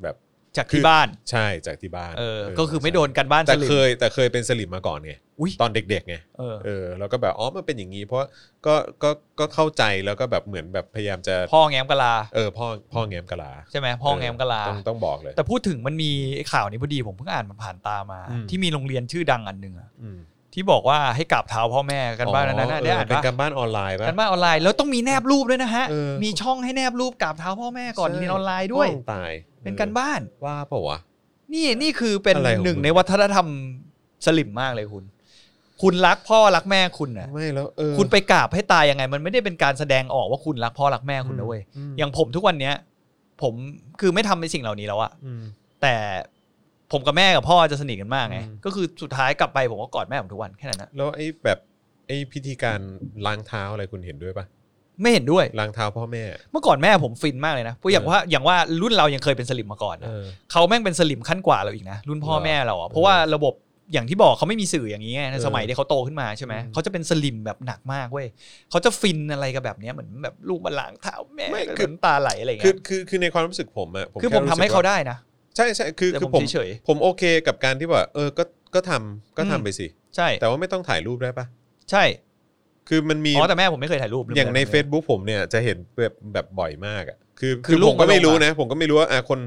[SPEAKER 1] แบบ
[SPEAKER 2] จาก
[SPEAKER 1] คื
[SPEAKER 2] ที่
[SPEAKER 1] อ
[SPEAKER 2] บ้าน
[SPEAKER 1] ใช่จากที่บ้าน
[SPEAKER 2] เออ
[SPEAKER 1] เ
[SPEAKER 2] ก็คือไม่
[SPEAKER 1] ใช่
[SPEAKER 2] โดนกันบ้านส
[SPEAKER 1] แต่
[SPEAKER 2] ลิม
[SPEAKER 1] เคยแต่เคยเป็นสลิมมาก่อนไง
[SPEAKER 2] อุ้ย
[SPEAKER 1] ตอนเด็กๆไง
[SPEAKER 2] เออ
[SPEAKER 1] เออแล้วก็แบบอ๋อมันเป็นอย่างนี้ เพราะก็ก็ก็เข้าใจแล้วก็แบบเหมือนแบบพยายามจะ
[SPEAKER 2] พ่อแง้มกะลา
[SPEAKER 1] เออพ่อพ่อแง้มกะลา
[SPEAKER 2] ใช่ไหมพ่อแง้มกะลา
[SPEAKER 1] เออต้องต้องบอกเลย
[SPEAKER 2] แต่พูดถึงมันมีข่าวนี้พอดีผมเพิ่งอ่านมันผ่านตามา
[SPEAKER 1] อืม
[SPEAKER 2] ที่มีโรงเรียนชื่อดังอันหนึ่งอะ
[SPEAKER 1] อืม
[SPEAKER 2] ที่บอกว่าให้กราบเท้าพ่อแม่กันบ้านนั้นนะ
[SPEAKER 1] เ
[SPEAKER 2] ได้อ่าน
[SPEAKER 1] เป็น
[SPEAKER 2] ปะ
[SPEAKER 1] การบ้านออนไลน์ปะ
[SPEAKER 2] กันบ้านออนไลน์แล้วต้องมีแนบรูปด้วยนะฮะ
[SPEAKER 1] เออ
[SPEAKER 2] มีช่องให้แนบรูปกราบเท้าพ่อแม่ก่อน
[SPEAKER 1] ใช่
[SPEAKER 2] เรียนออนไลน์ด้วย
[SPEAKER 1] ต้องตาย
[SPEAKER 2] เป็นการบ้าน
[SPEAKER 1] เออว่าเปล่าวะ
[SPEAKER 2] นี่นี่คือเป็น
[SPEAKER 1] อะไรของ
[SPEAKER 2] หนึ่ง
[SPEAKER 1] มึง
[SPEAKER 2] ในวัฒนธรรมสลิมมากเลยคุณ คุณรักพ่อรักแม่คุณนะ
[SPEAKER 1] ไม่แล้วเออ
[SPEAKER 2] คุณไปกราบให้ตายยังไง มันไม่ได้เป็นการแสดงออกว่าคุณรักพ่อรักแม่คุณนะเว้ย
[SPEAKER 1] ม
[SPEAKER 2] อย่างผมทุกวันเนี้ย ผมคือไม่ทำในสิ่งเหล่านี้แล้วอะ
[SPEAKER 1] อืม
[SPEAKER 2] แต่ผมกับแม่กับพ่อจะสนิทกันมากไง
[SPEAKER 1] อืม
[SPEAKER 2] ก็คือสุดท้ายกลับไปผมก็กอดแม่ผมทุกวันแค่นั้นนะ
[SPEAKER 1] แล้วไอ้แบบไอ้พิธีการล้างเท้าอะไรคุณเห็นด้วยปะ
[SPEAKER 2] ไม่เห็นด้วย
[SPEAKER 1] ล้างเท้าพ่อแม่
[SPEAKER 2] เมื่อก่อนแม่ผมฟินมากเลยนะเพราะอย่างว่าอย่างว่ารุ่นเรายังเคยเป็นสลิมมาก่อนนะ
[SPEAKER 1] เออ
[SPEAKER 2] เขาแม่งเป็นสลิมขั้นกว่าเราอีกนะ รุ่นพ่อ
[SPEAKER 1] เหรอ
[SPEAKER 2] แม่เราอ่ะเพราะว่าระบบอย่างที่บอกเขาไม่มีสื่ออย่างนี้ไงใน
[SPEAKER 1] เออ
[SPEAKER 2] สมัยที่เขาโตขึ้นมาใช่ไหม
[SPEAKER 1] อืม
[SPEAKER 2] เขาจะเป็นสลิมแบบหนักมากเว้ยเขาจะฟินอะไรกับแบบเนี้ยเหมือนแบบลูกบัลลังก์เท้าแม่
[SPEAKER 1] ไม่คือ
[SPEAKER 2] น้ำตาไหลอะไร
[SPEAKER 1] คือ
[SPEAKER 2] เงี้ย
[SPEAKER 1] คือคือในความรู้สึกผมอะ
[SPEAKER 2] คือ
[SPEAKER 1] แ
[SPEAKER 2] ผมทำให้
[SPEAKER 1] รู้สึกว่
[SPEAKER 2] เขาได้นะ
[SPEAKER 1] ใช่ใช่คือ
[SPEAKER 2] แต่
[SPEAKER 1] คือ
[SPEAKER 2] ผ
[SPEAKER 1] ผม ม
[SPEAKER 2] เฉย
[SPEAKER 1] ผมโอเคกับการที่ว่าเออก็ก็ทำก็ทำ
[SPEAKER 2] อืม
[SPEAKER 1] ไปสิ
[SPEAKER 2] ใช่
[SPEAKER 1] แต่ว่าไม่ต้องถ่ายรูปได้ปะ
[SPEAKER 2] ใช่
[SPEAKER 1] คือมันมี
[SPEAKER 2] อ๋อแต่แม่ผมไม่เคยถ่ายรูป
[SPEAKER 1] อย่างใน
[SPEAKER 2] เฟซ
[SPEAKER 1] Facebook ผมเนี่ยจะเห็นแบบแบบบ่อยมากอ่ะคือ
[SPEAKER 2] คือ
[SPEAKER 1] คือ
[SPEAKER 2] ลู
[SPEAKER 1] ผ
[SPEAKER 2] ก
[SPEAKER 1] มก็ไม่
[SPEAKER 2] มาลง
[SPEAKER 1] รู้นะ ผมก็ไม่รู้ว่าอ่ะคน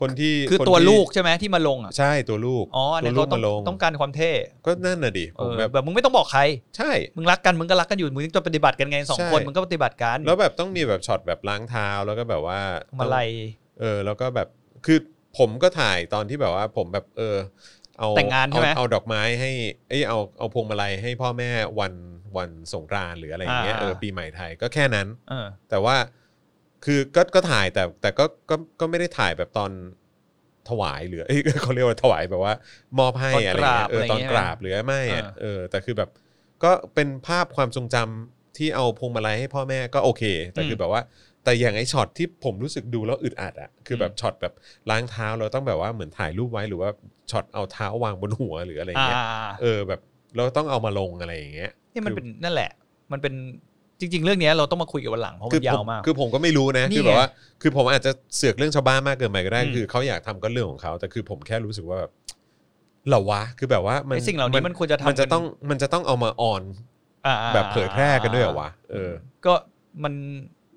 [SPEAKER 1] คนที่
[SPEAKER 2] คือ
[SPEAKER 1] คน
[SPEAKER 2] ตัว
[SPEAKER 1] ที่
[SPEAKER 2] ลูกใช่ไหมที่มาลงอ่ะ
[SPEAKER 1] ใช่ตัวลูก
[SPEAKER 2] อ๋ออัน
[SPEAKER 1] ตั
[SPEAKER 2] นั้
[SPEAKER 1] วน ลู
[SPEAKER 2] เขา
[SPEAKER 1] ก
[SPEAKER 2] ต้อง
[SPEAKER 1] มาลง
[SPEAKER 2] ต้องการความเท่
[SPEAKER 1] ก็นั่นน่ะดิผ
[SPEAKER 2] เอ
[SPEAKER 1] ม
[SPEAKER 2] อ
[SPEAKER 1] แบบ
[SPEAKER 2] แบบมึงไม่ต้องบอกใช่
[SPEAKER 1] ใช่
[SPEAKER 2] มึงรักกันมึงก็รักกันอยู่มึงจะปฏิบัติกันไงสอง
[SPEAKER 1] ใช่
[SPEAKER 2] คนมึงก็ปฏิบัติกัน
[SPEAKER 1] แล้วแบบต้องมีแบบช็อตแบบล้างเท้าแล้วก็แบบว่า
[SPEAKER 2] มาไลย
[SPEAKER 1] เออแล้วก็แบบคือผมก็ถ่ายตอนที่แบบว่าผมแบบเออ เอา
[SPEAKER 2] แต่งงานใช่ไหม
[SPEAKER 1] เอเอาดอกไม้ให้เอ้ยเอาเอาพวงมาลัยให้พ่อแม่วันวันสงกรานต์หรืออะไรอย่างเงี้ย
[SPEAKER 2] อ่า
[SPEAKER 1] เออปีใหม่ไทยก็แค่นั้น
[SPEAKER 2] เออ
[SPEAKER 1] แต่ว่าคือก็ก็ถ่ายแต่แต่ก็ก็ก็ไม่ได้ถ่ายแบบตอนถวายหรือเอ้ย เขาเรียกว่าถวายแบบว่า มอบให้อะไรเงี้ยเออต
[SPEAKER 2] ต
[SPEAKER 1] อ
[SPEAKER 2] อน น
[SPEAKER 1] ก
[SPEAKER 2] ก
[SPEAKER 1] รา
[SPEAKER 2] รา
[SPEAKER 1] บบ หรือไม่อะ
[SPEAKER 2] อ่า
[SPEAKER 1] เออ แต่คือแบบก็เป็นภาพความทรงจำที่เอาพวงมาลัยให้พ่อแม่ก็โอเค แต่คือแบบว่า แต่อย่างไอ้ช็อตที่ผมรู้สึกดูแล้วอึดอัดอะคือแบบช็อตแบบล้างเท้าเราต้องแบบว่าเหมือนถ่ายรูปไว้หรือว่าช็อตเอาเท้าวางบนหัวหรืออะไร
[SPEAKER 2] อ่า
[SPEAKER 1] เงี้ยเออแบบเราต้องเอามาลงอะไรอย่างเงี้ย
[SPEAKER 2] นี่มันเป็นนั่นแหละ มันเป็นจริง ๆ เรื่องเนี้ยเราต้องมาคุยกันวันหลังเพราะ
[SPEAKER 1] คื
[SPEAKER 2] มั
[SPEAKER 1] อน ผ
[SPEAKER 2] ยาม วมาก
[SPEAKER 1] คือผมก็ไม่รู้นะ
[SPEAKER 2] นี่
[SPEAKER 1] คือแบบ
[SPEAKER 2] ไง
[SPEAKER 1] ว่า คือผมอาจจะเสือกเรื่องชาวบ้านมากเกินไปก็ได้
[SPEAKER 2] อืม
[SPEAKER 1] คือเขาอยากทำก็เรื่องของเขาแต่คือผมแค่รู้สึกว่าแบบเหรอวะคือแบบว่ามัน
[SPEAKER 2] ไอ้สิ่งเหล่านี้มันควรจะทำ
[SPEAKER 1] มันจะต้องมันจะต้องเอามาออน
[SPEAKER 2] อ่าๆๆ
[SPEAKER 1] แบบเผยแพร่กันด้วยเหรอวะเออ
[SPEAKER 2] ก็มัน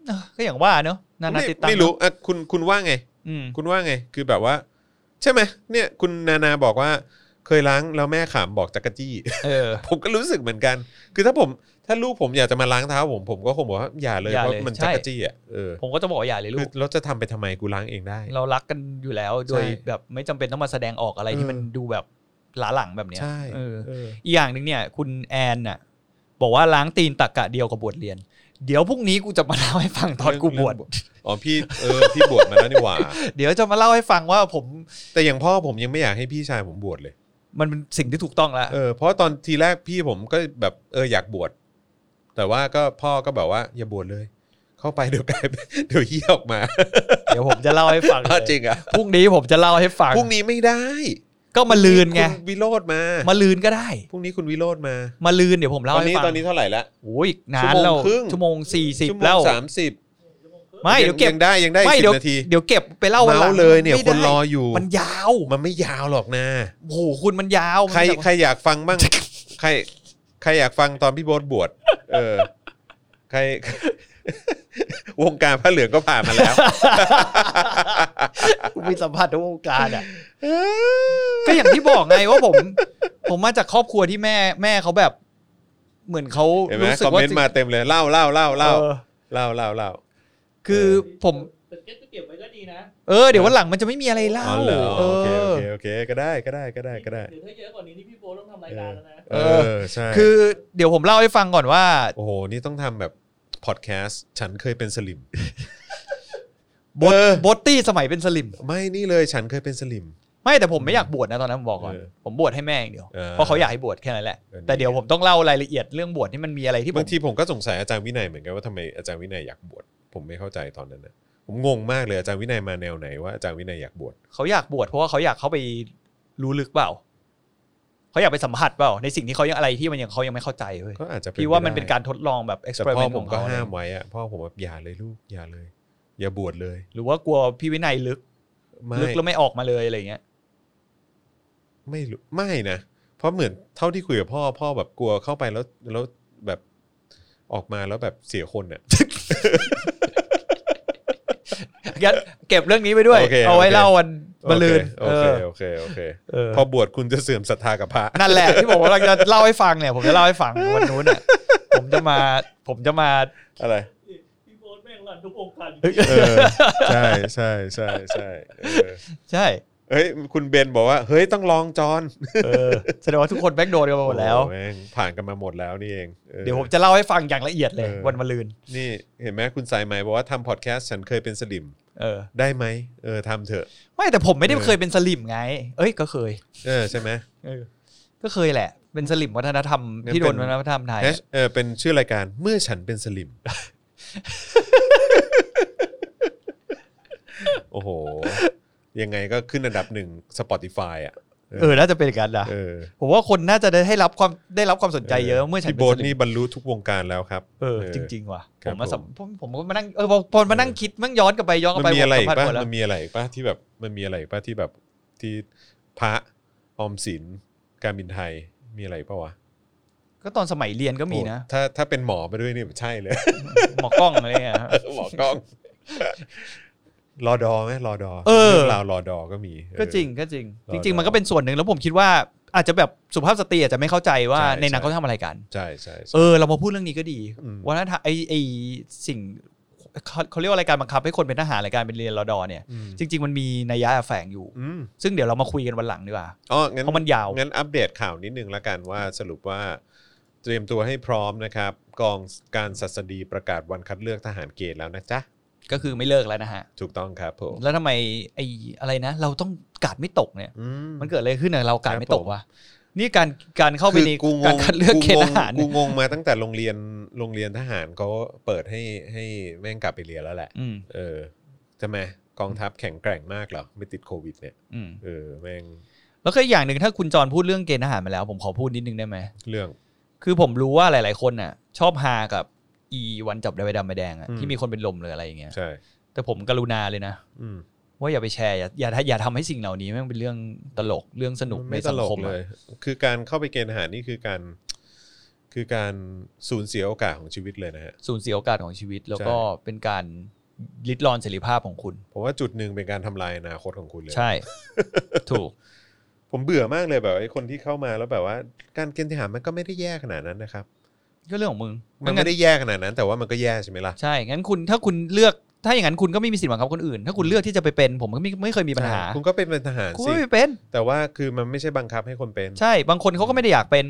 [SPEAKER 2] เอ้อก็อย่างว่าเนอะนานา
[SPEAKER 1] ไม่
[SPEAKER 2] ติดตาม
[SPEAKER 1] ไม่รู้อ่ะคุณคุณว่าไง
[SPEAKER 2] อืม
[SPEAKER 1] คุณว่าไง คือแบบว่า ใช่ไหมเนี่ย คุณนานาบอกว่า เคยล้างแล้วแม่ขามบอกจักรจี้
[SPEAKER 2] เออ
[SPEAKER 1] ผมก็รู้สึกเหมือนกัน คือถ้าผมถ้าลูกผมอยากจะมาล้างเท้าผมผมก็คงบอกว่าอย่าเลย
[SPEAKER 2] อย่า
[SPEAKER 1] เพราะ
[SPEAKER 2] เลย
[SPEAKER 1] มัน
[SPEAKER 2] ใช่
[SPEAKER 1] จักรจี้อ่ะเออ
[SPEAKER 2] ผมก็จะบอกว่าอย่าเลยลู
[SPEAKER 1] คือก แล้วจะทำไปทำไมกูล้างเองได้
[SPEAKER 2] เรารักกันอยู่แล้วโดย
[SPEAKER 1] ใช่
[SPEAKER 2] แบบไม่จำเป็นต้องมาแสดงออกอะไร
[SPEAKER 1] เออ
[SPEAKER 2] ที่มันดูแบบหลาหลังแบบเนี้ย
[SPEAKER 1] ใช่
[SPEAKER 2] เออ
[SPEAKER 1] เออ
[SPEAKER 2] อีกอย่างหนึ่งเนี่ย คุณแอนน่ะ บอกว่าล้างตีนตักกะเดียวกับบวชเรียน เดี๋ยวพรุ่งนี้กูจะมาเล่าให้ฟังตอนกูบวช
[SPEAKER 1] เรื่องอ๋อพี่เออพี่บวชมาแล้วนี่หว่า
[SPEAKER 2] เดี๋ยวจะมาเล่าให้ฟังว่าผม
[SPEAKER 1] แต่อย่างพ่อผมยังไม่อยากให้พี่ชายผมบวชเลย
[SPEAKER 2] มันเป็นสิ่งที่ถูกต้องแล้ว
[SPEAKER 1] เออเพราะตอนทีแรกพี่ผมก็แบบเอออยากบวชแต่ว่าก็พ่อก็แบบว่าอย่าบวชเลย เข้าไปเดี๋ยวกลาย เป็น เดี๋ยวเหี้ยออกมา
[SPEAKER 2] เดี๋ยวผมจะเล่าให้ฟัง
[SPEAKER 1] อ้าวจริงอ่ะ
[SPEAKER 2] พรุ่งนี้ผมจะเล่าให้ฟัง
[SPEAKER 1] พรุ่งนี้ไม่ได้
[SPEAKER 2] ก็มาลืนไง
[SPEAKER 1] คุณวิโรธมา
[SPEAKER 2] มาลืนก็ได้
[SPEAKER 1] พรุ่งนี้คุณวิโรธมา
[SPEAKER 2] มาลืนเดี๋ยวผม
[SPEAKER 1] ต
[SPEAKER 2] เล่า
[SPEAKER 1] อน
[SPEAKER 2] ให้
[SPEAKER 1] นี้
[SPEAKER 2] ฟัง
[SPEAKER 1] ตอนนี้เท่าไหร่ละ
[SPEAKER 2] โอ้ยนาน
[SPEAKER 1] ชั่ว
[SPEAKER 2] แล้ว
[SPEAKER 1] โมงครึ่ง
[SPEAKER 2] ชั่วโมงสี่สิบ
[SPEAKER 1] ชั่วโมง
[SPEAKER 2] แล้ว
[SPEAKER 1] สามสิบ
[SPEAKER 3] ชั่วโมงครึ่ง
[SPEAKER 2] ไม่เดี๋ยวเก็บ
[SPEAKER 1] งได้ยังได้
[SPEAKER 2] ไม่
[SPEAKER 1] สิ
[SPEAKER 2] เดี๋ยว
[SPEAKER 1] บนาที
[SPEAKER 2] เดี๋ยวเก็บไปเล่าวันห
[SPEAKER 1] เมา
[SPEAKER 2] ลัง
[SPEAKER 1] เลยเนี่ย
[SPEAKER 2] ไม่
[SPEAKER 1] ค
[SPEAKER 2] ได้
[SPEAKER 1] นรออยู่
[SPEAKER 2] มันยาว
[SPEAKER 1] มันไม่ยาวหรอกนะ
[SPEAKER 2] โอ้โหคุณมันยาว
[SPEAKER 1] ใคร
[SPEAKER 2] มันแบบ
[SPEAKER 1] ใครอยากฟัง บ้าง ใครใครอยากฟังตอนพี่โบ๊ทบวชเออ ใคร วงการผ้าเหลืองก็ผ่านมา แล้ว
[SPEAKER 2] กูมีสัมผัสในวงการอ่ะ ก็อย่างที่บอกไง ว่าผม ผมมาจากครอบครัวที่แม่แม่เขาแบบ เหมือนเขา
[SPEAKER 1] เห็นไหม
[SPEAKER 2] รู้สึ
[SPEAKER 1] คอก ม
[SPEAKER 2] ว่า
[SPEAKER 1] เมนต์มาเต็มเลยเล่าเล่าเล่าเล่า
[SPEAKER 2] เออ
[SPEAKER 1] เล่าเล่าเล่า
[SPEAKER 2] คือผม
[SPEAKER 3] แต่เก็บก็เก็บไว้ก็ดีนะ
[SPEAKER 2] เออเดี๋ยววันหลังมันจะไม่มีอะไรเล่า
[SPEAKER 1] อ๋อเหรอ
[SPEAKER 2] เอ
[SPEAKER 1] โอเคโอ
[SPEAKER 2] อ
[SPEAKER 1] เคโอเคก็ได้ก็ได้ก็ได้ก็ได้
[SPEAKER 3] หรือถ้าเยอะกว่านี้นี่พี่โบต้องทำรายการแล้วนะ
[SPEAKER 1] เออใช่
[SPEAKER 2] คือเดี๋ยวผมเล่าให้ฟังก่อนว่า
[SPEAKER 1] โอ้โห นี่ต้องทำแบบพอดแคสต์ฉันเคยเป็นสลิม
[SPEAKER 2] บด
[SPEAKER 1] เออ
[SPEAKER 2] บดตี้สมัยเป็นสลิม
[SPEAKER 1] ไม่นี่เลยฉันเคยเป็นสลิม
[SPEAKER 2] ไม่แต่ผมไม่อยากบวชนะตอนนั้นผมบอกก่อน
[SPEAKER 1] เออ
[SPEAKER 2] ผมบวชให้แม่อย่างเดียว
[SPEAKER 1] เออ
[SPEAKER 2] เพราะเขาอยากให้บวชแค่นั้นแหละ
[SPEAKER 1] เออ
[SPEAKER 2] แต่เดี๋ยวผมต้องเล่ารายละเอียดเรื่องบวชที่มันมีอะไรที่ผ
[SPEAKER 1] บาง
[SPEAKER 2] ม
[SPEAKER 1] ทีผมก็สงสัยอาจารย์วินัยเหมือนกันว่าทำไมอาจารย์วินัยอยากบวชผมไม่เข้าใจตอนนั้นนะผมงงมากเลยอาจารย์วินัยมาแนวไหนว่าอาจารย์วินัยอยากบวช
[SPEAKER 2] เขาอยากบวชเพราะว่าเขาอยากเข้าไปรู้ลึกเปล่าเขาอยากไปสัมผัสเปล่าในสิ่งที่เขายังอะไรที่มันยังเขายังไม่เข้าใจเว้ย
[SPEAKER 1] ก็อาจจะ
[SPEAKER 2] พี่ว่ามัน
[SPEAKER 1] ไได้
[SPEAKER 2] เป็นการทดลองแบบเอ็กซ์
[SPEAKER 1] แต่
[SPEAKER 2] เพร์
[SPEAKER 1] พ่อ
[SPEAKER 2] เมนต์
[SPEAKER 1] ผ
[SPEAKER 2] ข
[SPEAKER 1] ม
[SPEAKER 2] อง
[SPEAKER 1] ก็
[SPEAKER 2] เขา
[SPEAKER 1] ห้ามไว้อะพ่อผมว่าอย่าเลยลูกอย่าเลย อย่าบวชเลย
[SPEAKER 2] หรือว่ากลัวพี่วินัยลึก
[SPEAKER 1] ไม่
[SPEAKER 2] ลึกแล้วไม่ออกมาเลยอะไรอย่างเงี้ย
[SPEAKER 1] ไม่รู้ไม่นะเพราะเหมือนเท่าที่คุยกับพ่อพ่อแบบกลัวเข้าไปแล้วแล้วแบบออกมาแล้วแบบเสียคนอ่ะ
[SPEAKER 2] งั้นเก็บเรื่องนี้ไปด้วย
[SPEAKER 1] โอเค
[SPEAKER 2] เอาไว้
[SPEAKER 1] โอเค
[SPEAKER 2] เล่าวันบลืน
[SPEAKER 1] โอเคโอเคโอเค
[SPEAKER 2] เออ
[SPEAKER 1] พอบวชคุณจะเสื่อมศรัทธากับพระ
[SPEAKER 2] นั่นแหละที่ผมกำลังจะเล่าให้ฟังเนี่ย ผมจะเล่าให้ฟังวันนู้นอ่ะผมจะมาผมจะมา
[SPEAKER 1] อะไร
[SPEAKER 3] พี่โบแม่งหลั่นทุกองค์การ
[SPEAKER 1] เออใช่ใช่ใช่ใช่เออ
[SPEAKER 2] ใช่
[SPEAKER 1] เฮ้ยคุณเบนบอกว่า เฮ้ยต้องลองจอน
[SPEAKER 2] เออแสดงว่าทุกคนแบกโดนกันมาหมดแล้ว
[SPEAKER 1] โอ้โม่งผ่านกันมาหมดแล้วนี่เองออ
[SPEAKER 2] เดี๋ยวผมจะเล่าให้ฟังอย่างละเอียดเลย
[SPEAKER 1] เออ
[SPEAKER 2] วันมะรืน
[SPEAKER 1] นี่เห็นไหมคุณสายไหมบอกว่าทำพอดแคสต์ฉันเคยเป็นสลิม
[SPEAKER 2] เออ
[SPEAKER 1] ได้ไหมเออทำเถอะ
[SPEAKER 2] ไม่แต่ผมไม่ได้
[SPEAKER 1] เออ
[SPEAKER 2] เคยเป็นสลิมไง เอ้ยก็เคย
[SPEAKER 1] เออใช่ไหม
[SPEAKER 2] เออก็เคยแหละ เป็นสลิมวัฒนธรรม
[SPEAKER 1] งั้น
[SPEAKER 2] ที่โดน
[SPEAKER 1] เป็น
[SPEAKER 2] วัฒนธรรมไทย
[SPEAKER 1] แฮชเออเป็นชื่อรายการเมื่อฉันเป็นสลิม โอ้โห ยังไงก็ขึ้นอันดับหนึ่ง Spotify อ่ะ
[SPEAKER 2] เออน่าจะเป็นอย่างนั้นนะ
[SPEAKER 1] เออ
[SPEAKER 2] ผมว่าคนน่าจะได้ให้รับความได้รับความสนใจเยอะเมื่อฉัน
[SPEAKER 1] พี่
[SPEAKER 2] เป็
[SPEAKER 1] โบ๊
[SPEAKER 2] น
[SPEAKER 1] ท
[SPEAKER 2] สลิ
[SPEAKER 1] นี่
[SPEAKER 2] ม
[SPEAKER 1] บรรลุทุกวงการแล้วครับ
[SPEAKER 2] เออจริง ๆ ว่ะ
[SPEAKER 1] ค
[SPEAKER 2] ผ
[SPEAKER 1] รับ
[SPEAKER 2] มมาสัม
[SPEAKER 1] ผม
[SPEAKER 2] ผมผมก็มานั่งเออพอพอมานั่งคิดมั่งย้อนกลับไปย้อนกลับ
[SPEAKER 1] มัน
[SPEAKER 2] ไป
[SPEAKER 1] มีอะไร
[SPEAKER 2] ผ
[SPEAKER 1] อีก
[SPEAKER 2] สัผั
[SPEAKER 1] ป่ะ
[SPEAKER 2] สหมดแล้ว
[SPEAKER 1] มันมีอะไรอีกป่ะที่แบบมันมีอะไรอีกป่ะที่แบบที่พระออมสินการบินไทยมีอะไรอีกป่ะวะ
[SPEAKER 2] ก็ตอนสมัยเรียนก็มีนะ
[SPEAKER 1] โอ้ถ้าถ้าเป็นหมอไปด้วยนี่ใช่เลย
[SPEAKER 2] หมอกล้องอะไรเงี้ย
[SPEAKER 1] หมอกล้อง รอดอไหมรอดอ
[SPEAKER 2] เออ
[SPEAKER 1] รื่องราวรอดอก็มีเออ
[SPEAKER 2] ก็จริงก็จริง
[SPEAKER 1] เออ
[SPEAKER 2] จริง ๆ มันก็เป็นส่วนหนึ่งแล้วผมคิดว่าอาจจะแบบสุภาพสตรีอาจจะไม่เข้าใจว่า
[SPEAKER 1] ใช่
[SPEAKER 2] ในหนังเขาทำอะไรกัน
[SPEAKER 1] ใช่ใช่ใช่
[SPEAKER 2] เออ เรามาพูดเรื่องนี้ก็ดี
[SPEAKER 1] อืม
[SPEAKER 2] วัฒนธรรมไอไอสิ่งเขาเขาเรียกว่าอะไรการบังคับให้คนเป็นทหารรายการเป็นเรียนรอดอเนี่ย
[SPEAKER 1] ม
[SPEAKER 2] จริง ๆ มันมีนัยยะแฝงอยู่
[SPEAKER 1] อืม
[SPEAKER 2] ซึ่งเดี๋ยวเรามาคุยกันวันหลังดีกว่า
[SPEAKER 1] อ๋องั้น
[SPEAKER 2] เพราะมันยาว
[SPEAKER 1] งั้นอัปเดตข่าวนิดนึงละกันว่าสรุปว่า เตรียมตัวให้พร้อมนะครับ กองการศัสดีประกาศวันคัดเลือกทหารเกณฑ์แล้วนะจ๊ะ
[SPEAKER 2] ก็คือไม่เลิกแล้วนะฮะ
[SPEAKER 1] ถูกต้องครับผม
[SPEAKER 2] แล้วทำไมไออะไรนะ เราต้องกาดไม่ตกเนี่ย
[SPEAKER 1] อื
[SPEAKER 2] มันเกิดอะไรขึ้นเนี่ยเรากาดไม่ต
[SPEAKER 1] ครับ
[SPEAKER 2] ก
[SPEAKER 1] ผม
[SPEAKER 2] วะนี่การการเข้าไปใน
[SPEAKER 1] คือกูง
[SPEAKER 2] การ
[SPEAKER 1] ง
[SPEAKER 2] คัดเลือกเขตทหาร
[SPEAKER 1] กู
[SPEAKER 2] เนี่ย
[SPEAKER 1] งงมาตั้งแต่โรงเรียนโรงเรียนทหารเขาเปิดให้ให้แม่งกลับไปเรียนแล้วแหละ
[SPEAKER 2] อืม
[SPEAKER 1] เออใช่ไหมกองทัพแข็งแกร่งมากเหรอไม่ติดโควิดเนี่ย
[SPEAKER 2] อืม
[SPEAKER 1] เออแม่ง
[SPEAKER 2] แล้วก็อีกอย่างหนึ่งถ้าคุณจรพูดเรื่องเกณฑ์ทหารมาแล้ว ผมขอพูดนิดนึงได้ไหม
[SPEAKER 1] เรื่อง
[SPEAKER 2] คือผมรู้ว่าหลาย ๆ คนน่ะ ชอบฮากับอีวันจับได้ใบดำใบแดงอะ
[SPEAKER 1] อืม
[SPEAKER 2] ที่มีคนเป็นลมหรืออะไรอย่างเงี้ย
[SPEAKER 1] ใช่
[SPEAKER 2] แต่ผมกรุณาเลยนะ
[SPEAKER 1] อืม
[SPEAKER 2] ว่าอย่าไปแชร์อย่าอย่าอย่าทำให้สิ่งเหล่านี้แม่งเป็นเรื่องตลกเรื่องสนุก
[SPEAKER 1] มั
[SPEAKER 2] ใน
[SPEAKER 1] ไม่ต
[SPEAKER 2] สัง
[SPEAKER 1] ลก
[SPEAKER 2] คม
[SPEAKER 1] เล
[SPEAKER 2] อะ
[SPEAKER 1] ย คือการเข้าไปเกณฑ์ทหารนี่คือการ คือการสูญเสียโอกาสของชีวิตเลยนะฮะ
[SPEAKER 2] สูญเสียโอกาสของชีวิต แล้ว
[SPEAKER 1] ใช่
[SPEAKER 2] ก็เป็นการลิดรอนเสรีภาพของคุณ
[SPEAKER 1] ผมว่าจุดหนึ่งเป็นการทำลายอนาคตของคุณเลย
[SPEAKER 2] ใช่ ถูก
[SPEAKER 1] ผมเบื่อมากเลยแบบไอ้คนที่เข้ามาแล้วแบบว่า การเกณฑ์ทหารมันก็ไม่ได้แย่ขนาดนั้นนะครับ
[SPEAKER 2] ก็เรื่องของมึง
[SPEAKER 1] มันไม่ได้แย่ขนาดนั้น แต่ว่ามันก็แย่ใช่ไหมล่ะ
[SPEAKER 2] ใช่งั้นคุณถ้าคุณเลือกถ้าอย่างนั้นคุณก็ไม่มีสิทธิ์บังคับคนอื่น ถ้าคุณเลือกที่จะไปเป็น ผมก็ไม่ไม่เคยมีปัญหา
[SPEAKER 1] ใช่คุณก็เป็นเป็นทหาร
[SPEAKER 2] คุณ
[SPEAKER 1] สิ
[SPEAKER 2] ไม่ไปเป็น
[SPEAKER 1] แต่ว่าคือมันไม่ใช่บังคับให้คนเป็น
[SPEAKER 2] ใช่บางคนเขาก็ไม่ได้อยากเป็น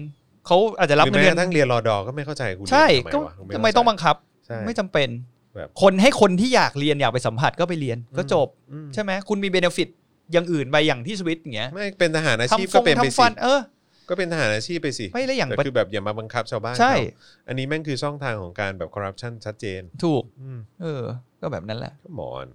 [SPEAKER 2] เขาอาจจะรับ
[SPEAKER 1] หรือ
[SPEAKER 2] เงิน
[SPEAKER 1] แม้
[SPEAKER 2] เดื
[SPEAKER 1] ก
[SPEAKER 2] อน
[SPEAKER 1] ระทั่งเรียนรอดอก็ไม่เข้าใจคุณ
[SPEAKER 2] ใช่
[SPEAKER 1] เรียน
[SPEAKER 2] ก็
[SPEAKER 1] วะ
[SPEAKER 2] ทำไมต้องบังคับ
[SPEAKER 1] ใช่
[SPEAKER 2] ไม่จำเป็น
[SPEAKER 1] แบบ
[SPEAKER 2] คนให้คนที่อยากเรียนอยากไปสัมผัสก็ไปเรียนก็
[SPEAKER 1] อืม
[SPEAKER 2] จบ
[SPEAKER 1] อืม
[SPEAKER 2] ใช่ไหมคุณมีเบนฟิตอย่างอื่นไปอย่างที่สวิตอย่างเงี้ย
[SPEAKER 1] ไม่เป็นทหารอาชีพ
[SPEAKER 2] ทำฟ
[SPEAKER 1] ก็
[SPEAKER 2] ง
[SPEAKER 1] เป็นไป
[SPEAKER 2] ทำ
[SPEAKER 1] สิ
[SPEAKER 2] ฟัน เออ
[SPEAKER 1] ก็เป็นทหารอาชีพไปสิ
[SPEAKER 2] ไม่ได้อย่าง
[SPEAKER 1] แต่คือแบบอย่ามาบังคับชาวบ้าน
[SPEAKER 2] ใช่
[SPEAKER 1] เขาอันนี้แม่งคือช่องทางของการแบบคอร์รัปชันชัดเจน
[SPEAKER 2] ถูก
[SPEAKER 1] อืม
[SPEAKER 2] เออ ก็แบบนั้นแหละ
[SPEAKER 1] ก็หมอน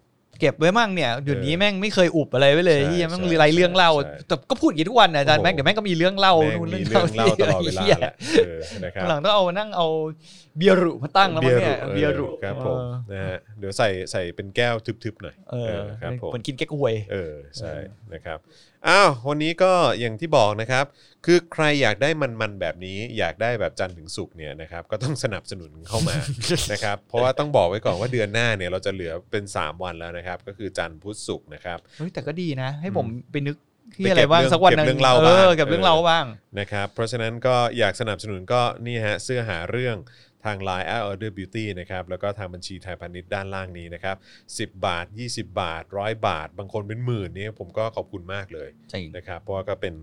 [SPEAKER 2] เก็บไว้มั่งเนี่ยอยู่นี้แม่งไม่เคยอุบอะไรไว้เลย
[SPEAKER 1] ใช่
[SPEAKER 2] ที่ยังแม่ง
[SPEAKER 1] ใช่
[SPEAKER 2] มีอะไรเรื่องเล่า
[SPEAKER 1] ใช่
[SPEAKER 2] แต่ก็พูดอย่างนี้ทุกวันนะอาจารย์
[SPEAKER 1] โอ้โห
[SPEAKER 2] แม่งเดี๋ยวแม่งก็มีเรื่องเล่า
[SPEAKER 1] แม่ง
[SPEAKER 2] นู่น
[SPEAKER 1] มี
[SPEAKER 2] เรื่อง
[SPEAKER 1] เรื่องเล่าต
[SPEAKER 2] เล่า
[SPEAKER 1] ลอดเวลา
[SPEAKER 2] หี้ย
[SPEAKER 1] แหละเออนะครับ
[SPEAKER 2] หลังต้องเอานั่งเอาเบียร์หรุมาตั้งแล้วมั้งเนี่ย
[SPEAKER 1] ออ
[SPEAKER 2] เบียร์หรุ
[SPEAKER 1] ครับผมนะฮะเดี๋ยวใส่ใส่เป็นแก้วทึบๆหน่อย
[SPEAKER 2] เออ
[SPEAKER 1] เออครับผม
[SPEAKER 2] เหมือนกินแก๊กฮวย
[SPEAKER 1] เออใช่
[SPEAKER 2] เออ
[SPEAKER 1] นะครับอ้าววันนี้ก็อย่างที่บอกนะครับ คือใครอยากได้มันๆแบบนี้อยากได้แบบจันทร์ถึงสุกร์เนี่ยนะครับก็ต้องสนับสนุนเข้ามา นะครับเพราะว่าต้องบอกไว้ก่อนว่าเดือนหน้าเนี่ยเราจะเหลือเป็น 3 วันแล้วนะครับ ก็คือจันทร์พุธศุกร์นะครับ
[SPEAKER 2] เฮ้ยแต่ก็ดีนะ ให้ผมไปนึก ที่อะไรบ้างสักวันห
[SPEAKER 1] เก็บ
[SPEAKER 2] นึ
[SPEAKER 1] เรื่องเล่าบ้าง
[SPEAKER 2] เออเกับเรื่องเราบ้าง
[SPEAKER 1] นะครับเพราะฉะนั้นก็อยากสนับสนุนก็นี่ฮะเสื้อหาเรื่องทาง Line at Order Beauty นะครับแล้วก็ทางบัญชีไทยพาณิชย์ด้านล่างนี้นะครับ 10 บาท 20 บาท 100 บาท บางคนเป็นหมื่นเนี่ยผมก็ขอบคุณมากเลย
[SPEAKER 2] จริง
[SPEAKER 1] นะครับเพราะว่าก็เป็น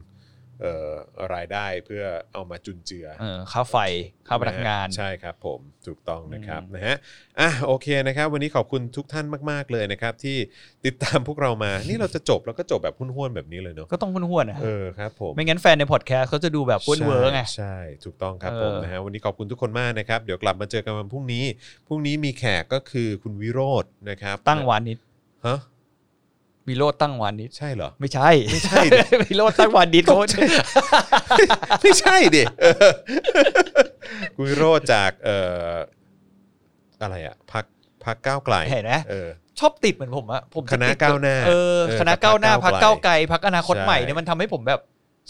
[SPEAKER 1] เอ่อรายได้เพื่อเอามาจุนเจือ
[SPEAKER 2] เออค่าไฟค่าพนักงาน
[SPEAKER 1] ใช่ครับผมถูกต้องนะครับ
[SPEAKER 2] อืม
[SPEAKER 1] นะฮะอ่ะโอเคนะครับ วันนี้ขอบคุณทุกท่านมาก ๆ เลยนะครับ ที่ติดตามพวกเรา มา นี่เราจะจบแล้วก็จบแบบห้วนๆแบบนี้เลยเนาะ
[SPEAKER 2] ก็ต้องหุ้นหัวนะ
[SPEAKER 1] เออครับผม
[SPEAKER 2] ไม่งั้นแฟนในพอดแคสต์เขาจะดูแบบวุ่นเวอร์ไง
[SPEAKER 1] ใช่ใช่ถูกต้องครับ
[SPEAKER 2] เออ
[SPEAKER 1] ผมนะฮะวันนี้ขอบคุณทุกคนมากนะครับ เดี๋ยวกลับมาเจอกันวันพรุ่งนี้พรุ่งนี้มีแขกก็คือคุณวิโรจน์นะครับ
[SPEAKER 2] ตั้งวานิด
[SPEAKER 1] ฮะ
[SPEAKER 2] วิโรดตั้งวานิด
[SPEAKER 1] ใช่เหรอ
[SPEAKER 2] ไม่ใช่
[SPEAKER 1] ไม่ใช่ ดิ
[SPEAKER 2] วิโรดตั้งวานิดโคตร
[SPEAKER 1] ไม่ใช่ดิ เออคุณวิโรจน์จากเอ่ออะไรอะพักพักก้าวไกล
[SPEAKER 2] เห็นไหม
[SPEAKER 1] เออ
[SPEAKER 2] ชอบติดเหมือนผมอะผม
[SPEAKER 1] ค
[SPEAKER 2] จะ
[SPEAKER 1] ณะ
[SPEAKER 2] ติด
[SPEAKER 1] ก้าวหน้า
[SPEAKER 2] เออ
[SPEAKER 1] เออ
[SPEAKER 2] คณะก้าวหน้า
[SPEAKER 1] พร
[SPEAKER 2] พั
[SPEAKER 1] ร
[SPEAKER 2] ก
[SPEAKER 1] คก้า
[SPEAKER 2] ก้าว ว
[SPEAKER 1] ไก
[SPEAKER 2] ไก
[SPEAKER 1] ล
[SPEAKER 2] ลพักอนาคตใหม่เนี่ย
[SPEAKER 1] ใช่
[SPEAKER 2] มันทำให้ผมแบบ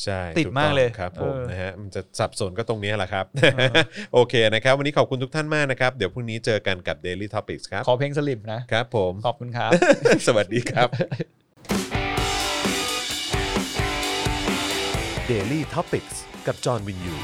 [SPEAKER 1] ใช่
[SPEAKER 2] ติดมากเลย
[SPEAKER 1] ถูต้องครับผม
[SPEAKER 2] เออ
[SPEAKER 1] นะฮะมันจะสับสนก็ตรงนี้แหละครับ
[SPEAKER 2] เออ
[SPEAKER 1] โอเคนะครับ วันนี้ขอบคุณทุกท่านมากนะครับ เดี๋ยวพรุ่งนี้เจอกันกับ Daily Topics ครับ
[SPEAKER 2] ขอเพลงสลิปนะครับ
[SPEAKER 1] ผม
[SPEAKER 2] ขอบคุณครับ
[SPEAKER 1] สวัสดีครับ Daily Topics กับจอห์นวินยู